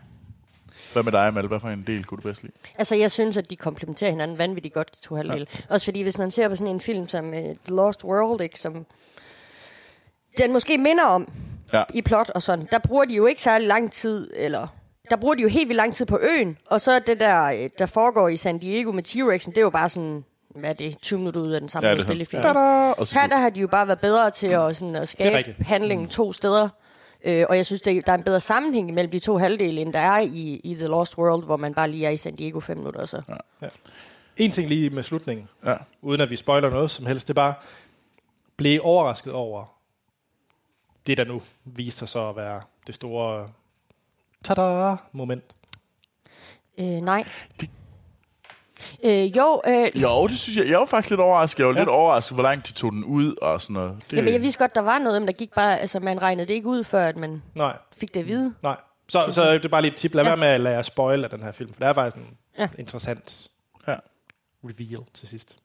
Hvad med dig, Mal? Hvad for en del kunne du bedst lide? Altså, jeg synes, at de komplementerer hinanden vanvittigt godt, de to halvdele. Ja. Også fordi, hvis man ser på sådan en film som uh, The Lost World, ikke, som den måske minder om Ja. i plot og sådan, der bruger de jo ikke særlig lang tid, eller der bruger de jo helt vildt lang tid på øen, og så er det der, øh, der foregår i San Diego med T-Rexen, det er jo bare sådan, hvad er det, 20 minutter ud af den samme Ja, ja, det er sådan. spillefilm. Ja. Og så- Her der har de jo bare været bedre til at, sådan, at skabe rigtigt. handlingen to steder. Øh, og jeg synes, det, der er en bedre sammenhæng mellem de to halvdele, end der er i, i The Lost World, hvor man bare lige er i San Diego fem minutter. og Så. Ja. En ting lige med slutningen, Ja. uden at vi spoiler noget som helst, det er bare, blive overrasket over det, der nu viste sig så at være det store tada-moment. Øh, nej. Øh, jo, øh, Jo, det synes jeg. Jeg var faktisk lidt overrasket. Jeg var ja. Ja. lidt overrasket, hvor langt de tog den ud og sådan noget. Det, jamen, jeg vidste godt, der var noget, men der gik bare, altså, man regnede det ikke ud, før at man Nej, fik det at vide. nej. Så, så det er bare lige et tip. Lad Ja. være med at lade jer spoil af den her film, for det er faktisk en Ja. ja. interessant Ja. reveal til sidst.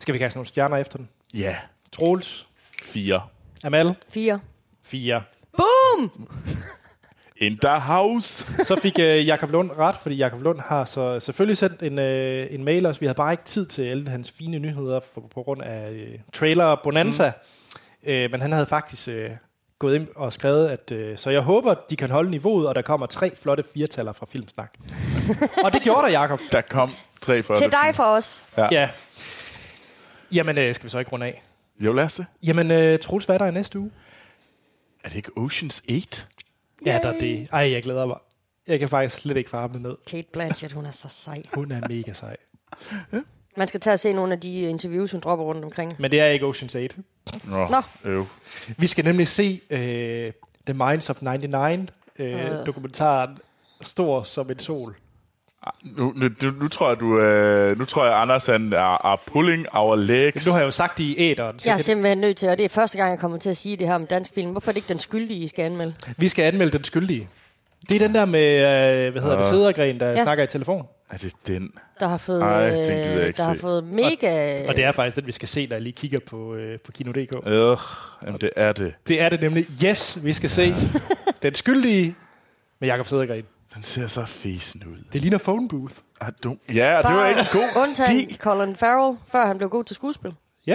Skal vi kaste nogle stjerner efter den? ja, Troels, fire. Amal, Fire. fire. Boom! In the house. Så fik øh, Jakob Lund ret, fordi Jakob Lund har så selvfølgelig sendt en, øh, en mail også. Vi havde bare ikke tid til alle hans fine nyheder for, på grund af øh, trailer Bonanza. Mm. Øh, men han havde faktisk øh, gået ind og skrevet, at øh, så jeg håber, de kan holde niveauet, og der kommer tre flotte firetaller fra Filmsnak. og det gjorde der, Jakob. Der kom tre for Til dig for os. Ja. Ja. Jamen, øh, skal vi så ikke runde af? Jo, lad os det. Jamen, øh, Troels, hvad er der i næste uge? Er det ikke Ocean's 8? Ja, der er det. Ej, jeg glæder mig. Jeg kan faktisk slet ikke farve ned. Kate Blanchett, hun er så sej. Hun er mega sej. Man skal tage og se nogle af de interviews, hun dropper rundt omkring. Men det er ikke Ocean's 8. Nå, Nå. Øv. Vi skal nemlig se øh, The Minds of 99, øh, dokumentaren Stor som en sol. Nu, nu, nu, nu, tror jeg, du, øh, nu tror jeg, Anders han er, er pulling our legs. Nu har jeg jo sagt det i æderen. så Jeg er kan- simpelthen nødt til, og det er første gang, jeg kommer til at sige det her om dansk film. Hvorfor er det ikke den skyldige, I skal anmelde? Vi skal anmelde den skyldige. Det er den der med, øh, hvad hedder det, sædergren, der Ja. snakker i telefon. Er det den? Der har fået, Ej, øh, den gider jeg ikke der har se. fået mega... Og det er faktisk den, vi skal se, når jeg lige kigger på, øh, på Kino.dk. Øh, jamen det er det. Det er det nemlig. Yes, vi skal se den skyldige med Jakob Sædergren. Den ser så fesen ud. Det ligner phone booth. Er du? Ja, og det var ikke en god. Undtagen Colin Farrell, før han blev god til skuespil. Ja.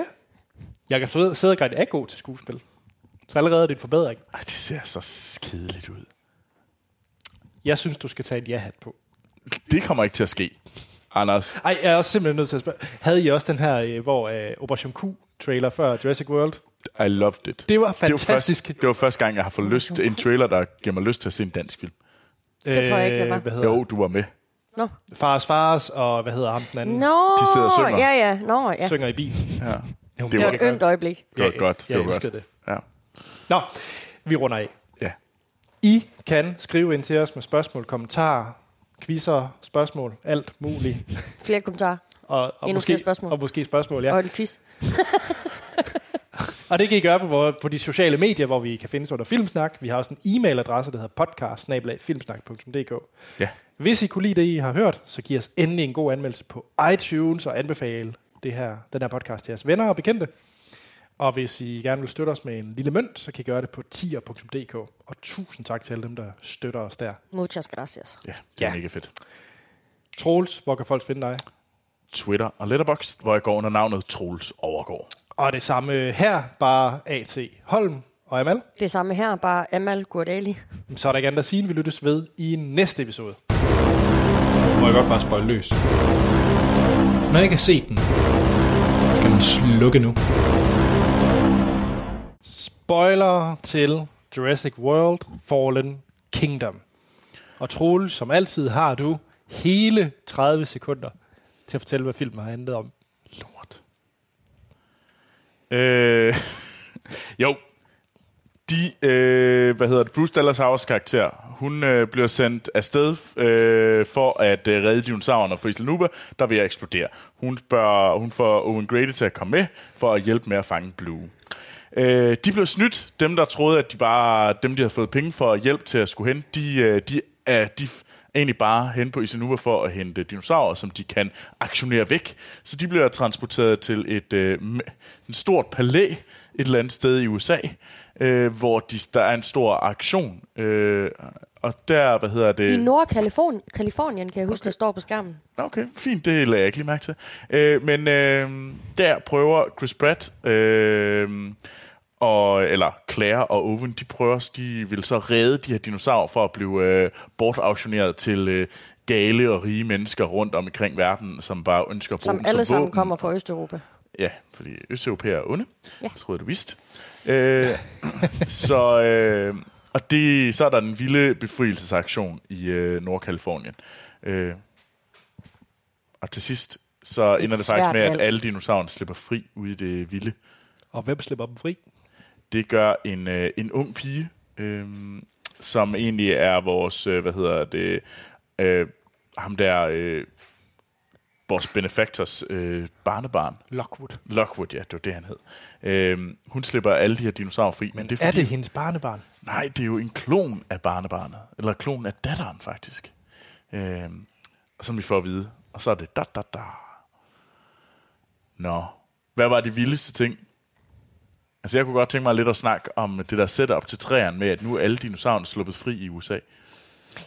Jakob Sæder- Sædergren er god til skuespil. Så allerede er det en forbedring. Ej, det ser så kedeligt ud. Jeg synes, du skal tage en ja-hat på. Det kommer ikke til at ske, Anders. Ej, jeg er også simpelthen nødt til at spørge. Havde I også den her, øh, hvor øh, Operation Q-trailer før Jurassic World? Øh, I loved it. Det var Det var, første, fantastisk. det var første gang, jeg har fået lyst en trailer, der giver mig lyst til at se en dansk film. Det tror jeg ikke, jeg var. Hvad hedder Jo, du var med. Nå. Fars Fars, og hvad hedder ham den anden? Nå, De sidder og synger. ja, ja. Nå, ja. Synger i bil. Ja. Jo, Det Det var var et yndt øjeblik. Det var godt. Jeg det var elskede godt. det. Ja. Nå, vi runder af. ja. I kan skrive ind til os med spørgsmål, kommentarer, quizzer, spørgsmål, alt muligt. Flere kommentarer Og, og, Endnu måske, flere spørgsmål. og måske spørgsmål, ja. og Og, en quiz. og det kan I gøre på, vores, på de sociale medier, hvor vi kan findes under Filmsnak. Vi har også en e-mailadresse, der hedder podcast Ja. Hvis I kunne lide det, I har hørt, så giv os endelig en god anmeldelse på iTunes og anbefale det her, den her podcast til jeres venner og bekendte. Og hvis I gerne vil støtte os med en lille mønt, så kan I gøre det på tier.dk. Og tusind tak til alle dem, der støtter os der. Muchas gracias. ja. Det er Ja. mega fedt. Troels, hvor kan folk finde dig? Twitter og Letterboxd, hvor jeg går under navnet Troels Overgaard. Og det samme her, bare A.T. Holm og Amal. Det samme her, bare Amal Gurdali. Så er der ikke andet at sige, end vi lyttes ved i næste episode. Må jeg godt bare spøjle løs. Hvis man ikke har set den, skal man slukke nu. Spoiler til Jurassic World Fallen Kingdom. Og Troel, som altid har du hele 30 sekunder til at fortælle, hvad filmen har handlet om. Lort. Øh, jo. De, øh, hvad hedder det, Bruce Dallas Howard's karakter, hun øh, bliver sendt afsted øh, for at øh, redde dinosaurerne fra Isla Nuba, der vil eksplodere. Hun, spørger, hun får Owen Grady til at komme med for at hjælpe med at fange Blue. Øh, de blev snydt. Dem, der troede, at de bare dem, de havde fået penge for at hjælp til at skulle hen, de, øh, de, er, de f- er egentlig bare hen på Isinuba for at hente dinosaurer, som de kan aktionere væk. Så de bliver transporteret til et øh, m- en stort palæ et eller andet sted i USA, øh, hvor de, der er en stor aktion. Øh, og der, hvad hedder det? I Nordkalifornien, kan jeg huske, okay. der står på skærmen. Nå, Okay, fint. Det lagde jeg ikke lige mærke til. Øh, men øh, der prøver Chris Pratt, øh, og, eller Claire og Owen, de prøver, de vil så redde de her dinosaurer for at blive øh, bortauktioneret til øh, gale og rige mennesker rundt omkring verden, som bare ønsker at bruge Som dem alle som sammen våben. kommer fra Østeuropa. Ja, fordi østeuropæere er onde. Ja. Jeg troede, du vidste. Øh, så, øh, og det, så er der den vilde befrielsesaktion i øh, Nordkalifornien. Øh, og til sidst, så ender det faktisk svært med, at valg. alle dinosaurerne slipper fri ude i det vilde. Og hvem slipper dem fri? Det gør en, øh, en ung pige, øh, som egentlig er vores, øh, hvad hedder det, øh, ham der, øh, vores benefactors øh, barnebarn. Lockwood. Lockwood, ja, det var det, han hed. Øhm, hun slipper alle de her dinosaurer fri. Men, det er, Er fordi, det hendes barnebarn? Nej, det er jo en klon af barnebarnet. Eller klon af datteren, faktisk. Øhm, som vi får at vide. Og så er det da, da, da. Nå. Hvad var det vildeste ting? Altså, jeg kunne godt tænke mig lidt at snakke om det der setup til træerne med, at nu er alle dinosaurerne sluppet fri i USA.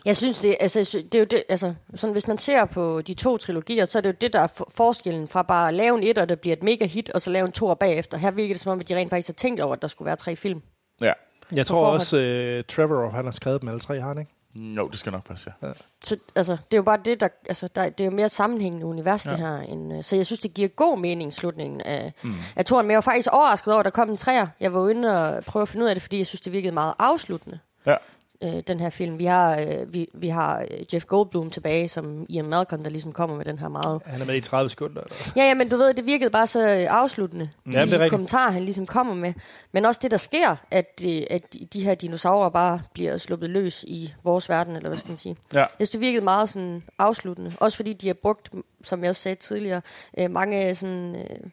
Jeg synes, det, altså, jeg sy- det er jo det, altså, sådan, hvis man ser på de to trilogier, så er det jo det, der er for- forskellen fra bare at lave en etter, der bliver et mega hit, og så lave en toer bagefter. Her virker det som om, at de rent faktisk har tænkt over, at der skulle være tre film. Ja. Jeg På tror forhånd. også, uh, Trevor han har skrevet dem alle tre, har han ikke? Jo, det skal nok passe, ja. Så, altså, det er jo bare det, der, altså, der, det er jo mere sammenhængende univers, ja. det her. End, øh, så jeg synes, det giver god mening slutningen af, mm. af toren. Men jeg var faktisk overrasket over, at der kom en træer. Jeg var jo inde og prøve at finde ud af det, fordi jeg synes, det virkede meget afsluttende. ja. øh, den her film. Vi har, øh, vi, vi har øh, Jeff Goldblum tilbage, som Ian Malcolm, der ligesom kommer med den her meget... Han er med i 30 sekunder. Eller? Ja, ja, men du ved, det virkede bare så øh, afsluttende, de det er rigtigt. kommentarer, han ligesom kommer med. Men også det, der sker, at, øh, at de- de her dinosaurer bare bliver sluppet løs i vores verden, eller hvad skal man sige. Ja. Jeg synes, det virkede meget sådan afsluttende. Også fordi de har brugt, som jeg også sagde tidligere, øh, mange sådan, øh,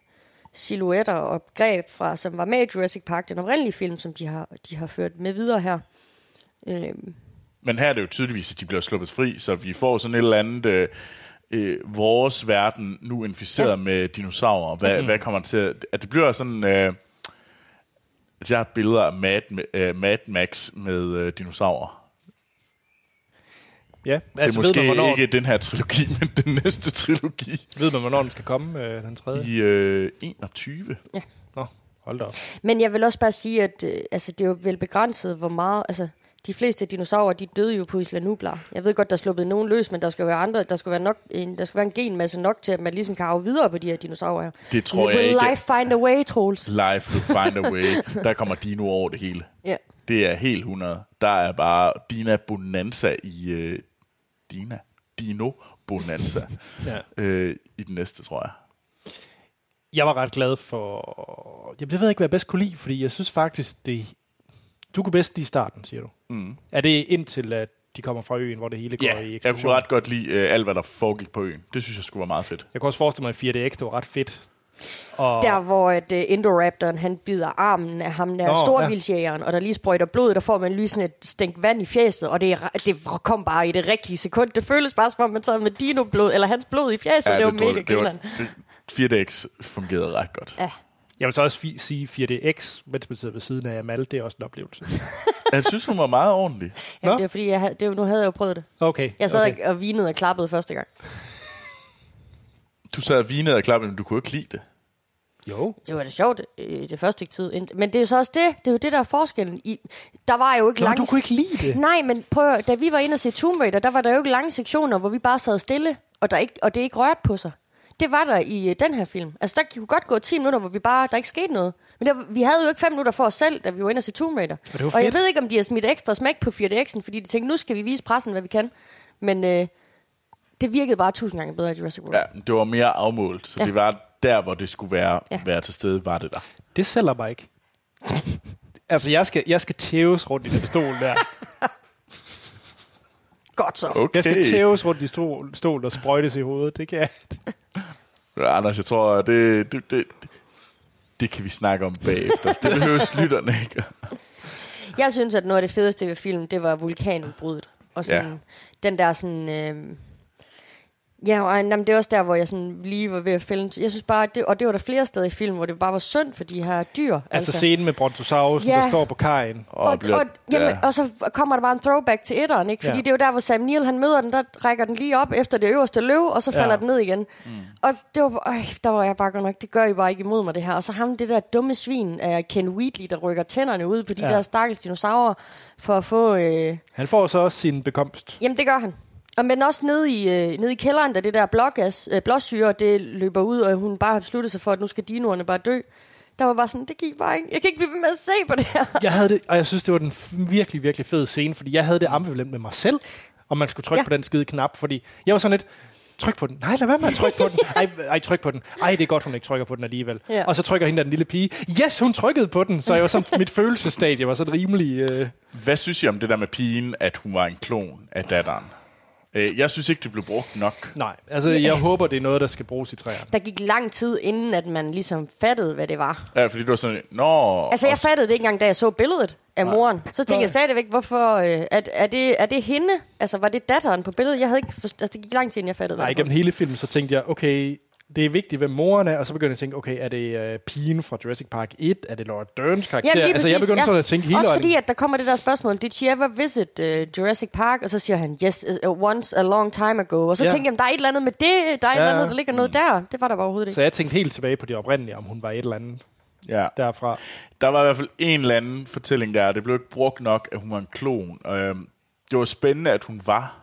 silhuetter og greb fra, som var med i Jurassic Park, den oprindelige film, som de har, de har ført med videre her. Øh, Men her er det jo tydeligvis, at de bliver sluppet fri, så vi får sådan et eller andet... Øh, øh, vores verden nu inficeret ja. Ja. med dinosaurer. Hvad, mm. hvad kommer til at... At det bliver sådan... Øh, altså, jeg har billeder af Mad, øh, Mad Max med øh, dinosaurer. Ja, Det altså, altså er ved måske man, hvornår, ikke den her trilogi, men den næste trilogi ved man, hvornår den skal komme, øh, den tredje? i øh, 21. Nå, hold da op. Men jeg vil også bare sige, at øh, altså, det er jo vel begrænset, hvor meget... Altså, de fleste dinosaurer, de døde jo på Isla Nublar. Jeg ved godt, der er sluppet nogen løs, men der skal jo være andre, der skal være, nok, en, der skal være en genmasse nok til, at man ligesom kan arve videre på de her dinosaurer her. Det tror jeg Will ikke. life find a way, Troels? Life will find a way. Der kommer Dino over det hele. Ja. Det er helt 100. Der er bare Dina Bonanza i... Øh, Dina? Dino Bonanza. Ja. øh, I den næste, tror jeg. Jeg var ret glad for... Jamen, det ved jeg ikke, hvad jeg bedst kunne lide, fordi jeg synes faktisk, det... Du kunne bedst lide starten, siger du. Mm. Er det indtil, at de kommer fra øen, hvor det hele går i jeg eksplosion? kunne ret godt lide øh, alt, hvad der foregik på øen. Det synes jeg skulle være meget fedt. Jeg kunne også forestille mig, at 4DX, det var ret fedt. Og Der, hvor at, uh, Indoraptoren, han bider armen af ham der Nå, oh, storvildsjægeren, og der lige sprøjter blod, der får man lige sådan et stænk vand i fjeset, og det, er, re- det kom bare i det rigtige sekund. Det føles bare, som om man tager med dinoblod, eller hans blod i fjeset, ja, det, var mega drø- det var, grineren. det, 4DX fungerede ret godt. Ja. jeg vil så også fi- sige 4DX, mens man sidder ved siden af Amal, det er også en oplevelse. Jeg synes, hun var meget ordentlig. Jamen, Nå? det er fordi, jeg havde, det, er jo- nu havde jeg jo prøvet det. Okay. Jeg sad okay. okay. og vinede og klappede første gang. Du sad og vinede og klappede, men du kunne ikke lide det. Jo. Det var da sjovt øh, det første stykke tid. ind- Men det er jo så også det. Det er jo det, der er forskellen. I, der var jo ikke Nå, lange... du kunne ikke lide det. Nej, men prøv at, høre, da vi var inde og se Tomb Raider, der var der jo ikke lange sektioner, hvor vi bare sad stille, og, der ikke, og det ikke rørte på sig. Det var der i øh, den her film. Altså, der kunne godt gå 10 minutter, hvor vi bare, der ikke skete noget. Men der, vi havde jo ikke 5 minutter for os selv, da vi var inde og se Tomb Raider. det var og jeg fedt. ved ikke, om de har smidt ekstra smæk på 4DX'en, fordi de tænkte, nu skal vi vise pressen, hvad vi kan. Men øh, det virkede bare tusind gange bedre i Jurassic World. Ja, det var mere afmålt, så ja. Ja. det var der, hvor det skulle være, ja. Ja. være til stede, var det der. Det sælger mig ikke. altså, jeg skal, jeg skal tæves rundt i den stol der. Godt så. Okay. Jeg skal tæves rundt i stol, stol og sprøjtes i hovedet. Det kan jeg. Ja, Øh, Anders, jeg tror, at det, det, det, det kan vi snakke om bagefter. Det behøver lytterne ikke. Jeg synes, at noget af det fedeste ved filmen, det var vulkanudbruddet. Og sådan, Ja. ja. den der sådan... Øh... Ja, og jamen, det er også der, hvor jeg sådan lige var ved at fælde en t- Jeg synes bare, at det, og det var der flere steder i filmen, hvor det bare var synd for de her dyr. Altså, Altså scenen med Brontosaurusen, ja. Ja. der står på kajen. Og, og, bliver- og, jamen, ja. og så kommer der bare en throwback til etteren, ikke? Fordi Ja. ja. det er jo der, hvor Sam Neill, han møder den, der rækker den lige op efter det øverste løv, og så falder Ja. ja. den ned igen. Mm. Og det var, øj, der var jeg bare godt nok, det gør I bare ikke imod mig, det her. Og så ham, det der dumme svin af Ken Wheatley, der rykker tænderne ud på de Ja. ja. der stakkels dinosaurer, for at få... Øh, Han får så også sin bekomst. Jamen, det gør han. Og men også nede i, øh, nede i kælderen, da det der blågas, øh, blåsyre, det løber ud, og hun bare har besluttet sig for, at nu skal dinoerne bare dø. Der var bare sådan, det gik bare ikke. Jeg kan ikke blive ved med at se på det her. Jeg havde det, og jeg synes, det var den f- virkelig, virkelig fede scene, fordi jeg havde det ambivalent med mig selv, om man skulle trykke ja. Ja. på den skide knap, fordi jeg var sådan lidt, tryk på den. Nej, lad være med at trykke på den. Ej, ej, tryk på den. Ej, det er godt, hun ikke trykker på den alligevel. Ja. Ja. Og så trykker hende der den lille pige. Yes, hun trykkede på den. Så jeg var sådan, mit følelsesstadie var sådan rimelig... Øh, Hvad synes I om det der med pigen, at hun var en klon af datteren? Øh, Jeg synes ikke, det blev brugt nok. nej, altså jeg håber, det er noget, der skal bruges i træerne. Der gik lang tid, inden at man ligesom fattede, hvad det var. Ja, fordi det var sådan, nå... Altså, jeg fattede det ikke engang, da jeg så billedet af moren. Så tænkte Nej. jeg stadigvæk, hvorfor... Øh, er, er, det, er det hende? Altså, var det datteren på billedet? Jeg havde ikke forst- altså, det gik lang tid, inden jeg fattede, hvad Nej, det var. gennem hele filmen, så tænkte jeg, okay, det er vigtigt, hvem moren er, og så begyndte jeg at tænke, okay, er det øh, pigen fra Jurassic Park 1? Er det Laura Derns karakter? Jamen, lige altså, jeg præcis, begyndte ja. sådan at tænke hele Også øjnene. fordi, at der kommer det der spørgsmål, did she ever visit uh, Jurassic Park? Og så siger han, yes, uh, once a long time ago. Og så Ja. ja. tænkte jeg, "Jamen, der er et eller andet med det, der er et Ja, eller ja. Mm. andet, der ligger noget der. Det var der bare overhovedet Så ikke. jeg tænkte helt tilbage på det oprindelige, om hun var et eller andet Ja. derfra. Der var i hvert fald en eller anden fortælling der, det blev ikke brugt nok, at hun var en klon. Øhm, Det var spændende, at hun var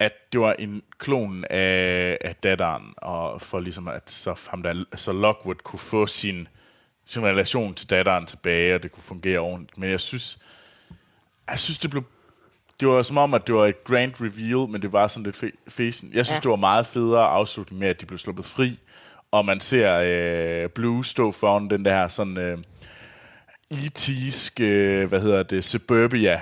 at det var en klon af, af datteren, og for ligesom at så, ham der, så Lockwood kunne få sin, sin relation til datteren tilbage, og det kunne fungere ordentligt. Men jeg synes, Jeg synes, det blev... Det var som om, at det var et grand reveal, men det var sådan lidt fe- fesen. Jeg synes, Ja. ja. det var meget federe afslutning med, at de blev sluppet fri, og man ser øh, Blue stå foran den der sådan... Øh, E.T.'sk, øh, hvad hedder det, Suburbia.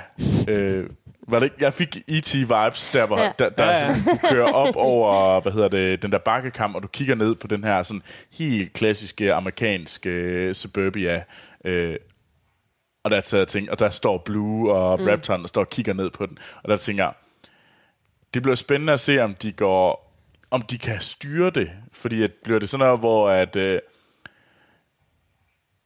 Øh, var det ikke? Jeg fik E.T.-vibes, der, hvor Ja. ja. der, der Ja, ja, ja. ja. Sådan, du kører op over hvad hedder det, den der bakkekamp, og du kigger ned på den her sådan, helt klassiske amerikanske øh, Suburbia. Øh, og der tager jeg tænker, og der står Blue og mm. Raptoren, der står og kigger ned på den. Og der tænker jeg, det bliver spændende at se, om de går, om de kan styre det. Fordi at, bliver det sådan noget, hvor at, øh,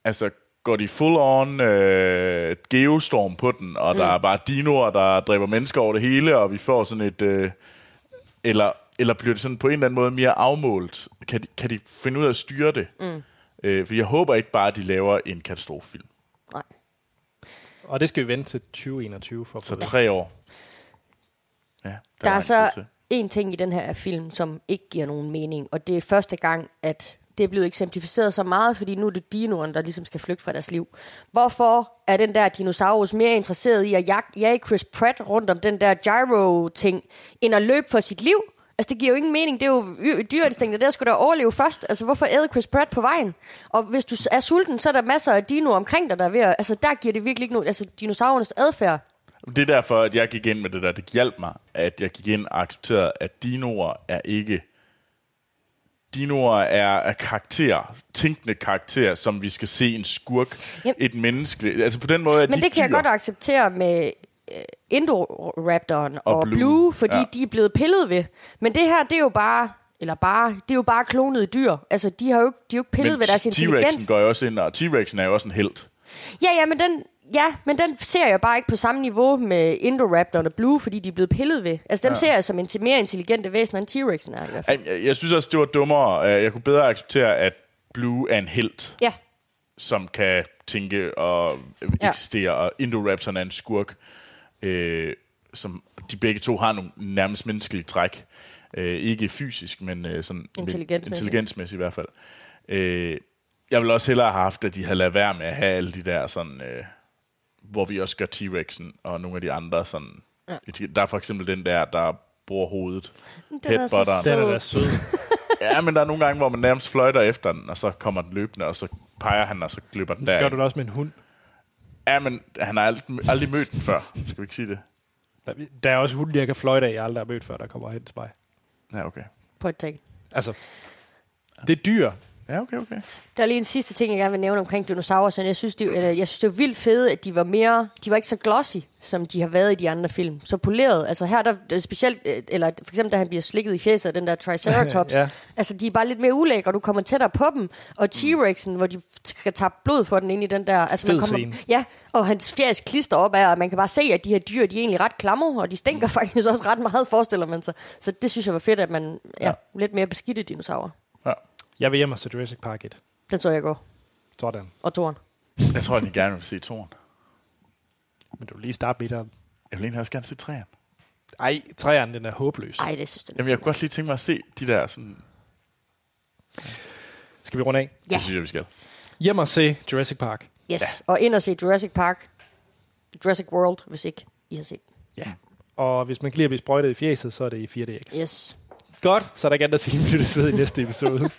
altså, går de full on øh, geostorm på den, og mm. der er bare dinoer, der dræber mennesker over det hele, og vi får sådan et... Øh, eller, eller bliver det sådan på en eller anden måde mere afmålt? Kan de, kan de finde ud af at styre det? Mm. Øh, for jeg håber ikke bare, at de laver en katastrofefilm. Nej. Og det skal vi vente til 2021 for at få Så det. tre år. Ja, der, Der er lang tid så til. en ting i den her film, som ikke giver nogen mening, og det er første gang, at det er blevet eksemplificeret så meget, fordi nu er det dinoen, der ligesom skal flygte fra deres liv. Hvorfor er den der dinosaurus mere interesseret i at jagte jage Chris Pratt rundt om den der gyro-ting, end at løbe for sit liv? Altså, det giver jo ingen mening. Det er jo y- dyreinstinkter. Der skulle der overleve først. Altså, hvorfor æde Chris Pratt på vejen? Og hvis du s- er sulten, så er der masser af dino omkring dig, der er ved at... Altså, der giver det virkelig ikke noget... Altså, dinosaurernes adfærd Det er derfor, at jeg gik ind med det der. Det hjalp mig, at jeg gik ind og accepterede, at dinoer er ikke... Dinoer er, er karakterer, tænkende karakterer, som vi skal se en skurk, Jamen- et menneske. Altså på den måde, at Men de det kan jeg dyr, godt acceptere med øh, Indoraptoren og, Og og Blue, Blue, Blue fordi ja. ja. de er blevet pillet ved. Men det her, det er jo bare eller bare, det er jo bare klonede dyr. Altså, de har jo ikke, de er jo ikke pillet men ved deres intelligens. T-Rexen går jo også ind, og T-Rexen er jo også en held. Ja, ja, men den, ja, men den ser jeg bare ikke på samme niveau med Indoraptoren og Blue, fordi de er blevet pillet ved. Altså, dem ja. ser jeg som en mere intelligente væsener, end T-Rexen er i hvert fald. Ej, Jeg, jeg synes også, det var dummere. Øh, Jeg kunne bedre acceptere, at Blue er en held, Ja, som kan tænke og øh, Ja. eksistere, og Indoraptoren er en skurk, øh, som de begge to har nogle nærmest menneskelige træk. Øh, ikke fysisk, men øh, sådan lidt Intelligensmæssigt. intelligensmæssigt i hvert fald. Øh, jeg ville også hellere have haft, at de havde lavet være med at have alle de der sådan... Øh, hvor vi også gør T-Rexen og nogle af de andre sådan... Ja. Der er for eksempel den der, der bruger hovedet. den er så Headbutteren. sød. Den er da sød. Ja, men der er nogle gange, hvor man nærmest fløjter efter den, og så kommer den løbende, og så peger han, og så glipper den der. Gør du det også med en hund? Ja, men han har aldrig, aldrig mødt den før. Skal vi ikke sige det? Der, der er også hunde, jeg kan fløjte af, jeg aldrig har mødt før, der kommer hen til mig. Ja, okay. på et tag. Altså, det er dyr. Ja, okay, okay. Der er lige en sidste ting, jeg gerne vil nævne omkring dinosaurer, så jeg synes, det, eller, jeg synes, det er vildt fedt, at de var mere, de var ikke så glossy, som de har været i de andre film. Så poleret. Altså her, der, der er specielt, øh, eller for eksempel, da han bliver slikket i fjeset af den der Triceratops. Ja. Altså, de er bare lidt mere ulækre, og du kommer tættere på dem. Og T-Rexen, hvor de skal tabe blod for den ind i den der... Altså, Mm. Fed man kommer, scene. Ja, og hans fjæs klister op af, og man kan bare se, at de her dyr, de er egentlig ret klamme, og de Mm. stinker faktisk også ret meget, forestiller man sig. Så det synes jeg var fedt, at man ja, ja. lidt mere beskidte dinosaurer. Ja. Jeg vil hjem og se Jurassic Park 1. Den så jeg går. Sådan. Og toren. Jeg tror, at jeg gerne vil se toren. Men du vil lige starte med etteren. Jeg vil egentlig også gerne se træerne. Ej, træerne, den er håbløs. Ej, det synes jeg. Jamen, jeg kunne godt lige tænke mig at se de der sådan... Skal vi runde af? Ja. Det synes jeg, vi skal. Hjem og se Jurassic Park. Yes, og ind og se Jurassic Park, Jurassic World, hvis ikke I har set. Ja. Og hvis man kan lide at blive sprøjtet i fjeset, så er det i 4DX. Yes. Godt, så er der ikke andet at sige, vi lyttes ved i næste episode.